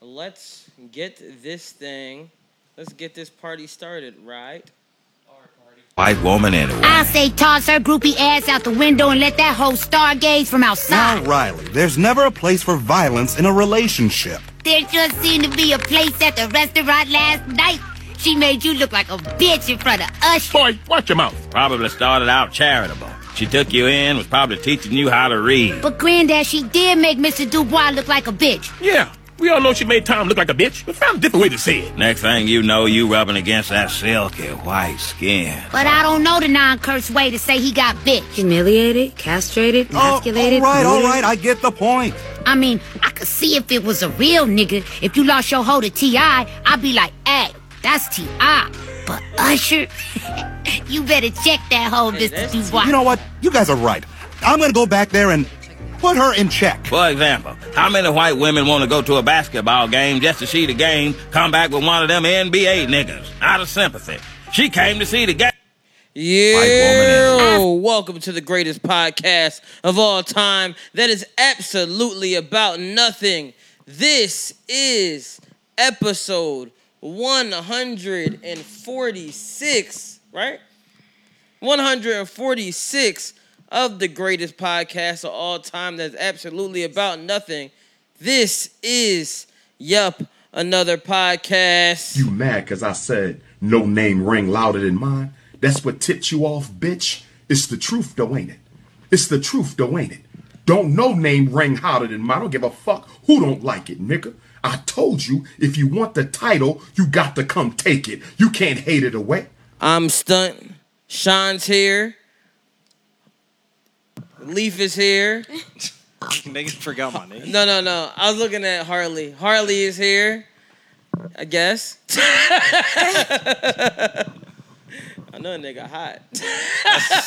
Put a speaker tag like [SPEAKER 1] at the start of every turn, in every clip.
[SPEAKER 1] let's get this thing, let's get this party started, right?
[SPEAKER 2] White woman anyway.
[SPEAKER 3] I say toss her groupie ass out the window and let that hoe stargaze from outside.
[SPEAKER 4] Now, Riley, there's never a place for violence in a relationship. Oh,
[SPEAKER 3] There just seemed to be a place at the restaurant last night. She made you look like a bitch in front of us.
[SPEAKER 2] Boy, watch your mouth. Probably started out charitable. She took you in, was probably teaching you how to read.
[SPEAKER 3] But granddad, she did make Mr. Dubois look like a bitch.
[SPEAKER 5] Yeah, we all know she made Tom look like a bitch, but found a different way to say it.
[SPEAKER 2] Next thing you know, you rubbing against that silky white skin.
[SPEAKER 3] But I don't know the non-curse way to say he got bitch.
[SPEAKER 6] Humiliated, castrated,
[SPEAKER 4] Oh, all
[SPEAKER 6] emasculated.
[SPEAKER 4] right, all
[SPEAKER 6] neutered.
[SPEAKER 4] right, I get the point.
[SPEAKER 3] I mean, I could see if it was a real nigga. If you lost your hoe to T.I., I'd be like, hey, that's T.I. But Usher, you better check that hoe,
[SPEAKER 1] Hey,
[SPEAKER 3] Mr.
[SPEAKER 1] that's-
[SPEAKER 3] Dubois.
[SPEAKER 4] You know what? You guys are right. I'm gonna go back there and put her in check.
[SPEAKER 2] For example, how many white women want to go to a basketball game just to see the game, come back with one of them NBA niggas out of sympathy? She came to see the game.
[SPEAKER 1] Yeah, welcome to the greatest podcast of all time that is absolutely about nothing. This is episode 146, right? 146 of the greatest podcast of all time that's absolutely about nothing. This is Yup, another podcast.
[SPEAKER 7] You mad cause I said no name ring louder than mine? That's what tipped you off, bitch. It's the truth though, ain't it? It's the truth though, ain't it? Don't no name ring hotter than mine. I don't give a fuck who don't like it, nigga. I told you if you want the title, you got to come take it. You can't hate it away.
[SPEAKER 1] I'm stunt. Sean's here. Leaf is here.
[SPEAKER 8] Niggas forgot my name.
[SPEAKER 1] No, no, no. I was looking at Harley. Harley is here. I guess. I know a nigga hot.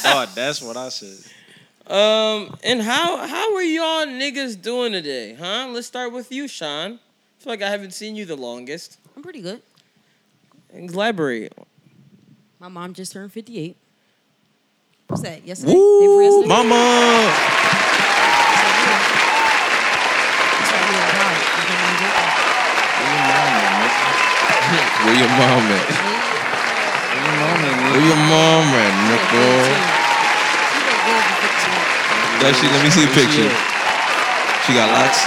[SPEAKER 8] Oh, that's what I said.
[SPEAKER 1] Um, and how how are y'all niggas doing today, huh? Let's start with you, Sean. I feel like I haven't seen you the longest.
[SPEAKER 9] I'm pretty good.
[SPEAKER 1] Elaborate.
[SPEAKER 9] My mom just turned 58. What's that? Yesterday? Day before yesterday?
[SPEAKER 8] mama.
[SPEAKER 9] That's right, we were proud. I'm gonna enjoy that.
[SPEAKER 10] Where your mom at? Where your mom at, nigga?
[SPEAKER 9] She
[SPEAKER 10] That shit, let me see a picture. She got locks?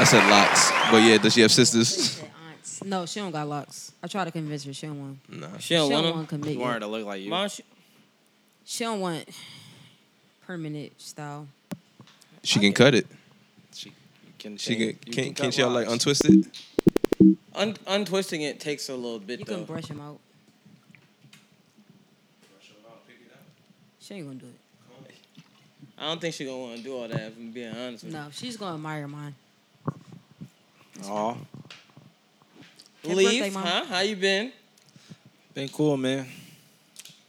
[SPEAKER 10] I said locks. But yeah, does she have sisters?
[SPEAKER 9] looked good. Aunts. No, she don't got locks. I tried to convince her. She don't want. She
[SPEAKER 1] She don't
[SPEAKER 9] don't
[SPEAKER 1] want
[SPEAKER 9] want
[SPEAKER 1] him.
[SPEAKER 9] commitment.
[SPEAKER 8] You wanted to look like you.
[SPEAKER 1] Mom, she-
[SPEAKER 9] She don't want permanent style.
[SPEAKER 10] She can cut it.
[SPEAKER 8] She can.
[SPEAKER 10] She
[SPEAKER 8] change-
[SPEAKER 10] can,
[SPEAKER 8] you
[SPEAKER 10] can,
[SPEAKER 8] cut
[SPEAKER 10] can she all like
[SPEAKER 8] locks.
[SPEAKER 10] untwist it?
[SPEAKER 1] un- untwisting it takes a little bit
[SPEAKER 9] You
[SPEAKER 1] though.
[SPEAKER 9] can brush them out. She ain't gonna do it.
[SPEAKER 1] I don't think she gonna want to do all that. If I'm being honest with you.
[SPEAKER 9] No, she's gonna admire mine.
[SPEAKER 8] Aw.
[SPEAKER 9] Happy
[SPEAKER 1] Leaf,
[SPEAKER 9] birthday, Mom.
[SPEAKER 1] huh? How you been?
[SPEAKER 8] Been cool, man.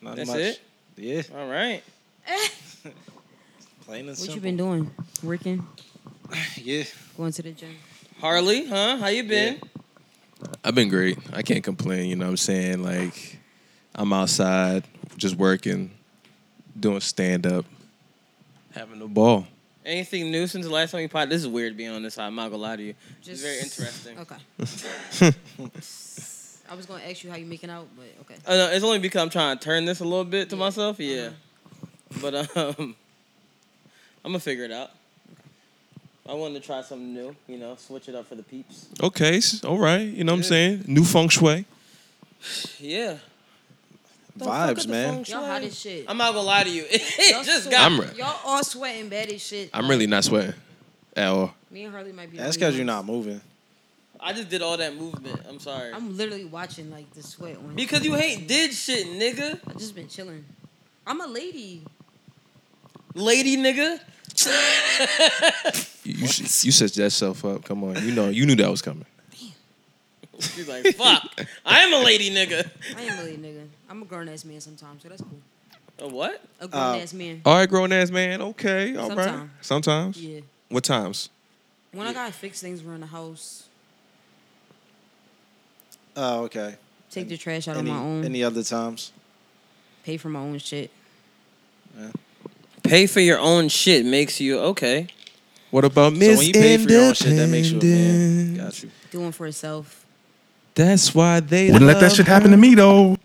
[SPEAKER 8] Not
[SPEAKER 1] That's
[SPEAKER 8] much.
[SPEAKER 1] it?
[SPEAKER 8] Yeah,
[SPEAKER 1] All right.
[SPEAKER 8] plain and
[SPEAKER 9] What
[SPEAKER 8] simple.
[SPEAKER 9] you been doing? Working?
[SPEAKER 8] Yeah.
[SPEAKER 9] Going to the gym?
[SPEAKER 1] Harley, huh? How you been?
[SPEAKER 10] I've been great. I can't complain, you know what I'm saying? Like, I'm outside, just working, doing stand up, having a ball.
[SPEAKER 1] Anything new since the last time you pod? This is weird being on this side. I'm not gonna lie to you. it's
[SPEAKER 9] Just-
[SPEAKER 1] very interesting.
[SPEAKER 9] Okay. I was gonna ask you how you making out, but okay.
[SPEAKER 1] Uh, no, it's only because I'm trying to turn this a little bit to myself. Yeah.
[SPEAKER 9] Uh-huh.
[SPEAKER 1] But um, I'm gonna figure it out. I wanted to try something new. You know, switch it up for the peeps.
[SPEAKER 10] Okay, s- all right. You know what I'm saying? New feng shui.
[SPEAKER 1] Yeah.
[SPEAKER 8] Vibes, man.
[SPEAKER 9] Y'all hot as shit.
[SPEAKER 1] I'm not gonna lie to you.
[SPEAKER 9] Y'all
[SPEAKER 1] It just
[SPEAKER 9] sweat-
[SPEAKER 1] got.
[SPEAKER 10] I'm re-
[SPEAKER 9] Y'all all sweating bad as shit.
[SPEAKER 10] I'm really not sweating at all.
[SPEAKER 9] Me and Harley might be. the
[SPEAKER 8] That's
[SPEAKER 9] only
[SPEAKER 8] because you're not
[SPEAKER 9] ones.
[SPEAKER 8] moving.
[SPEAKER 1] I just did all that movement. I'm sorry.
[SPEAKER 9] I'm literally watching like the sweat on.
[SPEAKER 1] because you hate did shit, nigga.
[SPEAKER 9] I just been chilling. I'm a lady.
[SPEAKER 1] Lady, nigga.
[SPEAKER 10] You, you, s- you set yourself up. Come on. You know, you knew that was coming.
[SPEAKER 1] She's like, fuck. I am a lady, nigga.
[SPEAKER 9] I ain't really a nigga. I'm a grown ass man sometimes, so that's
[SPEAKER 1] A
[SPEAKER 9] cool.
[SPEAKER 1] what?
[SPEAKER 9] A grown ass man.
[SPEAKER 10] All right, grown ass man. Okay. all right.
[SPEAKER 9] Sometime.
[SPEAKER 10] Sometimes.
[SPEAKER 9] Yeah.
[SPEAKER 10] What times?
[SPEAKER 9] When I gotta fix things around the house,
[SPEAKER 8] Oh, okay.
[SPEAKER 9] take the trash out
[SPEAKER 8] Any,
[SPEAKER 9] on my own,
[SPEAKER 8] any other times?
[SPEAKER 9] pay for my own shit.
[SPEAKER 1] Pay for your own shit makes you okay.
[SPEAKER 11] What about
[SPEAKER 9] So
[SPEAKER 11] Miss
[SPEAKER 9] when you
[SPEAKER 11] Independent?
[SPEAKER 9] pay for your own shit, that makes you a man.
[SPEAKER 11] Got you.
[SPEAKER 9] Doing for itself.
[SPEAKER 11] That's why they
[SPEAKER 4] Wouldn't let that
[SPEAKER 11] love
[SPEAKER 4] shit happen
[SPEAKER 11] her.
[SPEAKER 4] to me though.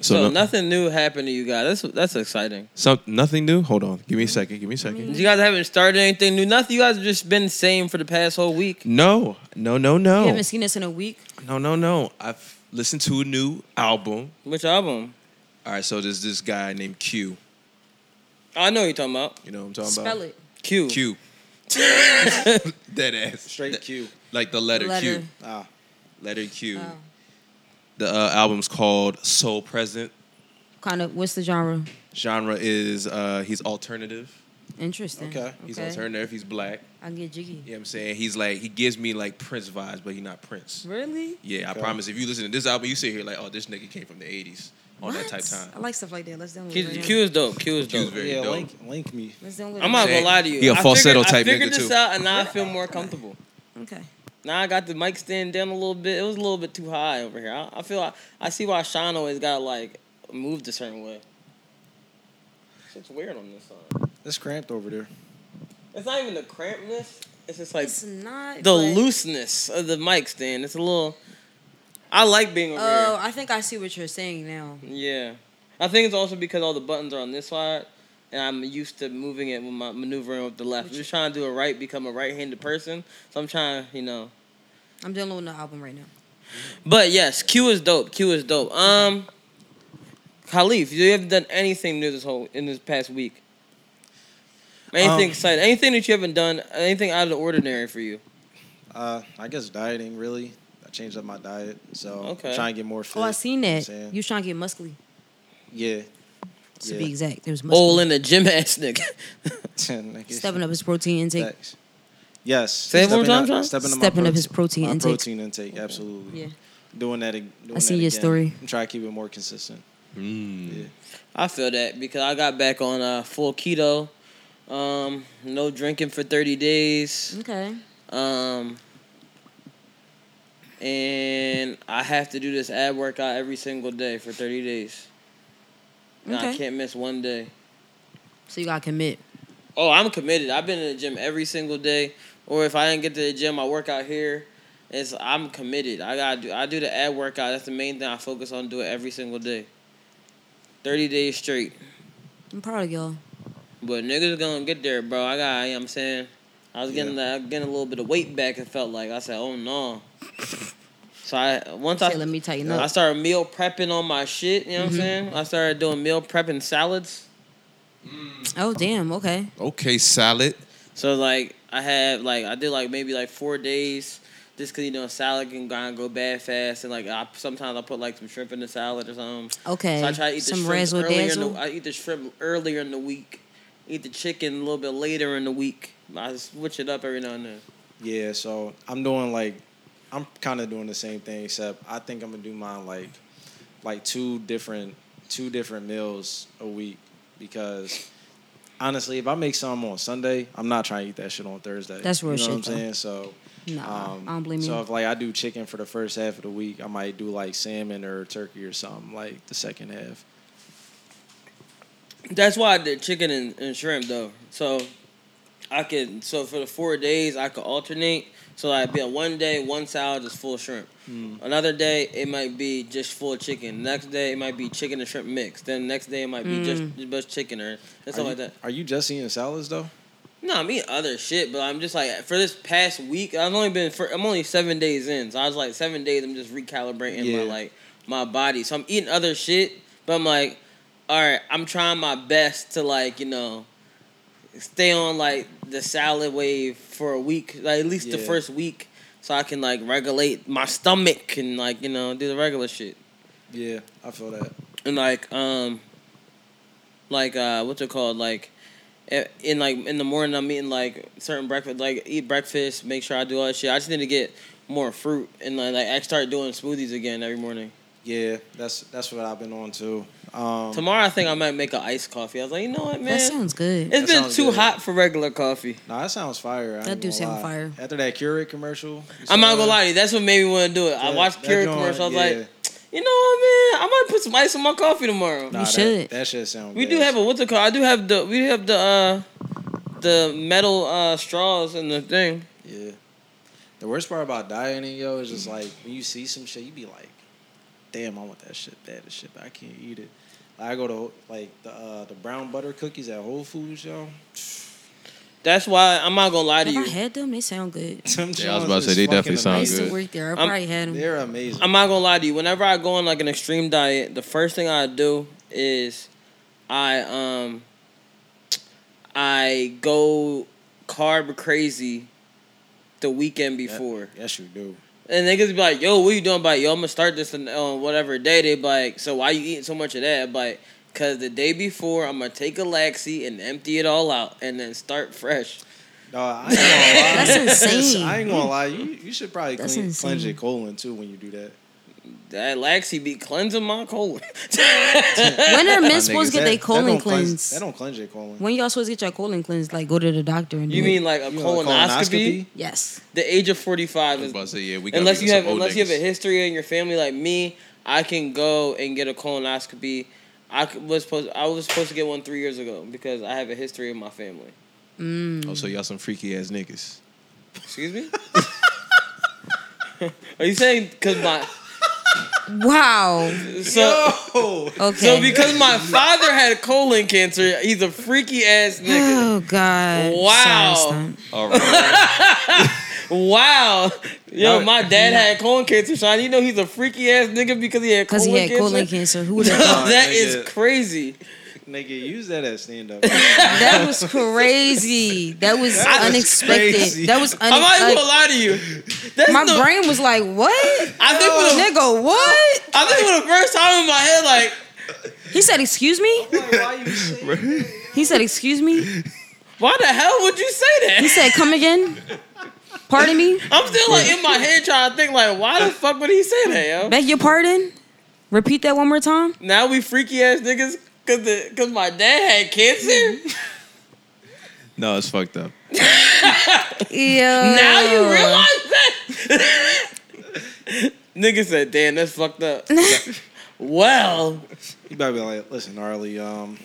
[SPEAKER 11] So,
[SPEAKER 1] So,
[SPEAKER 11] no-
[SPEAKER 1] nothing new happened to you guys. That's that's exciting.
[SPEAKER 11] some, nothing new. Hold on. Give me a second. Give me a second.
[SPEAKER 9] Mm-hmm.
[SPEAKER 1] You guys haven't started anything new. Nothing. You guys have just been the same for the past whole week.
[SPEAKER 11] No, no, no,
[SPEAKER 9] You
[SPEAKER 11] no,
[SPEAKER 9] haven't seen us in a week.
[SPEAKER 11] no, no, no. I've listened to a new album.
[SPEAKER 1] Which album?
[SPEAKER 11] All right. So there's this guy named Q.
[SPEAKER 1] I know who you're talking about.
[SPEAKER 11] You know what I'm talking
[SPEAKER 9] Spell
[SPEAKER 11] about?
[SPEAKER 9] it.
[SPEAKER 1] Q.
[SPEAKER 11] Q. Dead ass.
[SPEAKER 10] Straight Q.
[SPEAKER 11] Like the letter, Q.
[SPEAKER 9] Letter.
[SPEAKER 10] Ah,
[SPEAKER 11] Letter Q.
[SPEAKER 9] Oh.
[SPEAKER 11] The uh, album's called Soul Present.
[SPEAKER 9] Kind of. What's the genre?
[SPEAKER 11] Genre is uh, he's alternative.
[SPEAKER 9] Interesting.
[SPEAKER 10] Okay.
[SPEAKER 11] He's alternative. He's black.
[SPEAKER 9] I can get jiggy.
[SPEAKER 11] You know what I'm saying? He's like he gives me like Prince vibes, but he's not Prince.
[SPEAKER 9] Really?
[SPEAKER 11] Yeah, I
[SPEAKER 10] Okay.
[SPEAKER 11] promise. If you listen to this album, you sit here like, oh, this nigga came from the '80s. All that type
[SPEAKER 9] What?
[SPEAKER 11] time.
[SPEAKER 9] I like stuff like that. Let's download
[SPEAKER 1] Q,
[SPEAKER 9] it. Right
[SPEAKER 1] Q
[SPEAKER 9] now.
[SPEAKER 1] is dope. Q is
[SPEAKER 11] Q is
[SPEAKER 1] dope.
[SPEAKER 11] very
[SPEAKER 10] yeah,
[SPEAKER 11] dope.
[SPEAKER 10] link, link me.
[SPEAKER 9] Let's download it.
[SPEAKER 1] I'm not
[SPEAKER 11] Dang.
[SPEAKER 1] gonna lie to you.
[SPEAKER 11] He a
[SPEAKER 1] I
[SPEAKER 11] falsetto
[SPEAKER 1] figured,
[SPEAKER 11] type
[SPEAKER 1] I figured
[SPEAKER 11] nigga,
[SPEAKER 1] this
[SPEAKER 11] too.
[SPEAKER 1] out and now I feel more comfortable.
[SPEAKER 9] Okay.
[SPEAKER 1] Now I got the mic stand down a little bit. It was a little bit too high over here. I, I feel I, I see why Sean always got like moved a certain way. It's weird on this song.
[SPEAKER 10] It's cramped over there.
[SPEAKER 1] It's not even the crampness. It's just like
[SPEAKER 9] It's not.
[SPEAKER 1] the
[SPEAKER 9] but-
[SPEAKER 1] looseness of the mic stand. It's a little. I like being over
[SPEAKER 9] Oh, I think I see what you're saying now.
[SPEAKER 1] here. Yeah, I think it's also because all the buttons are on this side, and I'm used to moving it with my maneuvering with the left. I'm just trying to do a right, become a right-handed person. So I'm trying, you know.
[SPEAKER 9] I'm downloading the album right now.
[SPEAKER 1] But yes, Q is dope. Q is dope. Um, Khalif, you haven't done anything new this whole in this past week. Anything
[SPEAKER 10] Um,
[SPEAKER 1] exciting? Anything that you haven't done? Anything out of the ordinary for you?
[SPEAKER 10] Uh, I guess dieting really. I changed up my diet, so
[SPEAKER 1] Okay.
[SPEAKER 10] I'm trying to get more fit.
[SPEAKER 9] Oh, I seen
[SPEAKER 10] you know what I'm
[SPEAKER 9] that.
[SPEAKER 10] saying?
[SPEAKER 9] You was trying to get muscly.
[SPEAKER 10] yeah.
[SPEAKER 9] To be exact, there was
[SPEAKER 1] Old
[SPEAKER 9] muscly.
[SPEAKER 1] in the Oh, gym ass nigga.
[SPEAKER 10] Nigga,
[SPEAKER 9] Stepping up his protein intake.
[SPEAKER 10] Facts. Yes.
[SPEAKER 1] Say it one more
[SPEAKER 10] Stepping
[SPEAKER 1] time,
[SPEAKER 10] up-
[SPEAKER 1] Sean.
[SPEAKER 10] Stepping, my
[SPEAKER 9] Stepping up his protein
[SPEAKER 10] my
[SPEAKER 9] intake.
[SPEAKER 10] protein intake, absolutely.
[SPEAKER 9] Yeah.
[SPEAKER 10] Doing that. ag- Doing
[SPEAKER 9] seen
[SPEAKER 10] that
[SPEAKER 9] your
[SPEAKER 10] again.
[SPEAKER 9] story.
[SPEAKER 10] I'm trying to keep it more consistent.
[SPEAKER 1] I feel that because I got back on uh, full keto. Um, no drinking for thirty days.
[SPEAKER 9] Okay.
[SPEAKER 1] Um, and I have to do this ab workout every single day for thirty days. And I
[SPEAKER 9] Okay.
[SPEAKER 1] can't miss one day.
[SPEAKER 9] So you gotta commit.
[SPEAKER 1] Oh, I'm committed. I've been in the gym every single day. Or if I didn't get to the gym, I work out here. It's I'm committed. I gotta do I do the ad workout. That's the main thing I focus on doing every single day. Thirty days straight.
[SPEAKER 9] I'm proud of y'all.
[SPEAKER 1] But niggas gonna get there, bro. I got you know what I'm saying. I was getting the- getting a little bit of weight back it felt like. I said, oh no. So I once I
[SPEAKER 9] Say, let me tighten
[SPEAKER 1] I
[SPEAKER 9] up.
[SPEAKER 1] started meal prepping on my shit, you know what I'm
[SPEAKER 9] Mm-hmm.
[SPEAKER 1] saying? I started doing meal prepping salads.
[SPEAKER 9] Oh damn. Okay.
[SPEAKER 11] Okay, salad.
[SPEAKER 1] So like I had like I did like maybe like four days just cause you know salad can kind of go bad fast and like I sometimes I put like some shrimp in the salad or something.
[SPEAKER 9] Okay.
[SPEAKER 1] So I try to eat the
[SPEAKER 9] Some
[SPEAKER 1] shrimp
[SPEAKER 9] razzle
[SPEAKER 1] earlier. In
[SPEAKER 9] dazzle.
[SPEAKER 1] the, I eat the shrimp earlier in the week. Eat the chicken a little bit later in the week. I switch it up every now and then.
[SPEAKER 10] Yeah, so I'm doing like I'm kind of doing the same thing except I think I'm gonna do mine like like two different two different meals a week because honestly, if I make something on Sunday, I'm not trying to eat that shit on Thursday.
[SPEAKER 9] That's real
[SPEAKER 10] you know
[SPEAKER 9] shit,
[SPEAKER 10] What I'm
[SPEAKER 9] though.
[SPEAKER 10] saying so.
[SPEAKER 9] Nah,
[SPEAKER 10] um,
[SPEAKER 9] I don't blame
[SPEAKER 10] So
[SPEAKER 9] you.
[SPEAKER 10] if like I do chicken for the first half of the week, I might do like salmon or turkey or something like the second half.
[SPEAKER 1] That's why I did chicken and, and shrimp though. So I could so for the four days I could alternate. So I'd be on one day one salad is full shrimp. Another day it might be just full chicken. Next day it might be chicken and shrimp mix. Then next day it might be just just just chicken or and
[SPEAKER 10] Are
[SPEAKER 1] stuff
[SPEAKER 10] you,
[SPEAKER 1] like that.
[SPEAKER 10] are you just eating salads though?
[SPEAKER 1] No, I mean other shit, but I'm just like for this past week I've only been for I'm only seven days in. So I was like seven days I'm just recalibrating my
[SPEAKER 10] Yeah.
[SPEAKER 1] like my body. So I'm eating other shit, but I'm like, all right, I'm trying my best to like, you know, stay on like the salad wave for a week, like at least the
[SPEAKER 10] Yeah.
[SPEAKER 1] first week, so I can like regulate my stomach and like, you know, do the regular shit.
[SPEAKER 10] Yeah, I feel that.
[SPEAKER 1] And like, um, like uh, what's it called? Like, i- in like in the morning, I'm eating like certain breakfast. Like, eat breakfast, make sure I do all that shit. I just need to get more fruit and like, like I start doing smoothies again every morning.
[SPEAKER 10] Yeah, that's that's what I've been on too. Um,
[SPEAKER 1] Tomorrow, I think I might make an iced coffee. I was like, you know what, man,
[SPEAKER 9] That sounds good.
[SPEAKER 1] it's
[SPEAKER 10] that
[SPEAKER 1] been
[SPEAKER 10] sounds
[SPEAKER 1] too
[SPEAKER 10] good.
[SPEAKER 1] hot for regular coffee.
[SPEAKER 10] Nah, that sounds fire. I
[SPEAKER 9] That
[SPEAKER 10] ain't
[SPEAKER 9] do
[SPEAKER 10] gonna
[SPEAKER 9] sound
[SPEAKER 10] lie.
[SPEAKER 9] fire.
[SPEAKER 10] After that Keurig commercial, you
[SPEAKER 1] I'm not gonna
[SPEAKER 10] saw that?
[SPEAKER 1] lie to you. That's what made me want to do it. I
[SPEAKER 10] That-
[SPEAKER 1] watched
[SPEAKER 10] that
[SPEAKER 1] Cure
[SPEAKER 10] joint,
[SPEAKER 1] commercial. I was
[SPEAKER 10] yeah.
[SPEAKER 1] like, You know what, man? I might put some ice on my coffee tomorrow.
[SPEAKER 10] Nah, that-
[SPEAKER 9] should.
[SPEAKER 10] That, shit sound.
[SPEAKER 1] We
[SPEAKER 10] good.
[SPEAKER 1] do have a what's it called? I do have the we have the uh the metal uh straws and the thing.
[SPEAKER 10] Yeah. The worst part about dieting, yo, is just like when you see some shit, you be like, "Damn, I want that shit bad as shit, but I can't eat it." Like, I go to like the uh, the brown butter cookies at Whole Foods, yo.
[SPEAKER 1] That's why I'm not gonna lie to
[SPEAKER 9] Have I
[SPEAKER 1] you.
[SPEAKER 9] had them? They sound good.
[SPEAKER 10] Them
[SPEAKER 11] Yeah, I was
[SPEAKER 10] joints
[SPEAKER 11] about to say,
[SPEAKER 10] is
[SPEAKER 11] they
[SPEAKER 10] fucking
[SPEAKER 11] definitely sound
[SPEAKER 9] I used
[SPEAKER 10] amazing.
[SPEAKER 11] good.
[SPEAKER 9] to work there. I
[SPEAKER 1] I'm-
[SPEAKER 9] probably had them.
[SPEAKER 10] They're amazing.
[SPEAKER 1] I'm not gonna lie to you. Whenever I go on like an extreme diet, the first thing I do is I um I go carb crazy the weekend before.
[SPEAKER 10] yes, you do.
[SPEAKER 1] And niggas be like, yo, what you doing? But yo, I'm gonna start this on on whatever day. They be like, so why you eating so much of that? But cause the day before, I'm gonna take a laxie and empty it all out and then start fresh.
[SPEAKER 10] No, I ain't gonna lie.
[SPEAKER 9] That's insane.
[SPEAKER 10] I ain't gonna lie. You you should probably
[SPEAKER 9] That's
[SPEAKER 10] clean, cleanse your
[SPEAKER 9] insane.
[SPEAKER 10] colon too when you do that.
[SPEAKER 1] That laxie be cleansing my colon.
[SPEAKER 9] When are men supposed
[SPEAKER 11] niggas.
[SPEAKER 9] to get their
[SPEAKER 10] That- that
[SPEAKER 9] colon
[SPEAKER 10] don't
[SPEAKER 9] cleansed?
[SPEAKER 10] That don't cleanse your colon.
[SPEAKER 9] When y'all supposed to get your colon cleansed? Like go to the doctor and
[SPEAKER 1] you
[SPEAKER 9] do
[SPEAKER 1] mean
[SPEAKER 9] it?
[SPEAKER 1] like a
[SPEAKER 10] You know,
[SPEAKER 1] colonoscopy?
[SPEAKER 9] Yes.
[SPEAKER 1] The age of 45
[SPEAKER 11] I was
[SPEAKER 1] is
[SPEAKER 11] about to say, yeah, we gotta
[SPEAKER 1] unless
[SPEAKER 11] get
[SPEAKER 1] you
[SPEAKER 11] some
[SPEAKER 1] have
[SPEAKER 11] old
[SPEAKER 1] unless you have a
[SPEAKER 11] niggas.
[SPEAKER 1] history in your family like me, I can go and get a colonoscopy. I c- was supposed I was supposed to get one three years ago because I have a history in my family.
[SPEAKER 11] Oh, so y'all some freaky ass niggas.
[SPEAKER 1] Excuse me. Are you saying because my
[SPEAKER 9] Wow.
[SPEAKER 1] so
[SPEAKER 9] Okay.
[SPEAKER 1] so because my father had colon cancer, he's a freaky ass nigga.
[SPEAKER 9] oh God.
[SPEAKER 1] Wow.
[SPEAKER 9] Sorry, Stump.
[SPEAKER 11] All right.
[SPEAKER 1] Wow, yo,
[SPEAKER 10] Now-
[SPEAKER 1] my dad had colon cancer, Sean. You know he's a freaky ass nigga because he had colon
[SPEAKER 9] Because he had colon
[SPEAKER 1] cancer.
[SPEAKER 9] cancer. Who would have
[SPEAKER 1] Yo, that
[SPEAKER 10] Nigga.
[SPEAKER 1] is crazy.
[SPEAKER 10] Nigga, use that as stand up.
[SPEAKER 9] That was crazy. That was
[SPEAKER 10] That was
[SPEAKER 9] unexpected.
[SPEAKER 10] crazy.
[SPEAKER 9] That was
[SPEAKER 1] I'm not even
[SPEAKER 9] unexpected.
[SPEAKER 1] gonna lie to you. That's
[SPEAKER 9] my
[SPEAKER 1] the-
[SPEAKER 9] brain was like, what?
[SPEAKER 1] I think for the
[SPEAKER 9] Nigga, what?
[SPEAKER 1] I think for the first time in my head, like
[SPEAKER 9] He said, excuse me? He said, excuse me?
[SPEAKER 1] Why the hell would you say
[SPEAKER 9] He
[SPEAKER 1] that?
[SPEAKER 9] said, come again? Pardon me?
[SPEAKER 1] I'm still like in my head trying to think like, why the fuck would he say that, yo?
[SPEAKER 9] Beg your pardon? Repeat that one more time?
[SPEAKER 1] Now we freaky ass niggas cause the, cause my dad had cancer.
[SPEAKER 11] no, it's fucked up.
[SPEAKER 9] Yeah.
[SPEAKER 1] Now you realize that? Nigga said, damn, that's fucked up. well,
[SPEAKER 10] You might be like, listen, Arlie, um,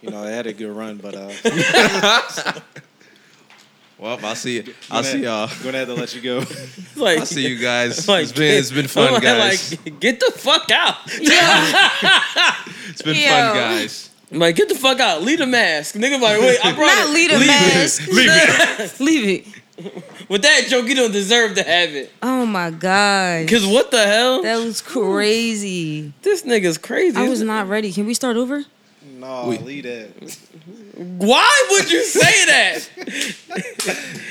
[SPEAKER 10] you know, they had a good run, but uh,
[SPEAKER 11] Well, I'll see you. I'll see y'all.
[SPEAKER 10] I'm gonna have to let you go.
[SPEAKER 1] it's like
[SPEAKER 11] I'll see you guys.
[SPEAKER 1] like,
[SPEAKER 11] it's been it's been fun,
[SPEAKER 1] like,
[SPEAKER 11] guys.
[SPEAKER 1] Like, get the fuck out.
[SPEAKER 11] It's been
[SPEAKER 9] Yo.
[SPEAKER 11] fun, guys.
[SPEAKER 1] I'm like, get the fuck out. Leave the mask. Nigga like, wait, I brought
[SPEAKER 9] Not
[SPEAKER 1] it.
[SPEAKER 9] leave the mask. Leave it. leave it.
[SPEAKER 1] With that joke, you don't deserve to have it.
[SPEAKER 9] Oh my God.
[SPEAKER 1] Cause what the hell?
[SPEAKER 9] That was crazy.
[SPEAKER 1] this nigga's crazy.
[SPEAKER 9] I was not ready. Can we start over?
[SPEAKER 10] no, leave that.
[SPEAKER 1] Why would you say that?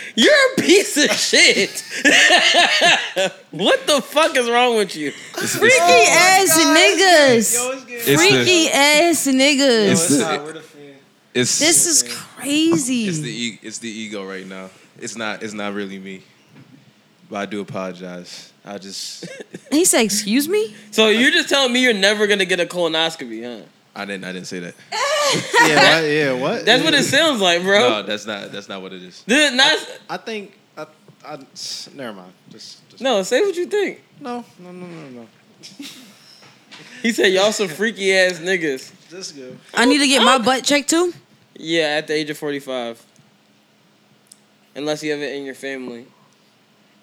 [SPEAKER 1] You're a piece of shit. what the fuck is wrong with you?
[SPEAKER 9] Freaky ass niggas.
[SPEAKER 10] it's good.
[SPEAKER 11] It's the
[SPEAKER 9] Oh Freaky ass niggas.
[SPEAKER 11] it's the-
[SPEAKER 10] We're the fan.
[SPEAKER 11] it's
[SPEAKER 9] This is crazy.
[SPEAKER 11] it's the e- it's the ego right now. It's not it's not really me. But I do apologize. I just
[SPEAKER 9] he said, "Excuse me."
[SPEAKER 1] So you're just telling me you're never gonna get a colonoscopy, huh?
[SPEAKER 11] I didn't I didn't say that.
[SPEAKER 10] Yeah, what? yeah, what?
[SPEAKER 1] That's what it sounds like, bro.
[SPEAKER 11] No, that's not that's not what it is.
[SPEAKER 1] This is not,
[SPEAKER 10] I think. I, I, never mind. Just, just
[SPEAKER 1] no, say what you think.
[SPEAKER 10] no, no, no, no, no.
[SPEAKER 1] He said y'all some freaky ass niggas.
[SPEAKER 10] Just go.
[SPEAKER 9] I need to get my butt checked too.
[SPEAKER 1] Yeah, at the age of 45. Unless you have it in your family.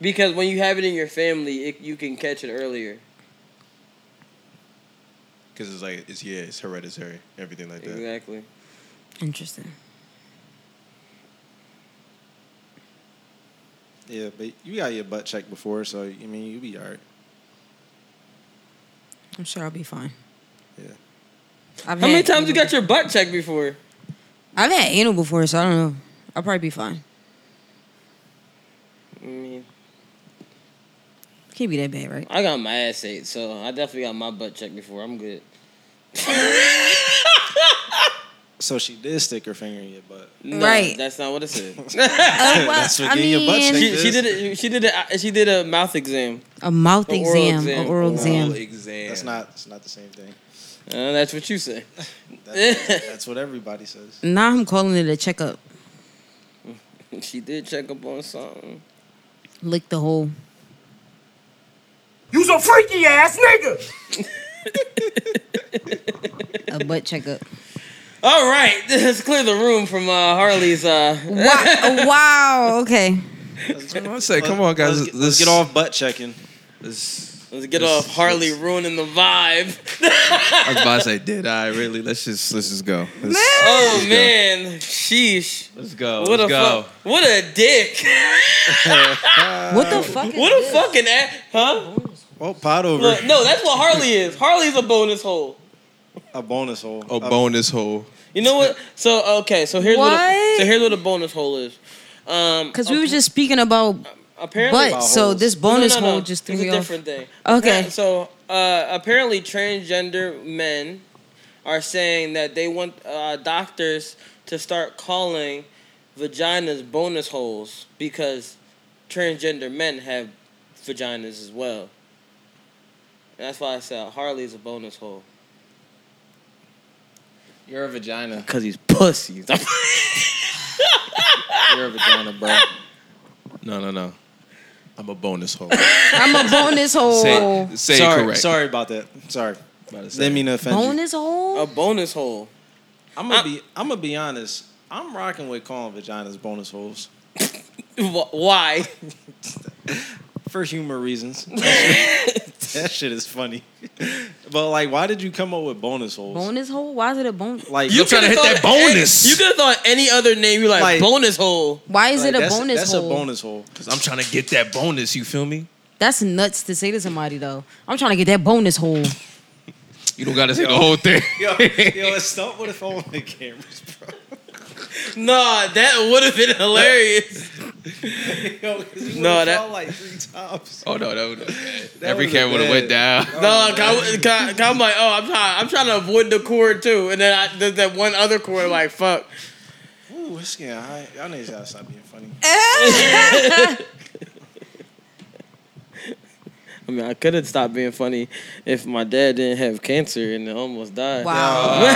[SPEAKER 1] Because when you have it in your family, it, you can catch it earlier.
[SPEAKER 11] Because it's like it's yeah, it's hereditary, everything like that.
[SPEAKER 1] Exactly.
[SPEAKER 9] Interesting.
[SPEAKER 10] Yeah, but you got your butt checked before, so I mean, you be all right.
[SPEAKER 9] I'm sure I'll be fine.
[SPEAKER 10] Yeah.
[SPEAKER 9] I've
[SPEAKER 1] How many
[SPEAKER 9] had
[SPEAKER 1] times you
[SPEAKER 9] anal-
[SPEAKER 1] got your butt checked before?
[SPEAKER 9] I've had anal before, so I don't know. I'll probably be fine.
[SPEAKER 1] I mean,
[SPEAKER 9] Can't be that bad, right?
[SPEAKER 1] I got my ass ate, so I definitely got my butt checked before. I'm good.
[SPEAKER 10] So she did stick her finger in your butt.
[SPEAKER 1] No,
[SPEAKER 9] Right.
[SPEAKER 1] That's not what it said.
[SPEAKER 9] Uh, well,
[SPEAKER 10] That's what
[SPEAKER 9] I
[SPEAKER 10] getting your butt
[SPEAKER 9] mean,
[SPEAKER 10] checked.
[SPEAKER 1] she, she did it. She did it. She did a mouth exam.
[SPEAKER 9] a mouth
[SPEAKER 1] An oral
[SPEAKER 9] exam,
[SPEAKER 1] exam.
[SPEAKER 9] an oral
[SPEAKER 1] Oral
[SPEAKER 9] exam.
[SPEAKER 11] Oral exam.
[SPEAKER 10] That's not. It's not the same thing.
[SPEAKER 1] Uh, that's what you say.
[SPEAKER 10] That's, that's what everybody says.
[SPEAKER 9] Now I'm calling it a checkup.
[SPEAKER 1] she did check up on something.
[SPEAKER 9] Lick the hole.
[SPEAKER 7] You
[SPEAKER 12] You's a freaky ass nigga.
[SPEAKER 9] A butt checkup.
[SPEAKER 1] All right, let's clear the room from uh, Harley's. Uh,
[SPEAKER 9] Wow. Oh, wow. Okay.
[SPEAKER 11] I say, come on, guys. Let's,
[SPEAKER 10] Let's get off butt checking.
[SPEAKER 11] Let's,
[SPEAKER 1] let's get off Harley ruining the vibe.
[SPEAKER 11] I was about to say, did I really? Let's just let's just go. Let's-
[SPEAKER 1] oh
[SPEAKER 11] let's go.
[SPEAKER 1] man, sheesh.
[SPEAKER 11] Let's go.
[SPEAKER 1] What
[SPEAKER 11] let's
[SPEAKER 1] a
[SPEAKER 11] go.
[SPEAKER 1] fuck! What a dick!
[SPEAKER 9] what the fuck?
[SPEAKER 1] what a fucking ass, huh?
[SPEAKER 10] Oh, pot over.
[SPEAKER 1] Look, no, that's what Harley is. Harley's a bonus hole.
[SPEAKER 10] A bonus hole.
[SPEAKER 11] A bonus hole.
[SPEAKER 1] You know what? So okay, so here's what, a,
[SPEAKER 9] What?
[SPEAKER 1] so here's what a bonus hole is. Um,
[SPEAKER 9] Because we were just speaking about
[SPEAKER 1] apparently,
[SPEAKER 9] butt, so this bonus hole just threw
[SPEAKER 1] it's
[SPEAKER 9] me
[SPEAKER 1] a
[SPEAKER 9] off.
[SPEAKER 1] different thing.
[SPEAKER 9] Okay.
[SPEAKER 1] Appar- So uh, apparently, transgender men are saying that they want uh, doctors to start calling vaginas bonus holes because transgender men have vaginas as well. That's why I said Harley's a bonus hole.
[SPEAKER 10] You're a vagina.
[SPEAKER 1] Cause he's pussies.
[SPEAKER 10] You're a vagina, bro.
[SPEAKER 11] No, no, no. I'm a bonus hole.
[SPEAKER 9] I'm a bonus hole.
[SPEAKER 11] Say, say it
[SPEAKER 10] sorry,
[SPEAKER 11] correct.
[SPEAKER 10] sorry about that. Sorry.
[SPEAKER 11] About to say.
[SPEAKER 10] Didn't mean to offend you.
[SPEAKER 9] Bonus hole?
[SPEAKER 1] a bonus hole.
[SPEAKER 10] I'm gonna be. I'm gonna be honest. I'm rocking with calling vaginas bonus holes
[SPEAKER 1] Wh- Why?
[SPEAKER 10] for humor reasons. that shit is funny. but like, why did you come up with bonus holes?
[SPEAKER 9] Bonus hole? Why is it a bonus?
[SPEAKER 10] like,
[SPEAKER 11] You trying to hit
[SPEAKER 1] could've
[SPEAKER 11] that
[SPEAKER 1] thought of any-
[SPEAKER 11] bonus.
[SPEAKER 1] you could have thought any other name. You like,
[SPEAKER 10] Like-
[SPEAKER 1] bonus hole.
[SPEAKER 9] Why is
[SPEAKER 10] like,
[SPEAKER 9] it a
[SPEAKER 10] that's,
[SPEAKER 9] bonus
[SPEAKER 10] That's
[SPEAKER 9] hole?
[SPEAKER 10] a bonus hole.
[SPEAKER 11] I'm trying to get that bonus. You feel me?
[SPEAKER 9] That's nuts to say to somebody though. I'm trying to get that bonus hole.
[SPEAKER 11] You don't gotta say the whole thing.
[SPEAKER 10] Yo, yo, let's stop with the phone and cameras, bro.
[SPEAKER 1] Nah, that would have been hilarious.
[SPEAKER 10] Yo, 'cause you
[SPEAKER 1] No,
[SPEAKER 10] no,
[SPEAKER 1] that-
[SPEAKER 10] that like three times.
[SPEAKER 11] Oh no, no, no.
[SPEAKER 10] would've
[SPEAKER 11] Every
[SPEAKER 10] been
[SPEAKER 11] cat would have went down.
[SPEAKER 1] no, 'cause I- 'cause- 'cause I'm like, oh, I'm trying, I'm trying to avoid the chord too, and then I, there's that one other chord. I'm like, fuck.
[SPEAKER 10] Ooh, it's getting high. Y'all niggas gotta stop being funny.
[SPEAKER 1] I mean, I couldn't stop being funny if my dad didn't have cancer and almost died.
[SPEAKER 9] Wow. you know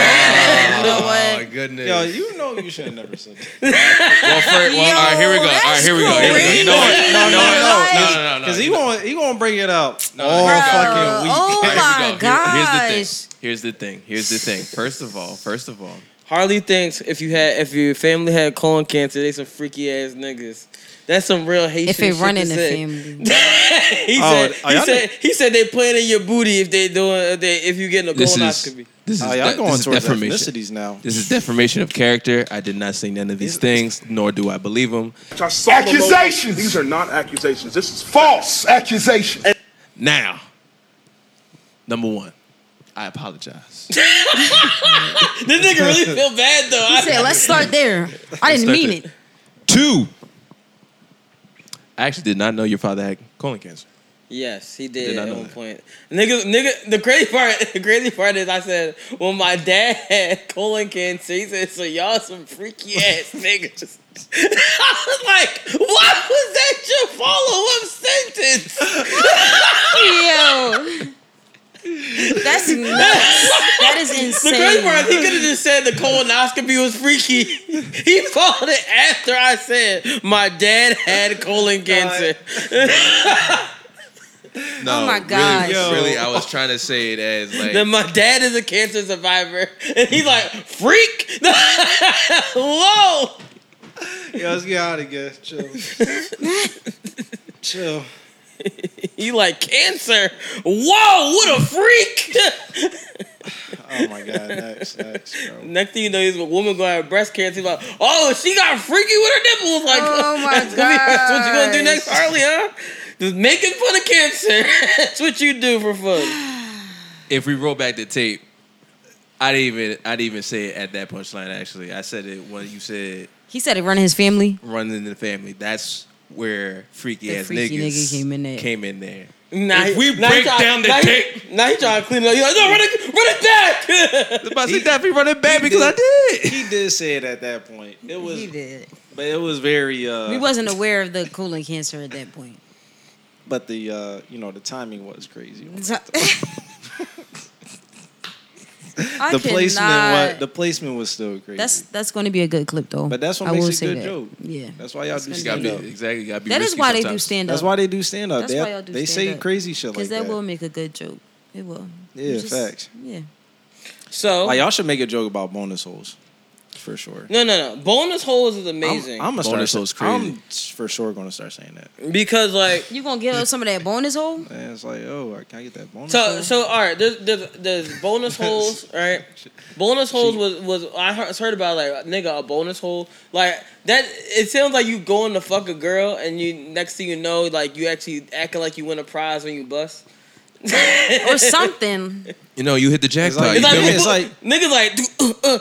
[SPEAKER 11] Oh my
[SPEAKER 9] what?
[SPEAKER 11] goodness.
[SPEAKER 10] Yo, you know you should have never said that.
[SPEAKER 11] well, first, well, all right, here we go. All right, here we go. Here we go. You know what? No, no, no, no, no, no.
[SPEAKER 10] Cause he gonna he gonna bring it out
[SPEAKER 11] No,
[SPEAKER 10] all
[SPEAKER 11] no, no.
[SPEAKER 10] fucking week.
[SPEAKER 9] Oh
[SPEAKER 11] All right, Oh, here we
[SPEAKER 9] my
[SPEAKER 11] go. Here-
[SPEAKER 9] gosh.
[SPEAKER 11] Here's the thing. Here's the thing. Here's the thing. First of all, first of all,
[SPEAKER 1] Harley thinks if you had, if your family had colon cancer, they some freaky ass niggas. That's some real Haitian
[SPEAKER 9] If it
[SPEAKER 1] shit
[SPEAKER 9] run
[SPEAKER 1] to
[SPEAKER 9] in the
[SPEAKER 1] say.
[SPEAKER 9] family.
[SPEAKER 1] he
[SPEAKER 10] Oh,
[SPEAKER 1] said,
[SPEAKER 10] oh,
[SPEAKER 1] he
[SPEAKER 10] y'all
[SPEAKER 1] said, he said they planning your booty if they doing if, they, if you getting a
[SPEAKER 11] This is-
[SPEAKER 1] colonoscopy.
[SPEAKER 11] this is,
[SPEAKER 10] Oh, y'all
[SPEAKER 11] de-
[SPEAKER 10] going
[SPEAKER 11] this is
[SPEAKER 10] towards
[SPEAKER 11] defamation.
[SPEAKER 10] ethnicities now.
[SPEAKER 11] This is defamation of character. I did not say none of these things, nor do I believe them.
[SPEAKER 12] Accusations.
[SPEAKER 13] These are not accusations. This is
[SPEAKER 12] False accusations.
[SPEAKER 11] Now, number one, I apologize.
[SPEAKER 1] This nigga really feel bad though.
[SPEAKER 9] He said, let's start there. I didn't
[SPEAKER 11] start
[SPEAKER 9] mean
[SPEAKER 11] there.
[SPEAKER 9] it.
[SPEAKER 11] Two, I actually did not know your father had colon cancer.
[SPEAKER 1] Yes, he
[SPEAKER 11] Did
[SPEAKER 1] did
[SPEAKER 11] not
[SPEAKER 1] at
[SPEAKER 11] know
[SPEAKER 1] one
[SPEAKER 11] that.
[SPEAKER 1] point. Nigga, nigga, the crazy part, the crazy part is I said, well, my dad had colon cancer. He said, so y'all some freaky ass niggas. I was like, why was that your follow up sentence?
[SPEAKER 9] Yo. That's nuts. That is
[SPEAKER 1] The
[SPEAKER 9] insane.
[SPEAKER 1] crazy part, is he could have just said the colonoscopy was freaky. He called it after I said my dad had colon cancer.
[SPEAKER 11] No,
[SPEAKER 9] Oh my God.
[SPEAKER 11] Really,
[SPEAKER 9] Yo.
[SPEAKER 11] really, I was trying to say it as like
[SPEAKER 1] Then my dad is a cancer survivor, and he's like, freak. Whoa.
[SPEAKER 10] Yo, let's get out of here. Chill. Chill.
[SPEAKER 1] You like cancer? Whoa, what a freak!
[SPEAKER 10] Oh my god, next, next, bro.
[SPEAKER 1] Next thing you know, he's a woman going to have breast cancer. He's like, oh, she got freaky with her nipples. Like,
[SPEAKER 9] Oh, my
[SPEAKER 1] that's, gonna be- that's what you gonna do next,
[SPEAKER 9] gosh.
[SPEAKER 1] Harley? Huh? Just making fun of cancer. that's what you do for fun.
[SPEAKER 11] if we roll back the tape, I didn't even I didn't even say it at that punchline. Actually, I said it when you said
[SPEAKER 9] He said it running his family.
[SPEAKER 11] running in the family. That's where freaky
[SPEAKER 9] The
[SPEAKER 11] ass
[SPEAKER 9] freaky
[SPEAKER 11] niggas
[SPEAKER 9] nigga came in there.
[SPEAKER 11] Came in there.
[SPEAKER 1] Now
[SPEAKER 11] If
[SPEAKER 1] he-
[SPEAKER 11] we
[SPEAKER 1] now he
[SPEAKER 11] break
[SPEAKER 1] try-
[SPEAKER 11] down the
[SPEAKER 1] now he-
[SPEAKER 11] tape-
[SPEAKER 1] now he's trying to clean it up. He's like, no, run it, run it back.
[SPEAKER 11] But see, that we running back because I did.
[SPEAKER 10] He did say it at that point. It was,
[SPEAKER 9] He did.
[SPEAKER 10] but it was very. uh
[SPEAKER 9] We wasn't aware of the colon cancer at that point.
[SPEAKER 10] But the, uh you know, the timing was crazy.
[SPEAKER 9] So- I
[SPEAKER 10] the placement
[SPEAKER 9] cannot.
[SPEAKER 10] was the placement was still crazy.
[SPEAKER 9] That's that's going to be a good clip though.
[SPEAKER 10] but that's what
[SPEAKER 9] I will
[SPEAKER 10] makes
[SPEAKER 9] say
[SPEAKER 10] a good
[SPEAKER 9] that.
[SPEAKER 10] joke.
[SPEAKER 9] Yeah,
[SPEAKER 10] that's why y'all do
[SPEAKER 9] gonna
[SPEAKER 10] stand
[SPEAKER 9] be
[SPEAKER 10] up.
[SPEAKER 9] good.
[SPEAKER 11] Exactly, gotta
[SPEAKER 9] be That is risky why they do sometimes. stand
[SPEAKER 10] That's
[SPEAKER 9] up.
[SPEAKER 10] why they do stand up.
[SPEAKER 9] That's
[SPEAKER 10] They,
[SPEAKER 9] why y'all do
[SPEAKER 10] they
[SPEAKER 9] stand
[SPEAKER 10] say
[SPEAKER 9] up.
[SPEAKER 10] crazy shit like
[SPEAKER 9] that.
[SPEAKER 10] that.
[SPEAKER 9] will make a good joke. It will.
[SPEAKER 10] Yeah,
[SPEAKER 9] You just- Oh.
[SPEAKER 10] facts.
[SPEAKER 9] Yeah.
[SPEAKER 1] So
[SPEAKER 10] Like y'all should make a joke about bonus holes, for sure.
[SPEAKER 1] no, no, no. Bonus holes is amazing.
[SPEAKER 10] I'm, I'm gonna
[SPEAKER 1] bonus
[SPEAKER 10] start. I'm for sure gonna start saying that.
[SPEAKER 1] because like
[SPEAKER 9] You gonna give us some of that bonus hole?
[SPEAKER 10] Man, it's like, oh, I can't get that bonus.
[SPEAKER 1] So
[SPEAKER 10] hole?
[SPEAKER 1] so all right, there's there's, there's bonus holes, right? Bonus holes was was I heard, heard about like nigga a bonus hole like that. It sounds like you going to fuck a girl and you next thing you know like you actually acting like you win a prize when you bust
[SPEAKER 9] or something.
[SPEAKER 11] You know, you hit the jackpot.
[SPEAKER 1] It's
[SPEAKER 11] you
[SPEAKER 1] like,
[SPEAKER 11] feel me?
[SPEAKER 1] it's like niggas like uh, uh,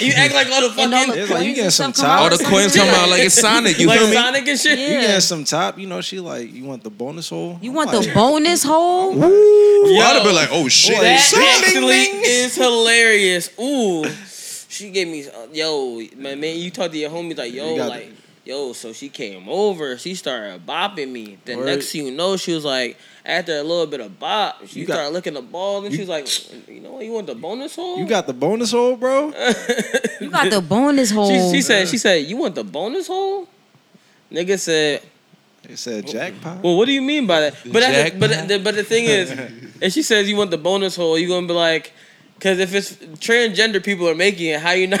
[SPEAKER 1] you act like all the fucking
[SPEAKER 10] It's like you getting some top.
[SPEAKER 11] All the coins come out like it's Sonic. You
[SPEAKER 1] like
[SPEAKER 11] feel me?
[SPEAKER 1] Sonic and shit.
[SPEAKER 10] You getting some top. You know, she like, you want the bonus hole?
[SPEAKER 9] You want the bonus hole?
[SPEAKER 11] Ooh, I'd have been like, oh shit.
[SPEAKER 1] That
[SPEAKER 11] Sonic.
[SPEAKER 1] actually is hilarious. Ooh, she gave me uh, yo, my man. You talk to your homies like yo,
[SPEAKER 10] You got
[SPEAKER 1] like yo. So she came over. She started bopping me. The
[SPEAKER 10] Word.
[SPEAKER 1] next thing you know, she was like, after a little bit of bop, she
[SPEAKER 10] You got-
[SPEAKER 1] started licking the balls, and she was like, you know what? You want the bonus hole?
[SPEAKER 10] You got the bonus hole, bro.
[SPEAKER 9] You got the bonus
[SPEAKER 1] She,
[SPEAKER 9] hole.
[SPEAKER 1] she said. She said, you want the bonus hole? Nigga said,
[SPEAKER 10] They said jackpot.
[SPEAKER 1] Well, what do you mean by that? But that's,
[SPEAKER 11] Jackpot.
[SPEAKER 1] but the, but the thing is, if she says you want the bonus hole, you gonna be like, because if it's transgender people are making it, how you not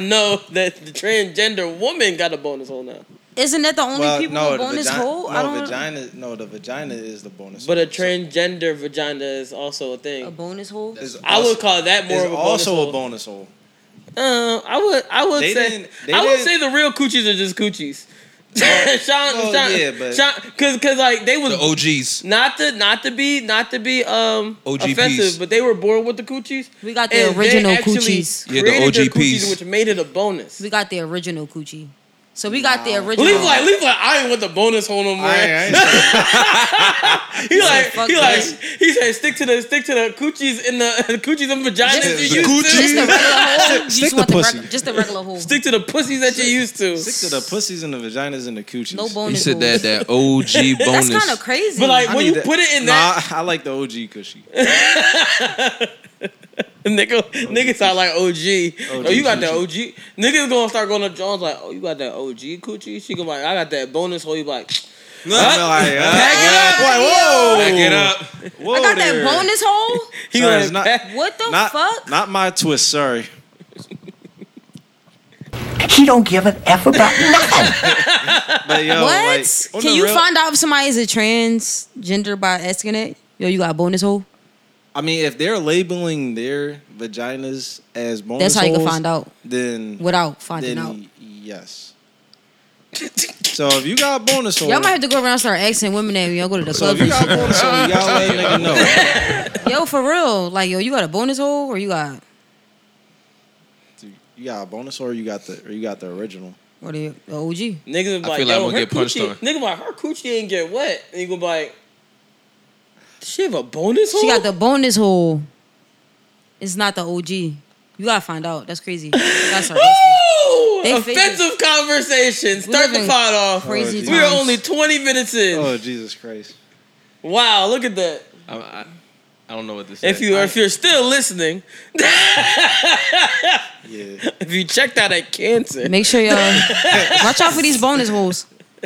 [SPEAKER 1] know that the transgender woman got a bonus hole now?
[SPEAKER 9] Isn't that the only
[SPEAKER 10] Well,
[SPEAKER 9] people
[SPEAKER 10] no,
[SPEAKER 9] with
[SPEAKER 10] the
[SPEAKER 9] bonus
[SPEAKER 10] vagina-
[SPEAKER 9] hole?
[SPEAKER 10] No,
[SPEAKER 9] I don't.
[SPEAKER 10] vagina. No, the vagina is the bonus.
[SPEAKER 1] But
[SPEAKER 10] hole.
[SPEAKER 1] a transgender vagina is also a
[SPEAKER 9] A
[SPEAKER 1] thing.
[SPEAKER 9] bonus hole.
[SPEAKER 10] Is
[SPEAKER 1] I would call that more
[SPEAKER 10] is
[SPEAKER 1] of a bonus
[SPEAKER 10] also
[SPEAKER 1] hole.
[SPEAKER 10] a bonus hole.
[SPEAKER 1] Uh, I would I would
[SPEAKER 10] They
[SPEAKER 1] say
[SPEAKER 10] didn't- they
[SPEAKER 1] I would
[SPEAKER 10] didn't-
[SPEAKER 1] say the real coochies are just coochies. Sean,
[SPEAKER 10] well,
[SPEAKER 1] Sean,
[SPEAKER 10] oh, yeah, but-
[SPEAKER 1] Sean, cause, cause like they was
[SPEAKER 11] The OGs.
[SPEAKER 1] Not to not to be not to be um
[SPEAKER 11] OGPs.
[SPEAKER 1] offensive, but they were born with the coochies.
[SPEAKER 9] We got the
[SPEAKER 1] and
[SPEAKER 9] original
[SPEAKER 1] they actually
[SPEAKER 9] coochies.
[SPEAKER 11] Yeah, the
[SPEAKER 1] created their
[SPEAKER 11] OGPs.
[SPEAKER 1] coochies, which made it a bonus.
[SPEAKER 9] We got the original coochie. So we got the original.
[SPEAKER 1] Leave like leave like I ain't with the bonus hole no more. he like
[SPEAKER 9] fuck
[SPEAKER 1] he like
[SPEAKER 9] that.
[SPEAKER 1] he said stick to the stick to the coochies in the coochies and vaginas.
[SPEAKER 9] Just-
[SPEAKER 1] you
[SPEAKER 9] the
[SPEAKER 1] used to.
[SPEAKER 9] just the regular hole. You just
[SPEAKER 10] Stick
[SPEAKER 9] want
[SPEAKER 10] the
[SPEAKER 9] the
[SPEAKER 10] pussy.
[SPEAKER 9] reg- just the regular hole.
[SPEAKER 1] Stick to the pussies that you used to.
[SPEAKER 10] Stick to the pussies and the vaginas and the coochies.
[SPEAKER 9] No
[SPEAKER 11] He
[SPEAKER 9] bonus.
[SPEAKER 11] said that
[SPEAKER 9] holes.
[SPEAKER 11] that OG
[SPEAKER 9] That's
[SPEAKER 11] bonus.
[SPEAKER 9] kind of crazy.
[SPEAKER 1] But like
[SPEAKER 10] I
[SPEAKER 1] when
[SPEAKER 10] need
[SPEAKER 1] you
[SPEAKER 10] that-
[SPEAKER 1] put it in
[SPEAKER 10] Nah,
[SPEAKER 1] that
[SPEAKER 10] I, I like the OG cushy.
[SPEAKER 1] Nigga, nigga sound like OG.
[SPEAKER 10] OG,
[SPEAKER 1] Oh, you got that OG.
[SPEAKER 10] coochie.
[SPEAKER 1] Niggas gonna start going to John's like, oh, you got that OG coochie. She gonna be like, I got that bonus hole. You be like,
[SPEAKER 10] I'm like, uh,
[SPEAKER 9] yo.
[SPEAKER 10] whoa,
[SPEAKER 11] Back it up.
[SPEAKER 10] whoa,
[SPEAKER 9] I got
[SPEAKER 10] there.
[SPEAKER 9] that bonus hole.
[SPEAKER 1] he
[SPEAKER 10] Sorry,
[SPEAKER 1] like,
[SPEAKER 10] it's not-
[SPEAKER 1] "Eh,
[SPEAKER 9] What the
[SPEAKER 10] Not,
[SPEAKER 9] fuck?
[SPEAKER 10] not my twist. Sorry.
[SPEAKER 12] He don't give an F about
[SPEAKER 10] But yo,
[SPEAKER 9] what?
[SPEAKER 10] like, on
[SPEAKER 9] Can
[SPEAKER 10] the
[SPEAKER 9] you
[SPEAKER 10] real-
[SPEAKER 9] find out if somebody is a transgender by asking it? Yo, you got a bonus hole.
[SPEAKER 10] I mean, if they're labeling their vaginas as bonus,
[SPEAKER 9] That's how you can
[SPEAKER 10] holes,
[SPEAKER 9] find out
[SPEAKER 10] Then
[SPEAKER 9] without finding
[SPEAKER 10] then
[SPEAKER 9] out.
[SPEAKER 10] yes. so if you got bonus hole,
[SPEAKER 9] Y'all might have to go around and start asking women that when y'all go to the
[SPEAKER 10] so
[SPEAKER 9] club.
[SPEAKER 10] if you got bonus hole, y'all let nigga know.
[SPEAKER 9] yo, for real, like yo, you got a bonus hole or you got
[SPEAKER 10] You got a bonus hole, or you got the or you got the original.
[SPEAKER 9] or the the OG?
[SPEAKER 1] Niggas be
[SPEAKER 11] I
[SPEAKER 1] like,
[SPEAKER 11] feel like I'm
[SPEAKER 1] yo,
[SPEAKER 11] gonna
[SPEAKER 1] her
[SPEAKER 11] get punched
[SPEAKER 1] coochie.
[SPEAKER 11] on.
[SPEAKER 1] Nigga be like, her coochie didn't get wet. And you gonna be like, "Does she have a bonus hole.
[SPEAKER 9] She got the bonus hole. It's not the OG. You gotta find out. That's crazy. That's our
[SPEAKER 1] Ooh,
[SPEAKER 9] They fake
[SPEAKER 1] offensive conversation. Start the
[SPEAKER 9] living
[SPEAKER 1] pot off.
[SPEAKER 9] crazy
[SPEAKER 1] We're
[SPEAKER 9] times.
[SPEAKER 1] only twenty minutes in.
[SPEAKER 10] Oh Jesus Christ!
[SPEAKER 1] Wow, look at that.
[SPEAKER 11] I, I, I don't know what this.
[SPEAKER 1] If
[SPEAKER 11] is.
[SPEAKER 1] you if you're still listening,
[SPEAKER 10] Yeah.
[SPEAKER 1] if you checked out at cancer,
[SPEAKER 9] Make sure y'all watch out for these bonus holes.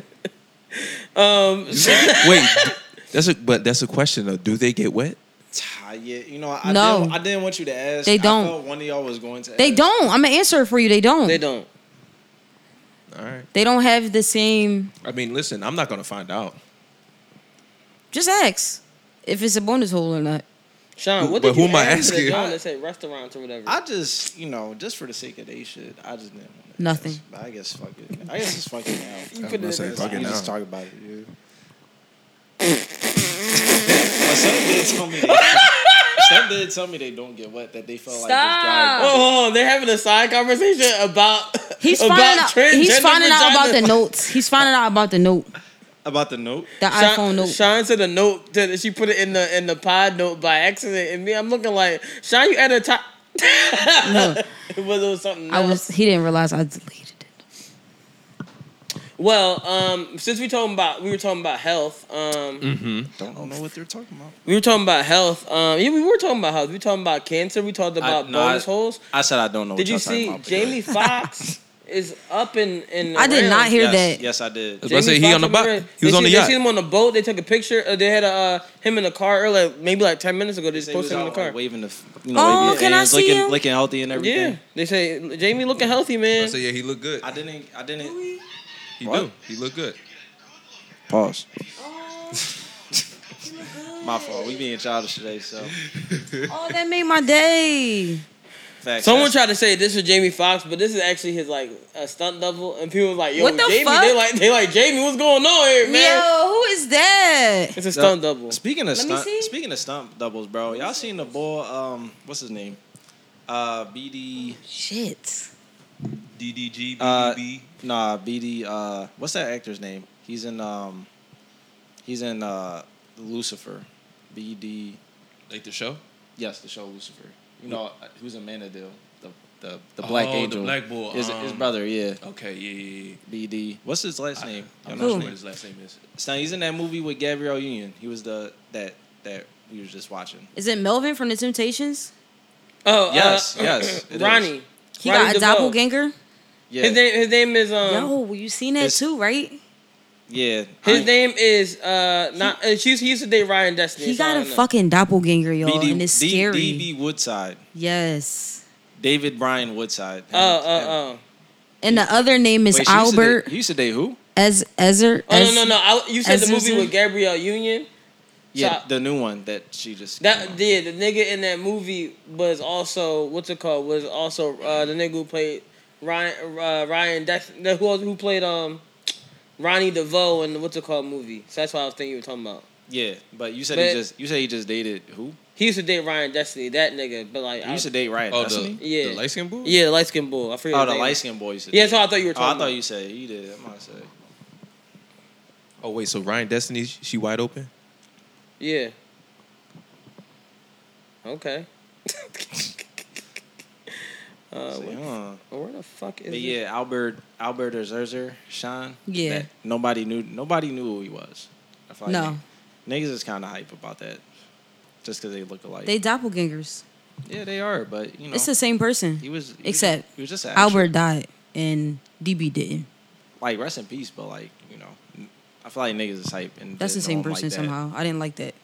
[SPEAKER 11] wait, that's a but that's a question though. Do they get wet?
[SPEAKER 10] Ah, yeah, you know, I,
[SPEAKER 9] No.
[SPEAKER 10] didn't, I didn't want you to ask.
[SPEAKER 9] They
[SPEAKER 10] I
[SPEAKER 9] don't.
[SPEAKER 10] felt one of y'all was going to.
[SPEAKER 9] They
[SPEAKER 10] ask.
[SPEAKER 9] don't. I'm gonna answer it for you. They don't.
[SPEAKER 1] they don't.
[SPEAKER 11] All right.
[SPEAKER 9] They don't have the same.
[SPEAKER 11] I mean, listen, I'm not gonna find out.
[SPEAKER 9] Just ask if it's a bonus hole or not.
[SPEAKER 1] Sean, what
[SPEAKER 11] But
[SPEAKER 1] did
[SPEAKER 11] who
[SPEAKER 1] you
[SPEAKER 11] am I
[SPEAKER 1] ask
[SPEAKER 11] asking?
[SPEAKER 1] the John that said restaurants or whatever?
[SPEAKER 10] I just, you know, just for the sake of they shit, I just didn't. Want to
[SPEAKER 9] Nothing.
[SPEAKER 10] Ask. But I guess fuck it. I guess it's fucking now.
[SPEAKER 1] You put
[SPEAKER 11] gonna
[SPEAKER 1] it
[SPEAKER 11] say
[SPEAKER 1] in
[SPEAKER 11] fuck
[SPEAKER 1] there.
[SPEAKER 11] it
[SPEAKER 10] We
[SPEAKER 11] now.
[SPEAKER 10] just talk about it. Yeah. But some did tell me. They, some did tell me they don't get wet. That they felt
[SPEAKER 9] Stop.
[SPEAKER 10] like
[SPEAKER 1] Oh, they're having a side conversation about
[SPEAKER 9] He's
[SPEAKER 1] about
[SPEAKER 9] finding out. He's
[SPEAKER 1] transgender
[SPEAKER 9] finding out about the
[SPEAKER 1] vagina.
[SPEAKER 9] notes. He's finding out about the note.
[SPEAKER 10] it's about the note.
[SPEAKER 9] The
[SPEAKER 1] Sean,
[SPEAKER 9] iPhone note.
[SPEAKER 1] Sean said a note that she put it in the in the pod note by accident, and me, I'm looking like Sean, you at a top.
[SPEAKER 9] No,
[SPEAKER 1] It was, it was something.
[SPEAKER 9] I
[SPEAKER 1] else.
[SPEAKER 9] was. He didn't realize I deleted it.
[SPEAKER 1] Well, um, since we talking about we were talking about health, um,
[SPEAKER 11] Mm-hmm.
[SPEAKER 10] Don't know what they're talking about.
[SPEAKER 1] we were talking about health. Um, yeah, we were talking about health. We were talking about cancer. We talked
[SPEAKER 10] I-
[SPEAKER 1] about
[SPEAKER 10] no, I-
[SPEAKER 1] bonus holes.
[SPEAKER 10] I said I don't know.
[SPEAKER 1] Did
[SPEAKER 10] what
[SPEAKER 1] you
[SPEAKER 10] y'all talking
[SPEAKER 1] see
[SPEAKER 10] about, but-
[SPEAKER 1] Jamie Foxx is up in in?
[SPEAKER 9] I did not hear
[SPEAKER 10] Yes,
[SPEAKER 9] that.
[SPEAKER 10] Yes, I did.
[SPEAKER 11] I was about to say, he
[SPEAKER 1] Foxx
[SPEAKER 11] on the
[SPEAKER 1] up in
[SPEAKER 11] boat.
[SPEAKER 1] race.
[SPEAKER 11] He was on
[SPEAKER 1] they see,
[SPEAKER 11] the
[SPEAKER 1] They see
[SPEAKER 11] yacht.
[SPEAKER 1] him on the boat. They took a picture. Uh, they had uh, him in the car earlier, maybe like ten minutes ago. They just
[SPEAKER 10] He was
[SPEAKER 1] posted him in the
[SPEAKER 10] out,
[SPEAKER 1] car.
[SPEAKER 10] like, waving the, f- you
[SPEAKER 1] Oh,
[SPEAKER 10] know, waving his
[SPEAKER 1] can I
[SPEAKER 10] hands,
[SPEAKER 1] see
[SPEAKER 10] looking,
[SPEAKER 1] him?
[SPEAKER 10] looking healthy and everything.
[SPEAKER 1] yeah, they say Jamie looking healthy, man.
[SPEAKER 11] So yeah, he looked good.
[SPEAKER 10] I didn't. I didn't.
[SPEAKER 11] He
[SPEAKER 10] What?
[SPEAKER 11] do. He looked good.
[SPEAKER 10] Pause.
[SPEAKER 9] Oh,
[SPEAKER 10] My fault. We being childish today, so.
[SPEAKER 9] Oh, that made my day.
[SPEAKER 10] Facts.
[SPEAKER 1] Someone
[SPEAKER 10] That's-
[SPEAKER 1] tried to say this was Jamie Foxx, but this is actually his like a stunt double, and people were like, "Yo,
[SPEAKER 9] What the
[SPEAKER 1] Jamie,"
[SPEAKER 9] fuck?
[SPEAKER 1] they like, they like, "Jamie, what's going on here, man?"
[SPEAKER 9] Yo, who is that?
[SPEAKER 1] It's a stunt
[SPEAKER 10] Now,
[SPEAKER 1] double.
[SPEAKER 10] Speaking of
[SPEAKER 9] Let me
[SPEAKER 10] stunt,
[SPEAKER 9] see.
[SPEAKER 10] speaking of stunt doubles, bro. Y'all seen the boy? Um, what's his name? Uh, BD.
[SPEAKER 9] Shit.
[SPEAKER 11] DDG,
[SPEAKER 10] Uh,
[SPEAKER 11] BDB.
[SPEAKER 10] Nah, BD. Uh, what's that actor's name? He's in. Um, he's in uh, Lucifer. BD.
[SPEAKER 11] like the show?
[SPEAKER 10] Yes, the show Lucifer. You know uh, who's in Man of Deal? The the the Black
[SPEAKER 11] Oh, the
[SPEAKER 10] Angel.
[SPEAKER 11] Black boy,
[SPEAKER 10] His, his
[SPEAKER 11] um,
[SPEAKER 10] brother. Yeah.
[SPEAKER 11] Okay, yeah, yeah, yeah.
[SPEAKER 10] BD. What's his last name?
[SPEAKER 11] I,
[SPEAKER 10] Y'all
[SPEAKER 11] I'm
[SPEAKER 10] know
[SPEAKER 11] not
[SPEAKER 10] his
[SPEAKER 11] sure
[SPEAKER 10] name?
[SPEAKER 11] what his last name is.
[SPEAKER 10] Son, he's in that movie with Gabrielle Union. He was the that that we were just watching.
[SPEAKER 9] Is it Melvin from the Temptations?
[SPEAKER 1] Oh,
[SPEAKER 10] Yes,
[SPEAKER 1] uh,
[SPEAKER 10] yes, it is.
[SPEAKER 1] Ronnie.
[SPEAKER 9] He
[SPEAKER 1] Ronnie
[SPEAKER 9] got a
[SPEAKER 1] DeVoe.
[SPEAKER 9] doppelganger.
[SPEAKER 10] Yeah,
[SPEAKER 1] His name, his name is
[SPEAKER 10] Uh-huh.
[SPEAKER 1] um,
[SPEAKER 9] Yo, well, you seen that
[SPEAKER 10] It's-
[SPEAKER 9] too, right?
[SPEAKER 10] yeah.
[SPEAKER 1] his
[SPEAKER 10] I-
[SPEAKER 1] name is uh, not. uh, she used, he used to date Ryan Destiny.
[SPEAKER 9] He
[SPEAKER 1] so I
[SPEAKER 9] got a
[SPEAKER 1] don't know.
[SPEAKER 9] fucking doppelganger, y'all,
[SPEAKER 10] BD
[SPEAKER 9] Oh, and it's
[SPEAKER 10] D-
[SPEAKER 9] scary.
[SPEAKER 10] DB Woodside,
[SPEAKER 9] Yes.
[SPEAKER 10] David Bryan Woodside.
[SPEAKER 1] Oh, oh, oh.
[SPEAKER 9] And the other name is
[SPEAKER 10] Wait, she used to
[SPEAKER 9] Albert
[SPEAKER 10] date- He used to date who?
[SPEAKER 9] Ez Ezer.
[SPEAKER 1] Oh no, no, no! I, you said the
[SPEAKER 9] Ezra-
[SPEAKER 1] movie with Gabrielle Union.
[SPEAKER 10] Yeah,
[SPEAKER 1] So-
[SPEAKER 10] the new one that she just.
[SPEAKER 1] That yeah, the nigga in that movie was also what's it called? Was also uh, the nigga who played Ryan uh, Ryan Dex, no, who else- who played um Ronnie DeVoe in the what's it called movie. So that's what I was thinking you were talking about.
[SPEAKER 10] Yeah, but you said
[SPEAKER 1] But-
[SPEAKER 10] he just. You said he just dated who?
[SPEAKER 1] He used to date Ryan Destiny, that nigga, but like
[SPEAKER 10] He
[SPEAKER 1] I,
[SPEAKER 10] used to date Ryan.
[SPEAKER 11] Oh,
[SPEAKER 10] doesn't
[SPEAKER 11] the,
[SPEAKER 10] he?
[SPEAKER 1] Yeah.
[SPEAKER 11] the light skin boy?
[SPEAKER 1] yeah, the light skinned bull. I forget.
[SPEAKER 10] Oh,
[SPEAKER 1] his
[SPEAKER 10] the
[SPEAKER 1] name.
[SPEAKER 10] light skinned boy. Used to
[SPEAKER 1] Yeah,
[SPEAKER 10] date.
[SPEAKER 1] that's what I thought you were
[SPEAKER 10] Oh, I
[SPEAKER 1] talking.
[SPEAKER 10] thought
[SPEAKER 1] about.
[SPEAKER 10] you said you did. I'm not saying.
[SPEAKER 11] Oh, wait, so Ryan Destiny, she wide open?
[SPEAKER 1] Yeah. Okay. uh,
[SPEAKER 10] See,
[SPEAKER 1] where,
[SPEAKER 10] huh.
[SPEAKER 1] where the fuck is
[SPEAKER 10] But
[SPEAKER 1] it?
[SPEAKER 10] yeah, Albert Albert Azerzer, Sean.
[SPEAKER 9] Yeah.
[SPEAKER 10] that- nobody knew nobody knew who he was. I feel like
[SPEAKER 9] No.
[SPEAKER 10] Niggas is kinda hype about that. Just cause they look alike.
[SPEAKER 9] They doppelgangers.
[SPEAKER 10] yeah, they are, but you know
[SPEAKER 9] It's the same person.
[SPEAKER 10] he was he
[SPEAKER 9] Except
[SPEAKER 10] was, he was just an
[SPEAKER 9] Albert
[SPEAKER 10] actual-
[SPEAKER 9] died and DB didn't.
[SPEAKER 10] Like rest in peace, but like, you know, I feel like niggas is hype and
[SPEAKER 9] That's the
[SPEAKER 10] didn't
[SPEAKER 9] same
[SPEAKER 10] know him
[SPEAKER 9] person
[SPEAKER 10] like that.
[SPEAKER 9] somehow. I didn't like that.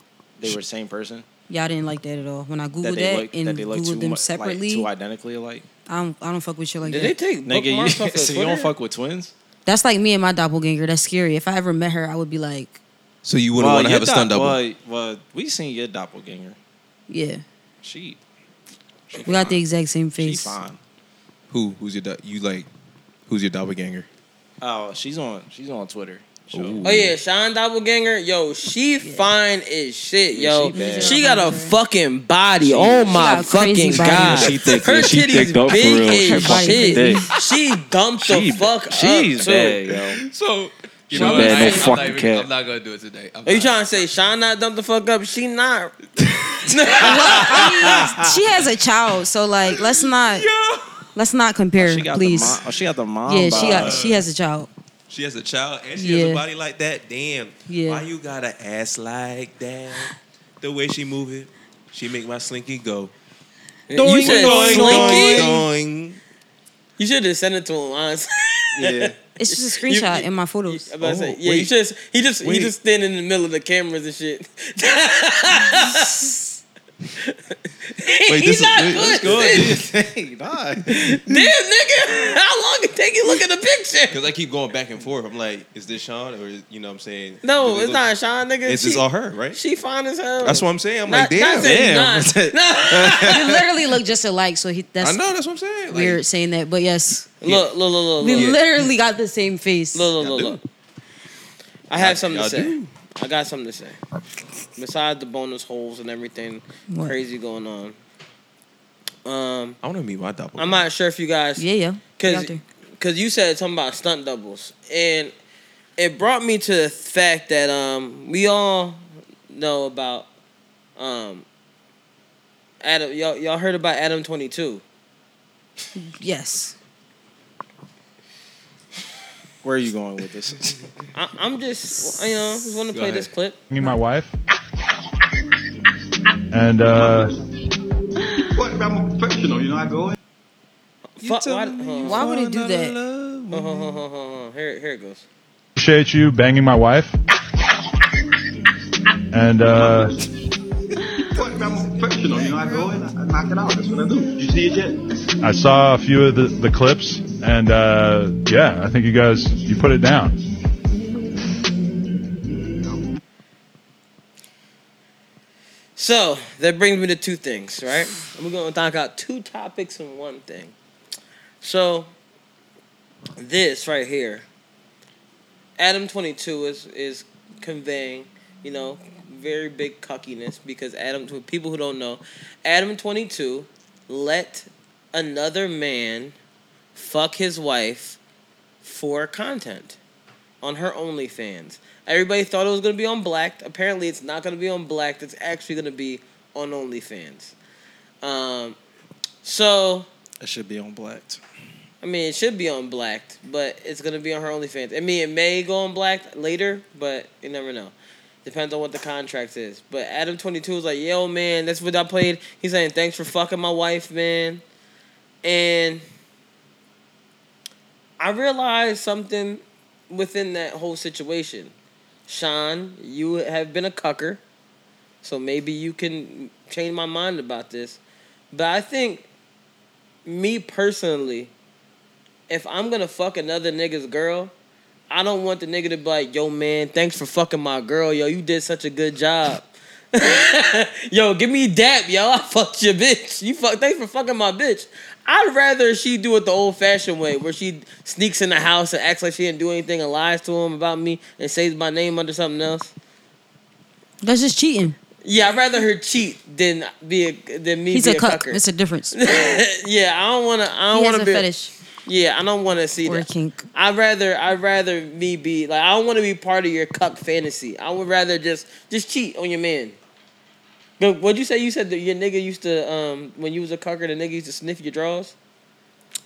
[SPEAKER 10] They were the same person.
[SPEAKER 9] Yeah, I didn't like that at all. When I
[SPEAKER 10] That
[SPEAKER 9] googled that,
[SPEAKER 10] they look
[SPEAKER 9] and
[SPEAKER 10] that they look too
[SPEAKER 9] googled them
[SPEAKER 10] mu-
[SPEAKER 9] separately,
[SPEAKER 10] like too identically alike.
[SPEAKER 9] I don't I don't fuck with shit like
[SPEAKER 1] Did
[SPEAKER 9] that.
[SPEAKER 1] they take
[SPEAKER 10] Nigga, you,
[SPEAKER 1] bookmarks off of
[SPEAKER 10] so you don't
[SPEAKER 1] Twitter?
[SPEAKER 10] fuck with twins?
[SPEAKER 9] That's like me and my doppelganger. That's scary. If I ever met her, I would be like,
[SPEAKER 11] So you wouldn't
[SPEAKER 10] Well,
[SPEAKER 11] want to
[SPEAKER 10] your
[SPEAKER 11] have a stunt
[SPEAKER 10] dop-
[SPEAKER 11] double?
[SPEAKER 10] Well, well, we seen your doppelganger.
[SPEAKER 9] yeah,
[SPEAKER 10] She she
[SPEAKER 9] we got the
[SPEAKER 10] fine.
[SPEAKER 9] exact same
[SPEAKER 10] She
[SPEAKER 9] face.
[SPEAKER 10] fine.
[SPEAKER 11] Who? Who's your, do- you like, who's your doppelganger?
[SPEAKER 10] Oh, she's on. She's on Twitter. So-
[SPEAKER 11] Ooh.
[SPEAKER 1] Oh yeah, Sean Doppelganger, yo, she fine as shit,
[SPEAKER 10] Yeah,
[SPEAKER 1] yo.
[SPEAKER 10] she bad.
[SPEAKER 1] she, got a fucking body. oh my
[SPEAKER 9] got a crazy
[SPEAKER 1] fucking
[SPEAKER 9] body.
[SPEAKER 1] god,
[SPEAKER 9] Yeah, she
[SPEAKER 1] thick. Her
[SPEAKER 14] she
[SPEAKER 1] titties
[SPEAKER 14] thick though, for real.
[SPEAKER 1] big
[SPEAKER 14] Her
[SPEAKER 1] as
[SPEAKER 9] body
[SPEAKER 1] shit.
[SPEAKER 14] thick.
[SPEAKER 1] She dumped the
[SPEAKER 14] She-
[SPEAKER 1] fuck
[SPEAKER 10] She's
[SPEAKER 1] up too.
[SPEAKER 10] bad, yo.
[SPEAKER 11] So, you
[SPEAKER 14] She know what, bad, I no ain't- I'm fucking
[SPEAKER 11] not
[SPEAKER 14] not even- cat.
[SPEAKER 11] I'm
[SPEAKER 14] I'm
[SPEAKER 11] not going to do it today.
[SPEAKER 1] Are you trying to say Sean not dumped the fuck up? She not.
[SPEAKER 9] I mean, she has a child, so like, let's not let's not compare,
[SPEAKER 10] She got
[SPEAKER 9] please.
[SPEAKER 10] the mom. Oh, she got the mom.
[SPEAKER 9] yeah, she got
[SPEAKER 10] bod.
[SPEAKER 9] she has a child.
[SPEAKER 11] She has a child and she has
[SPEAKER 9] Yeah.
[SPEAKER 11] a body like that. Damn.
[SPEAKER 9] Yeah.
[SPEAKER 11] Why you got an ass like that? The way she move it, she make my slinky go.
[SPEAKER 1] you said
[SPEAKER 11] Doing,
[SPEAKER 1] slinky.
[SPEAKER 11] doing, doing.
[SPEAKER 1] You should have sent it to him, honestly.
[SPEAKER 10] Yeah.
[SPEAKER 9] It's just a
[SPEAKER 1] You-
[SPEAKER 9] screenshot
[SPEAKER 1] you-
[SPEAKER 9] in my photos.
[SPEAKER 1] I'm about to say,
[SPEAKER 11] Oh,
[SPEAKER 1] yeah, he
[SPEAKER 11] wait.
[SPEAKER 1] just he just he
[SPEAKER 11] Wait.
[SPEAKER 1] just standing in the middle of the cameras and shit.
[SPEAKER 11] Wait, this
[SPEAKER 1] He's
[SPEAKER 11] is
[SPEAKER 1] not
[SPEAKER 11] wait,
[SPEAKER 1] good.
[SPEAKER 11] let's go at this.
[SPEAKER 1] Damn nigga, how long it take you to look at the picture?
[SPEAKER 11] Cause I keep going back and forth. I'm like, is this Sean or is, you know what I'm saying?
[SPEAKER 1] No,
[SPEAKER 11] Does it
[SPEAKER 1] it's
[SPEAKER 11] look-
[SPEAKER 1] not Sean, nigga.
[SPEAKER 11] It's just
[SPEAKER 1] She-
[SPEAKER 11] all her, right?
[SPEAKER 1] She fine as hell.
[SPEAKER 11] That's what I'm saying. I'm like,
[SPEAKER 1] Not-
[SPEAKER 11] damn,
[SPEAKER 1] not saying
[SPEAKER 11] damn.
[SPEAKER 1] not.
[SPEAKER 9] They literally look just alike, so he, that's
[SPEAKER 11] I know that's what I'm saying. Like,
[SPEAKER 9] weird saying that. But yes,
[SPEAKER 1] Look, look, look, look,
[SPEAKER 9] we
[SPEAKER 1] look,
[SPEAKER 11] Yeah.
[SPEAKER 9] literally got the same face.
[SPEAKER 1] look,
[SPEAKER 11] Y'all
[SPEAKER 1] look,
[SPEAKER 11] do.
[SPEAKER 1] look, look. I have something to
[SPEAKER 11] y'all
[SPEAKER 1] say.
[SPEAKER 11] do.
[SPEAKER 1] I got something to say. Besides the bonus holes and everything
[SPEAKER 9] What?
[SPEAKER 1] crazy going on, um,
[SPEAKER 11] I want to meet my doppelganger.
[SPEAKER 1] I'm not sure if you guys,
[SPEAKER 9] Yeah, yeah. We
[SPEAKER 1] cause,
[SPEAKER 9] out there.
[SPEAKER 1] cause you said something about stunt doubles, and it brought me to the fact that um, we all know about um, Adam. Y'all, y'all heard about Adam Twenty Two.
[SPEAKER 9] Yes.
[SPEAKER 10] Where are you going with this?
[SPEAKER 1] I, I'm just, you know, just want to
[SPEAKER 10] Go
[SPEAKER 1] play
[SPEAKER 10] ahead.
[SPEAKER 1] this clip.
[SPEAKER 15] Me, my wife, and uh,
[SPEAKER 16] What? I'm a professional, you know. I go in.
[SPEAKER 1] Fuck, why, hold
[SPEAKER 9] Why
[SPEAKER 1] on.
[SPEAKER 9] would he do that?
[SPEAKER 1] Hold on, hold on, hold on, hold on. Here, here it goes.
[SPEAKER 15] appreciate you banging my wife, and uh,
[SPEAKER 16] What? I'm a professional, you know. I go in. I knock it out. That's what I do. You see it yet?
[SPEAKER 15] I saw a few of the, the clips, and uh, yeah, I think you guys you put it down.
[SPEAKER 1] So that brings me to two things, right? We're gonna talk about two topics and one thing. So this right here, Adam twenty two is is conveying, you know, very big cuckiness because Adam to people who don't know, Adam twenty two let another man fuck his wife for content on her OnlyFans. Everybody thought it was gonna be on Blacked. Apparently, it's not gonna be on Blacked. It's actually gonna be on OnlyFans. Um, so
[SPEAKER 10] It should be on blacked.
[SPEAKER 1] I mean, it should be on Blacked, but it's gonna be on her OnlyFans. I mean, it may go on Blacked later, but you never know. Depends on what the contract is. But Adam Twenty Two is like, yo, man, that's what I played. He's saying, thanks for fucking my wife, man. And I realized something within that whole situation. Sean, you have been a cucker, so maybe you can change my mind about this. But I think, me personally, if I'm gonna fuck another nigga's girl, I don't want the nigga to be like, yo, man, thanks for fucking my girl. Yo, you did such a good job. yo, give me dap, yo. I fucked your bitch. You fuck. Thanks for fucking my bitch. I'd rather she do it the old fashioned way, where she sneaks in the house and acts like she didn't do anything and lies to him about me and says my name under something else.
[SPEAKER 9] That's just cheating.
[SPEAKER 1] Yeah, I'd rather her cheat than be a, than me
[SPEAKER 9] He's
[SPEAKER 1] be
[SPEAKER 9] a
[SPEAKER 1] a,
[SPEAKER 9] cuck.
[SPEAKER 1] cucker.
[SPEAKER 9] It's a difference.
[SPEAKER 1] yeah, I don't wanna. I don't
[SPEAKER 9] He has
[SPEAKER 1] wanna
[SPEAKER 9] a
[SPEAKER 1] be
[SPEAKER 9] fetish.
[SPEAKER 1] Yeah, I don't wanna see
[SPEAKER 9] Or a
[SPEAKER 1] that. I'd rather I'd rather me be like I don't wanna be part of your cuck fantasy. I would rather just just cheat on your man. Look, what'd you say? You said that your nigga used to um when you was a cucker, the nigga used to sniff your drawers.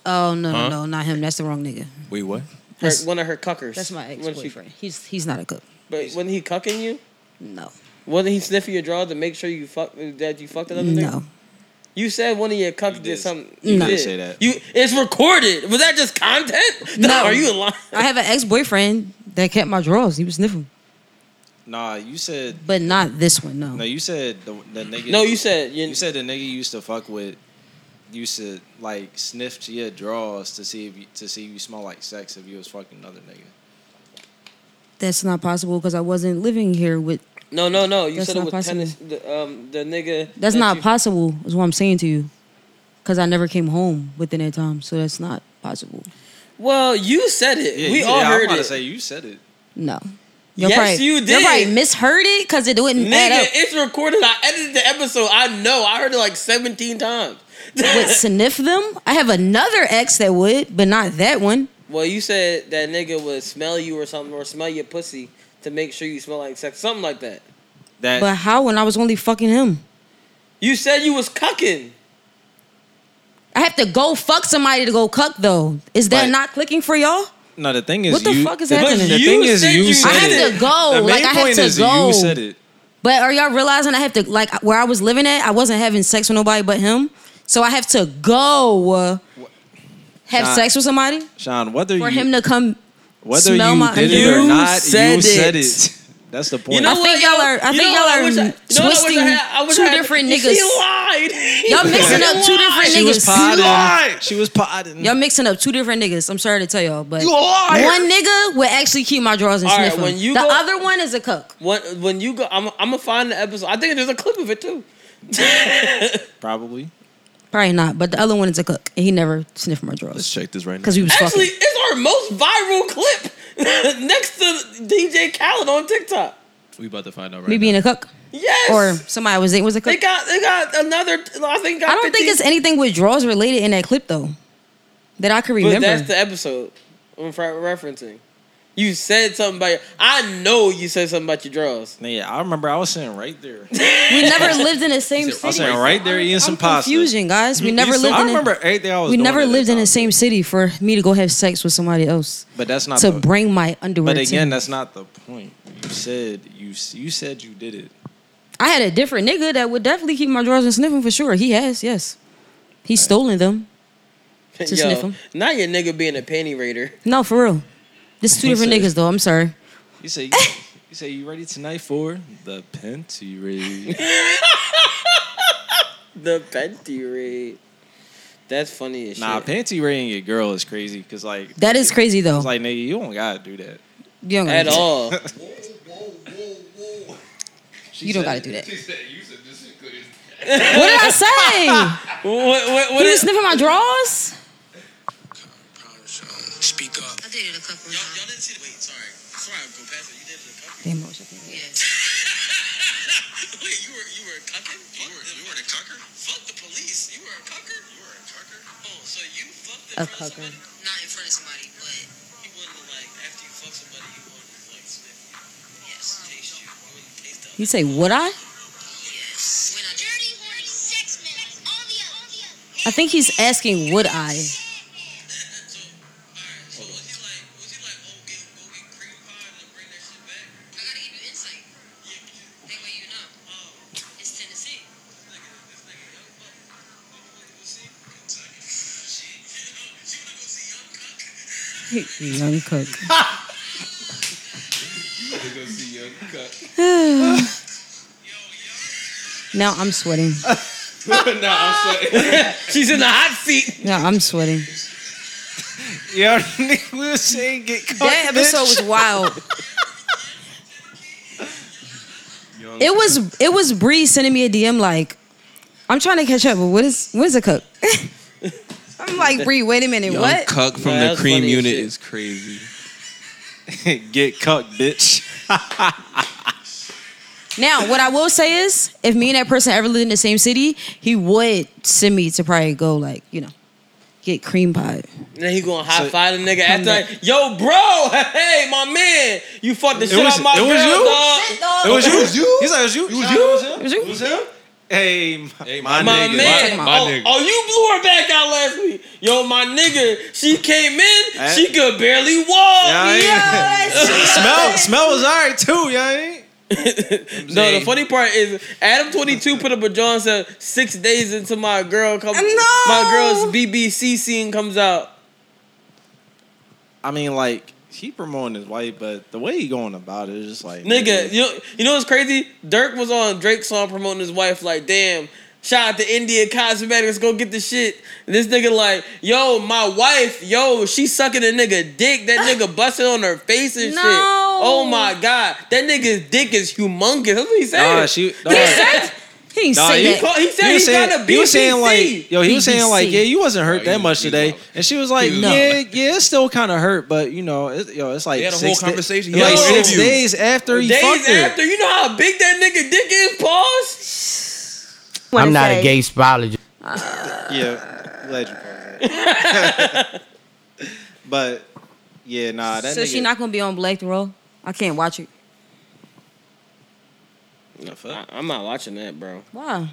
[SPEAKER 9] Oh no,
[SPEAKER 1] Huh?
[SPEAKER 9] no, no, not him. That's the wrong nigga.
[SPEAKER 11] Wait, what?
[SPEAKER 1] Her,
[SPEAKER 9] That's-
[SPEAKER 1] one of her cuckers.
[SPEAKER 9] That's my
[SPEAKER 1] When she-
[SPEAKER 9] ex-boyfriend. He's he's not a cook.
[SPEAKER 1] But wasn't he cucking you?
[SPEAKER 9] No.
[SPEAKER 1] Wasn't he sniffing your drawers to make sure you fuck that you fucked another nigga?
[SPEAKER 9] No.
[SPEAKER 1] You said one of your cucks did. something.
[SPEAKER 9] You No.
[SPEAKER 1] did
[SPEAKER 9] did say that.
[SPEAKER 1] You it's recorded. Was that just content?
[SPEAKER 9] No.
[SPEAKER 1] Are you lying?
[SPEAKER 9] I have an ex-boyfriend that kept my drawers. He was sniffing,
[SPEAKER 10] Nah, you said
[SPEAKER 9] but not this one. No.
[SPEAKER 10] no. You said the, the nigga.
[SPEAKER 9] No, you
[SPEAKER 1] said you,
[SPEAKER 10] said the nigga you used to fuck with used to like sniff to your drawers to see if you, to see if you smell like sex if you was fucking another nigga.
[SPEAKER 9] That's not possible because I wasn't living here with.
[SPEAKER 1] No, no, no. You
[SPEAKER 9] That's
[SPEAKER 1] said it
[SPEAKER 9] not
[SPEAKER 1] was
[SPEAKER 9] possible.
[SPEAKER 1] tennis. The, um, the nigga.
[SPEAKER 9] That's
[SPEAKER 1] that
[SPEAKER 9] not
[SPEAKER 1] you-
[SPEAKER 9] possible. Is what I'm saying to you, because I never came home within that time, so that's not possible.
[SPEAKER 1] Well, you said it.
[SPEAKER 10] Yeah,
[SPEAKER 1] we
[SPEAKER 10] you-
[SPEAKER 1] all
[SPEAKER 10] yeah, I'm
[SPEAKER 1] heard
[SPEAKER 10] about
[SPEAKER 1] it.
[SPEAKER 10] to say you said it.
[SPEAKER 9] No.
[SPEAKER 1] Yes,
[SPEAKER 9] probably,
[SPEAKER 1] you
[SPEAKER 9] You're
[SPEAKER 1] did.
[SPEAKER 9] probably misheard it because it wouldn't
[SPEAKER 1] Nigga,
[SPEAKER 9] add up.
[SPEAKER 1] it's recorded. I edited the episode. I know. I heard it like 17 times.
[SPEAKER 9] would sniff them. I have another ex that would, but not that one.
[SPEAKER 1] Well, you said that nigga would smell you or something, or smell your pussy to make sure you smell like sex, something like that.
[SPEAKER 10] That
[SPEAKER 9] But how when I was only fucking him?
[SPEAKER 1] You said you was cucking.
[SPEAKER 9] I have to go fuck somebody to go cuck though. Is that
[SPEAKER 10] Like-
[SPEAKER 9] not clicking for y'all?
[SPEAKER 10] No, the thing is,
[SPEAKER 9] What the
[SPEAKER 10] you,
[SPEAKER 9] fuck is
[SPEAKER 10] the,
[SPEAKER 9] happening?
[SPEAKER 10] The
[SPEAKER 9] But
[SPEAKER 10] thing
[SPEAKER 9] you
[SPEAKER 10] is,
[SPEAKER 9] said
[SPEAKER 10] you
[SPEAKER 9] you
[SPEAKER 10] said
[SPEAKER 9] I have
[SPEAKER 10] it.
[SPEAKER 9] to go.
[SPEAKER 10] The main
[SPEAKER 9] Like, I have
[SPEAKER 10] point
[SPEAKER 9] to
[SPEAKER 10] is
[SPEAKER 9] go.
[SPEAKER 10] You said it.
[SPEAKER 9] But are y'all realizing I have to like where I was living at? I wasn't having sex with nobody but him, so I have to go uh, have
[SPEAKER 10] Nah.
[SPEAKER 9] sex with somebody
[SPEAKER 10] Sean, whether
[SPEAKER 9] for
[SPEAKER 10] you
[SPEAKER 9] him to come.
[SPEAKER 10] whether
[SPEAKER 9] smell
[SPEAKER 10] you
[SPEAKER 9] my
[SPEAKER 10] did it
[SPEAKER 9] underwear.
[SPEAKER 10] or
[SPEAKER 9] You
[SPEAKER 10] not, you
[SPEAKER 9] said
[SPEAKER 10] said
[SPEAKER 9] it.
[SPEAKER 10] it. That's the point.
[SPEAKER 9] I think y'all are. I
[SPEAKER 1] You
[SPEAKER 9] think
[SPEAKER 1] know what? I wish I-
[SPEAKER 9] y'all
[SPEAKER 1] you
[SPEAKER 9] are
[SPEAKER 1] know what I wish I
[SPEAKER 9] twisting
[SPEAKER 1] had? I wish
[SPEAKER 9] two
[SPEAKER 1] I had-
[SPEAKER 9] different
[SPEAKER 1] She
[SPEAKER 9] niggas.
[SPEAKER 1] lied.
[SPEAKER 9] Y'all mixing up two different
[SPEAKER 10] She
[SPEAKER 9] niggas.
[SPEAKER 10] was potting. She was potting.
[SPEAKER 9] Y'all mixing up two different niggas. I'm sorry to tell y'all, but
[SPEAKER 1] You a liar.
[SPEAKER 9] one nigga will actually keep my drawers and
[SPEAKER 1] All right,
[SPEAKER 9] sniff 'em.
[SPEAKER 1] when you
[SPEAKER 9] the
[SPEAKER 1] go-
[SPEAKER 9] other one is a cook.
[SPEAKER 1] When when you go, I'm I'm gonna find the episode. I think there's a clip of it too.
[SPEAKER 10] Probably.
[SPEAKER 9] Probably not, but the other one is a cook, and he never sniffed my drawers.
[SPEAKER 11] Let's check this right now.
[SPEAKER 9] 'Cause we was
[SPEAKER 1] Actually,
[SPEAKER 9] fucking.
[SPEAKER 1] it's our most viral clip next to DJ Khaled on TikTok.
[SPEAKER 11] We about to find out right
[SPEAKER 9] Me being a cook.
[SPEAKER 1] Yes.
[SPEAKER 9] Or somebody I was dating was a cook.
[SPEAKER 1] They got they got another. I think got
[SPEAKER 9] I don't think
[SPEAKER 1] 15
[SPEAKER 9] it's anything with drawers related in that clip though, that I could remember.
[SPEAKER 1] But that's the episode I'm fr- referencing. You said something about your, I know you said something about your draws.
[SPEAKER 10] Yeah, I remember I was sitting right there.
[SPEAKER 9] We never lived in the same
[SPEAKER 10] I was
[SPEAKER 9] city.
[SPEAKER 10] sitting right there eating some pasta.
[SPEAKER 9] Confusion, guys. We
[SPEAKER 10] You
[SPEAKER 9] never
[SPEAKER 10] said-
[SPEAKER 9] lived.
[SPEAKER 10] I
[SPEAKER 9] in a-
[SPEAKER 10] remember everything I was
[SPEAKER 9] We
[SPEAKER 10] doing
[SPEAKER 9] never
[SPEAKER 10] at that
[SPEAKER 9] lived in the same city for me to go have sex with somebody else.
[SPEAKER 10] But that's not
[SPEAKER 9] to
[SPEAKER 10] the-
[SPEAKER 9] bring my underwear.
[SPEAKER 10] But again,
[SPEAKER 9] to.
[SPEAKER 10] that's not the point. You said you s- you said you did it.
[SPEAKER 9] I had a different nigga that would definitely keep my drawers and sniffing for sure. He has, yes. He's stolen them. To
[SPEAKER 1] Yo,
[SPEAKER 9] sniff 'em.
[SPEAKER 1] Not your nigga being a panty raider.
[SPEAKER 9] No, for real. This is two
[SPEAKER 10] He
[SPEAKER 9] different
[SPEAKER 10] said-
[SPEAKER 9] niggas though. I'm sorry.
[SPEAKER 10] You say you, say you ready tonight for the panty raid.
[SPEAKER 1] The panty raid. That's funny as
[SPEAKER 10] nah,
[SPEAKER 1] shit.
[SPEAKER 10] panty raiding your girl is crazy because like
[SPEAKER 9] That is crazy though.
[SPEAKER 10] It's like nigga, you don't gotta do that.
[SPEAKER 9] You don't gotta
[SPEAKER 10] At
[SPEAKER 9] do that.
[SPEAKER 10] all.
[SPEAKER 9] you don't gotta do that.
[SPEAKER 1] What
[SPEAKER 9] did I say?
[SPEAKER 1] what, what,
[SPEAKER 9] you was sniffing my drawers?
[SPEAKER 17] Speak up. I did it a couple of times. Y'all didn't see the wait, sorry. Sorry, I'm going past it. You did it a couple
[SPEAKER 9] Damn, I was up in
[SPEAKER 17] Yeah. wait, you were you were a cucker? You were you were a cucker? Fuck the police. You were a cucker? You were a cucker? Oh, so you fucked
[SPEAKER 9] A cucker.
[SPEAKER 17] Not in front of somebody, but you wouldn't like after you fuck somebody you wouldn't like sniff you. Yes. Taste you. You wouldn't taste the
[SPEAKER 9] You say would I?
[SPEAKER 17] Yes. When I dirty horny sex men. All the all the
[SPEAKER 9] I think he's asking would I.
[SPEAKER 17] oh,
[SPEAKER 9] Young cook. now I'm sweating.
[SPEAKER 1] She's in the hot seat.
[SPEAKER 9] Now I'm sweating.
[SPEAKER 10] Yo,
[SPEAKER 17] oh,
[SPEAKER 10] nigga, we were saying get caught.
[SPEAKER 9] That episode was wild. It was it was Bree sending me a DM like, I'm trying to catch up, but what is what is a cook? I'm like Bree, wait a minute,
[SPEAKER 11] Young
[SPEAKER 9] what?
[SPEAKER 11] cuck from
[SPEAKER 10] Nah,
[SPEAKER 11] the
[SPEAKER 10] that's
[SPEAKER 11] cream
[SPEAKER 10] funny as
[SPEAKER 11] unit
[SPEAKER 10] shit.
[SPEAKER 11] is crazy.
[SPEAKER 10] get cucked, bitch.
[SPEAKER 9] Now, what I will say is, if me and that person ever lived in the same city, he would send me to probably go like, you know, get cream pie.
[SPEAKER 1] Then he gonna high
[SPEAKER 9] So-
[SPEAKER 1] five the nigga after like, yo, bro, hey, my man, you fucked the
[SPEAKER 10] It
[SPEAKER 1] shit
[SPEAKER 10] was-
[SPEAKER 1] out my
[SPEAKER 10] it was
[SPEAKER 1] girl,
[SPEAKER 10] you?
[SPEAKER 1] dog.
[SPEAKER 10] Shit, dog. It was you? He said it was you? It was you?
[SPEAKER 1] It was you? It was him?
[SPEAKER 10] Hey, my, my,
[SPEAKER 1] my
[SPEAKER 10] nigga.
[SPEAKER 1] man. oh, oh, you blew her back out last week. Yo, my nigga, she came in,
[SPEAKER 10] Eh?
[SPEAKER 1] she could barely walk.
[SPEAKER 10] Yeah,
[SPEAKER 9] oh,
[SPEAKER 10] smell, smell was alright too, yeah.
[SPEAKER 1] No, the funny part is Adam twenty two put up a John said six days into my girl comes my girl's BBC scene comes out.
[SPEAKER 10] I mean, like he promoting his wife, but the way he going about it is just like
[SPEAKER 1] Nigga, you know, you know what's crazy? Dirk was on Drake's song promoting his wife, like, damn, shout out to India Cosmetics, go get the shit. And this nigga, like, yo, my wife, yo, she sucking a nigga dick. That nigga busted on her face and
[SPEAKER 9] No.
[SPEAKER 1] shit. Oh my God. That nigga's dick is humongous. That's what he said.
[SPEAKER 10] Nah, she-
[SPEAKER 1] He said-
[SPEAKER 9] He ain't
[SPEAKER 10] Nah,
[SPEAKER 9] say
[SPEAKER 10] he,
[SPEAKER 9] that.
[SPEAKER 1] called- he said he got a
[SPEAKER 10] he was saying
[SPEAKER 1] BBC.
[SPEAKER 10] like, yo, he was saying like,
[SPEAKER 1] BBC.
[SPEAKER 10] yeah, you wasn't hurt that much today, and she was like,
[SPEAKER 9] was No.
[SPEAKER 10] yeah, yeah, it's still kind of hurt, but you know, it, yo, it's like
[SPEAKER 11] They had a whole
[SPEAKER 10] six da-
[SPEAKER 11] conversation.
[SPEAKER 10] it's
[SPEAKER 11] Yo,
[SPEAKER 10] like six
[SPEAKER 11] interview.
[SPEAKER 10] days after he
[SPEAKER 1] Days
[SPEAKER 10] fucked her.
[SPEAKER 1] after, you know how big that nigga dick is, pause?
[SPEAKER 18] I'm not a gay spologist.
[SPEAKER 10] Yeah, glad you called that. but yeah, nah, that
[SPEAKER 9] so
[SPEAKER 10] nigga,
[SPEAKER 9] she not gonna be on Black Roll? I can't watch it.
[SPEAKER 1] I- I'm not watching that, bro.
[SPEAKER 9] Why?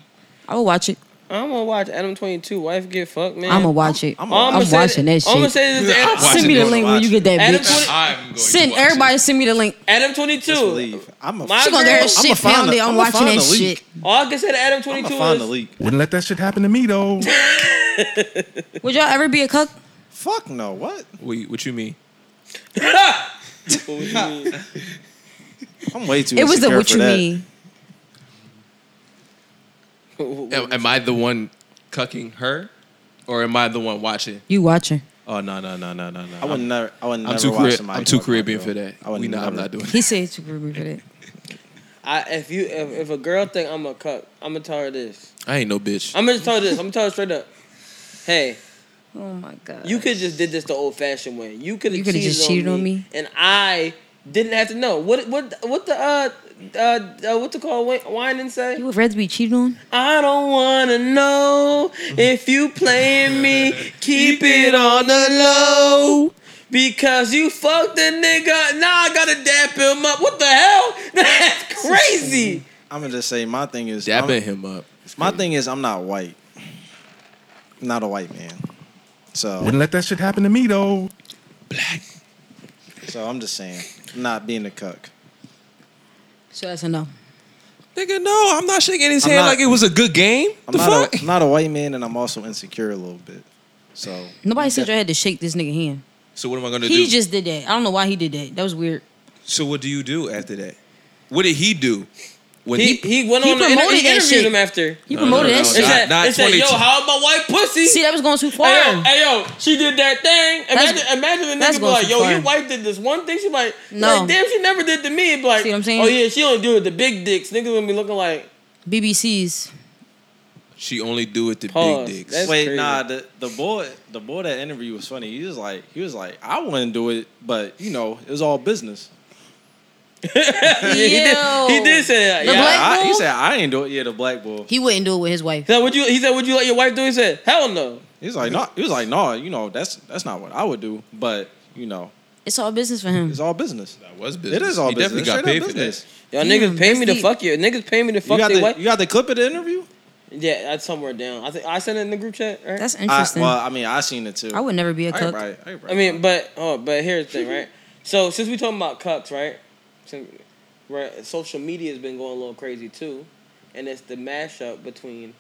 [SPEAKER 9] I will watch it.
[SPEAKER 1] I'm gonna watch Adam 22 wife get fucked, man.
[SPEAKER 9] I'ma watch it.
[SPEAKER 1] All
[SPEAKER 9] I'm,
[SPEAKER 1] I'ma say-
[SPEAKER 9] watching that shit.
[SPEAKER 1] all I'ma say is this- Adam-
[SPEAKER 9] send me the link when you get that
[SPEAKER 1] Adam
[SPEAKER 9] bitch.
[SPEAKER 1] 20
[SPEAKER 9] Send everybody send me the link.
[SPEAKER 1] Adam 22.
[SPEAKER 10] I'm a
[SPEAKER 9] She gonna get her shit found it. I'm watching that shit.
[SPEAKER 1] All I can say to Adam 22
[SPEAKER 10] find the
[SPEAKER 1] is
[SPEAKER 10] leak.
[SPEAKER 4] Wouldn't let that shit happen to me though.
[SPEAKER 9] Would y'all ever be a cuck?
[SPEAKER 10] Fuck no. What?
[SPEAKER 11] Wait, what you mean?
[SPEAKER 10] I'm way too.
[SPEAKER 9] It was the
[SPEAKER 10] insecure
[SPEAKER 9] what
[SPEAKER 10] for
[SPEAKER 9] you
[SPEAKER 10] that.
[SPEAKER 9] mean.
[SPEAKER 11] Am, am I the one cucking her, or am I the one watching?
[SPEAKER 9] You watching.
[SPEAKER 11] Oh no no no no no no!
[SPEAKER 10] I would never. I would
[SPEAKER 11] I'm
[SPEAKER 10] never
[SPEAKER 11] too
[SPEAKER 10] watch
[SPEAKER 11] Carib-
[SPEAKER 10] somebody.
[SPEAKER 11] I'm too
[SPEAKER 10] fuck my
[SPEAKER 11] Caribbean
[SPEAKER 10] girl.
[SPEAKER 11] for that.
[SPEAKER 10] I would
[SPEAKER 11] We not- I'm
[SPEAKER 10] never.
[SPEAKER 11] not doing
[SPEAKER 9] He said super rude for that.
[SPEAKER 1] I, if you if, if a girl think I'm a cuck, I'm gonna tell her this.
[SPEAKER 11] I ain't no bitch.
[SPEAKER 1] I'm gonna tell her this. I'm gonna tell her straight up. Hey,
[SPEAKER 9] Oh my god.
[SPEAKER 1] you could just did this the old fashioned way. You could
[SPEAKER 9] You
[SPEAKER 1] have
[SPEAKER 9] coulda
[SPEAKER 1] cheated,
[SPEAKER 9] just cheated
[SPEAKER 1] on,
[SPEAKER 9] on
[SPEAKER 1] me,
[SPEAKER 9] me?
[SPEAKER 1] and I didn't have to know. What what what the uh uh, uh what to call wine and say?
[SPEAKER 9] You Reds be cheated on?
[SPEAKER 1] I don't wanna know if you playing me. Keep it on the low. because you fucked a nigga. Now I gotta dap him up. What the hell? That's crazy.
[SPEAKER 10] I'm gonna just say my thing is
[SPEAKER 11] Dapping
[SPEAKER 10] I'm-
[SPEAKER 11] him up.
[SPEAKER 10] My thing is I'm not white. I'm not a white man. So
[SPEAKER 19] Wouldn't let that shit happen to me though.
[SPEAKER 10] so I'm just saying, I'm not being a cuck.
[SPEAKER 9] So that's a no.
[SPEAKER 11] Nigga, no, I'm not shaking his
[SPEAKER 10] I'm
[SPEAKER 11] hand
[SPEAKER 10] not-
[SPEAKER 11] like it was a good game.
[SPEAKER 10] I'm
[SPEAKER 11] the
[SPEAKER 10] not,
[SPEAKER 11] fuck?
[SPEAKER 10] a, I'm not a white man, and I'm also insecure a little bit. So
[SPEAKER 9] Nobody said I had to shake this nigga hand.
[SPEAKER 11] So what am I gonna
[SPEAKER 9] He
[SPEAKER 11] do?
[SPEAKER 9] just did that. I don't know why he did that. That was weird.
[SPEAKER 11] so what do you do after that? What did he do? When
[SPEAKER 1] He he went
[SPEAKER 9] He
[SPEAKER 1] on the inter-
[SPEAKER 9] promoted
[SPEAKER 1] he
[SPEAKER 9] that
[SPEAKER 1] interviewed
[SPEAKER 9] shit.
[SPEAKER 1] him after.
[SPEAKER 9] He promoted that shit.
[SPEAKER 1] It said,
[SPEAKER 11] Not-
[SPEAKER 1] it said,
[SPEAKER 11] not
[SPEAKER 1] yo,
[SPEAKER 11] 22.
[SPEAKER 1] how about white pussy?
[SPEAKER 9] See, that was going too far.
[SPEAKER 1] Hey yo, hey yo, she did that thing. Imagine, imagine the
[SPEAKER 9] that's
[SPEAKER 1] nigga be
[SPEAKER 9] going
[SPEAKER 1] like,
[SPEAKER 9] too
[SPEAKER 1] yo,
[SPEAKER 9] far.
[SPEAKER 1] your wife did this one thing. She like,
[SPEAKER 9] No.
[SPEAKER 1] like, damn, she never did to me. Be Like,
[SPEAKER 9] See what I'm saying?
[SPEAKER 1] oh yeah, she only do it to big dicks. Niggas gonna be looking like,
[SPEAKER 9] BBC's.
[SPEAKER 11] She only do it to
[SPEAKER 1] Pause.
[SPEAKER 11] big dicks.
[SPEAKER 1] That's
[SPEAKER 10] wait,
[SPEAKER 1] crazy.
[SPEAKER 10] nah, the, the boy, the boy that interview was funny. He was like, he was like, I wouldn't do it, but you know, it was all business.
[SPEAKER 1] yeah, he did, he did say that.
[SPEAKER 9] Oh. The
[SPEAKER 1] yeah.
[SPEAKER 9] black
[SPEAKER 10] I, he
[SPEAKER 9] bull?
[SPEAKER 10] said, I ain't do it. Yeah, the black bull.
[SPEAKER 9] He wouldn't do it with his wife.
[SPEAKER 1] He said, would you? He said, would you let your wife do? it? He said, hell no.
[SPEAKER 10] He was like, no. He was like, no. You know, that's that's not what I would do. But you know,
[SPEAKER 9] It's all business for him.
[SPEAKER 10] it's all business.
[SPEAKER 11] That was
[SPEAKER 10] It is all
[SPEAKER 11] he definitely
[SPEAKER 10] business.
[SPEAKER 11] got
[SPEAKER 10] Straight
[SPEAKER 11] paid
[SPEAKER 10] up
[SPEAKER 11] for
[SPEAKER 10] business.
[SPEAKER 11] that.
[SPEAKER 1] Y'all
[SPEAKER 9] Damn,
[SPEAKER 1] niggas pay me
[SPEAKER 9] that's
[SPEAKER 1] to
[SPEAKER 9] deep.
[SPEAKER 1] fuck you. Niggas pay me to
[SPEAKER 10] You
[SPEAKER 1] fuck
[SPEAKER 10] got
[SPEAKER 1] their
[SPEAKER 10] the
[SPEAKER 1] wife.
[SPEAKER 10] you got the clip of the interview.
[SPEAKER 1] Yeah, that's somewhere down. I think I sent it in the group chat. Right?
[SPEAKER 9] That's
[SPEAKER 10] I,
[SPEAKER 9] interesting. I,
[SPEAKER 10] well, I mean, I seen it too.
[SPEAKER 9] would never be a
[SPEAKER 10] I
[SPEAKER 9] cook.
[SPEAKER 10] ain't right, I ain't right.
[SPEAKER 1] I mean, but oh, but here's the thing, right? So since we talking about cucks, right? Since, right, social media has been going a little crazy too, and it's the mashup between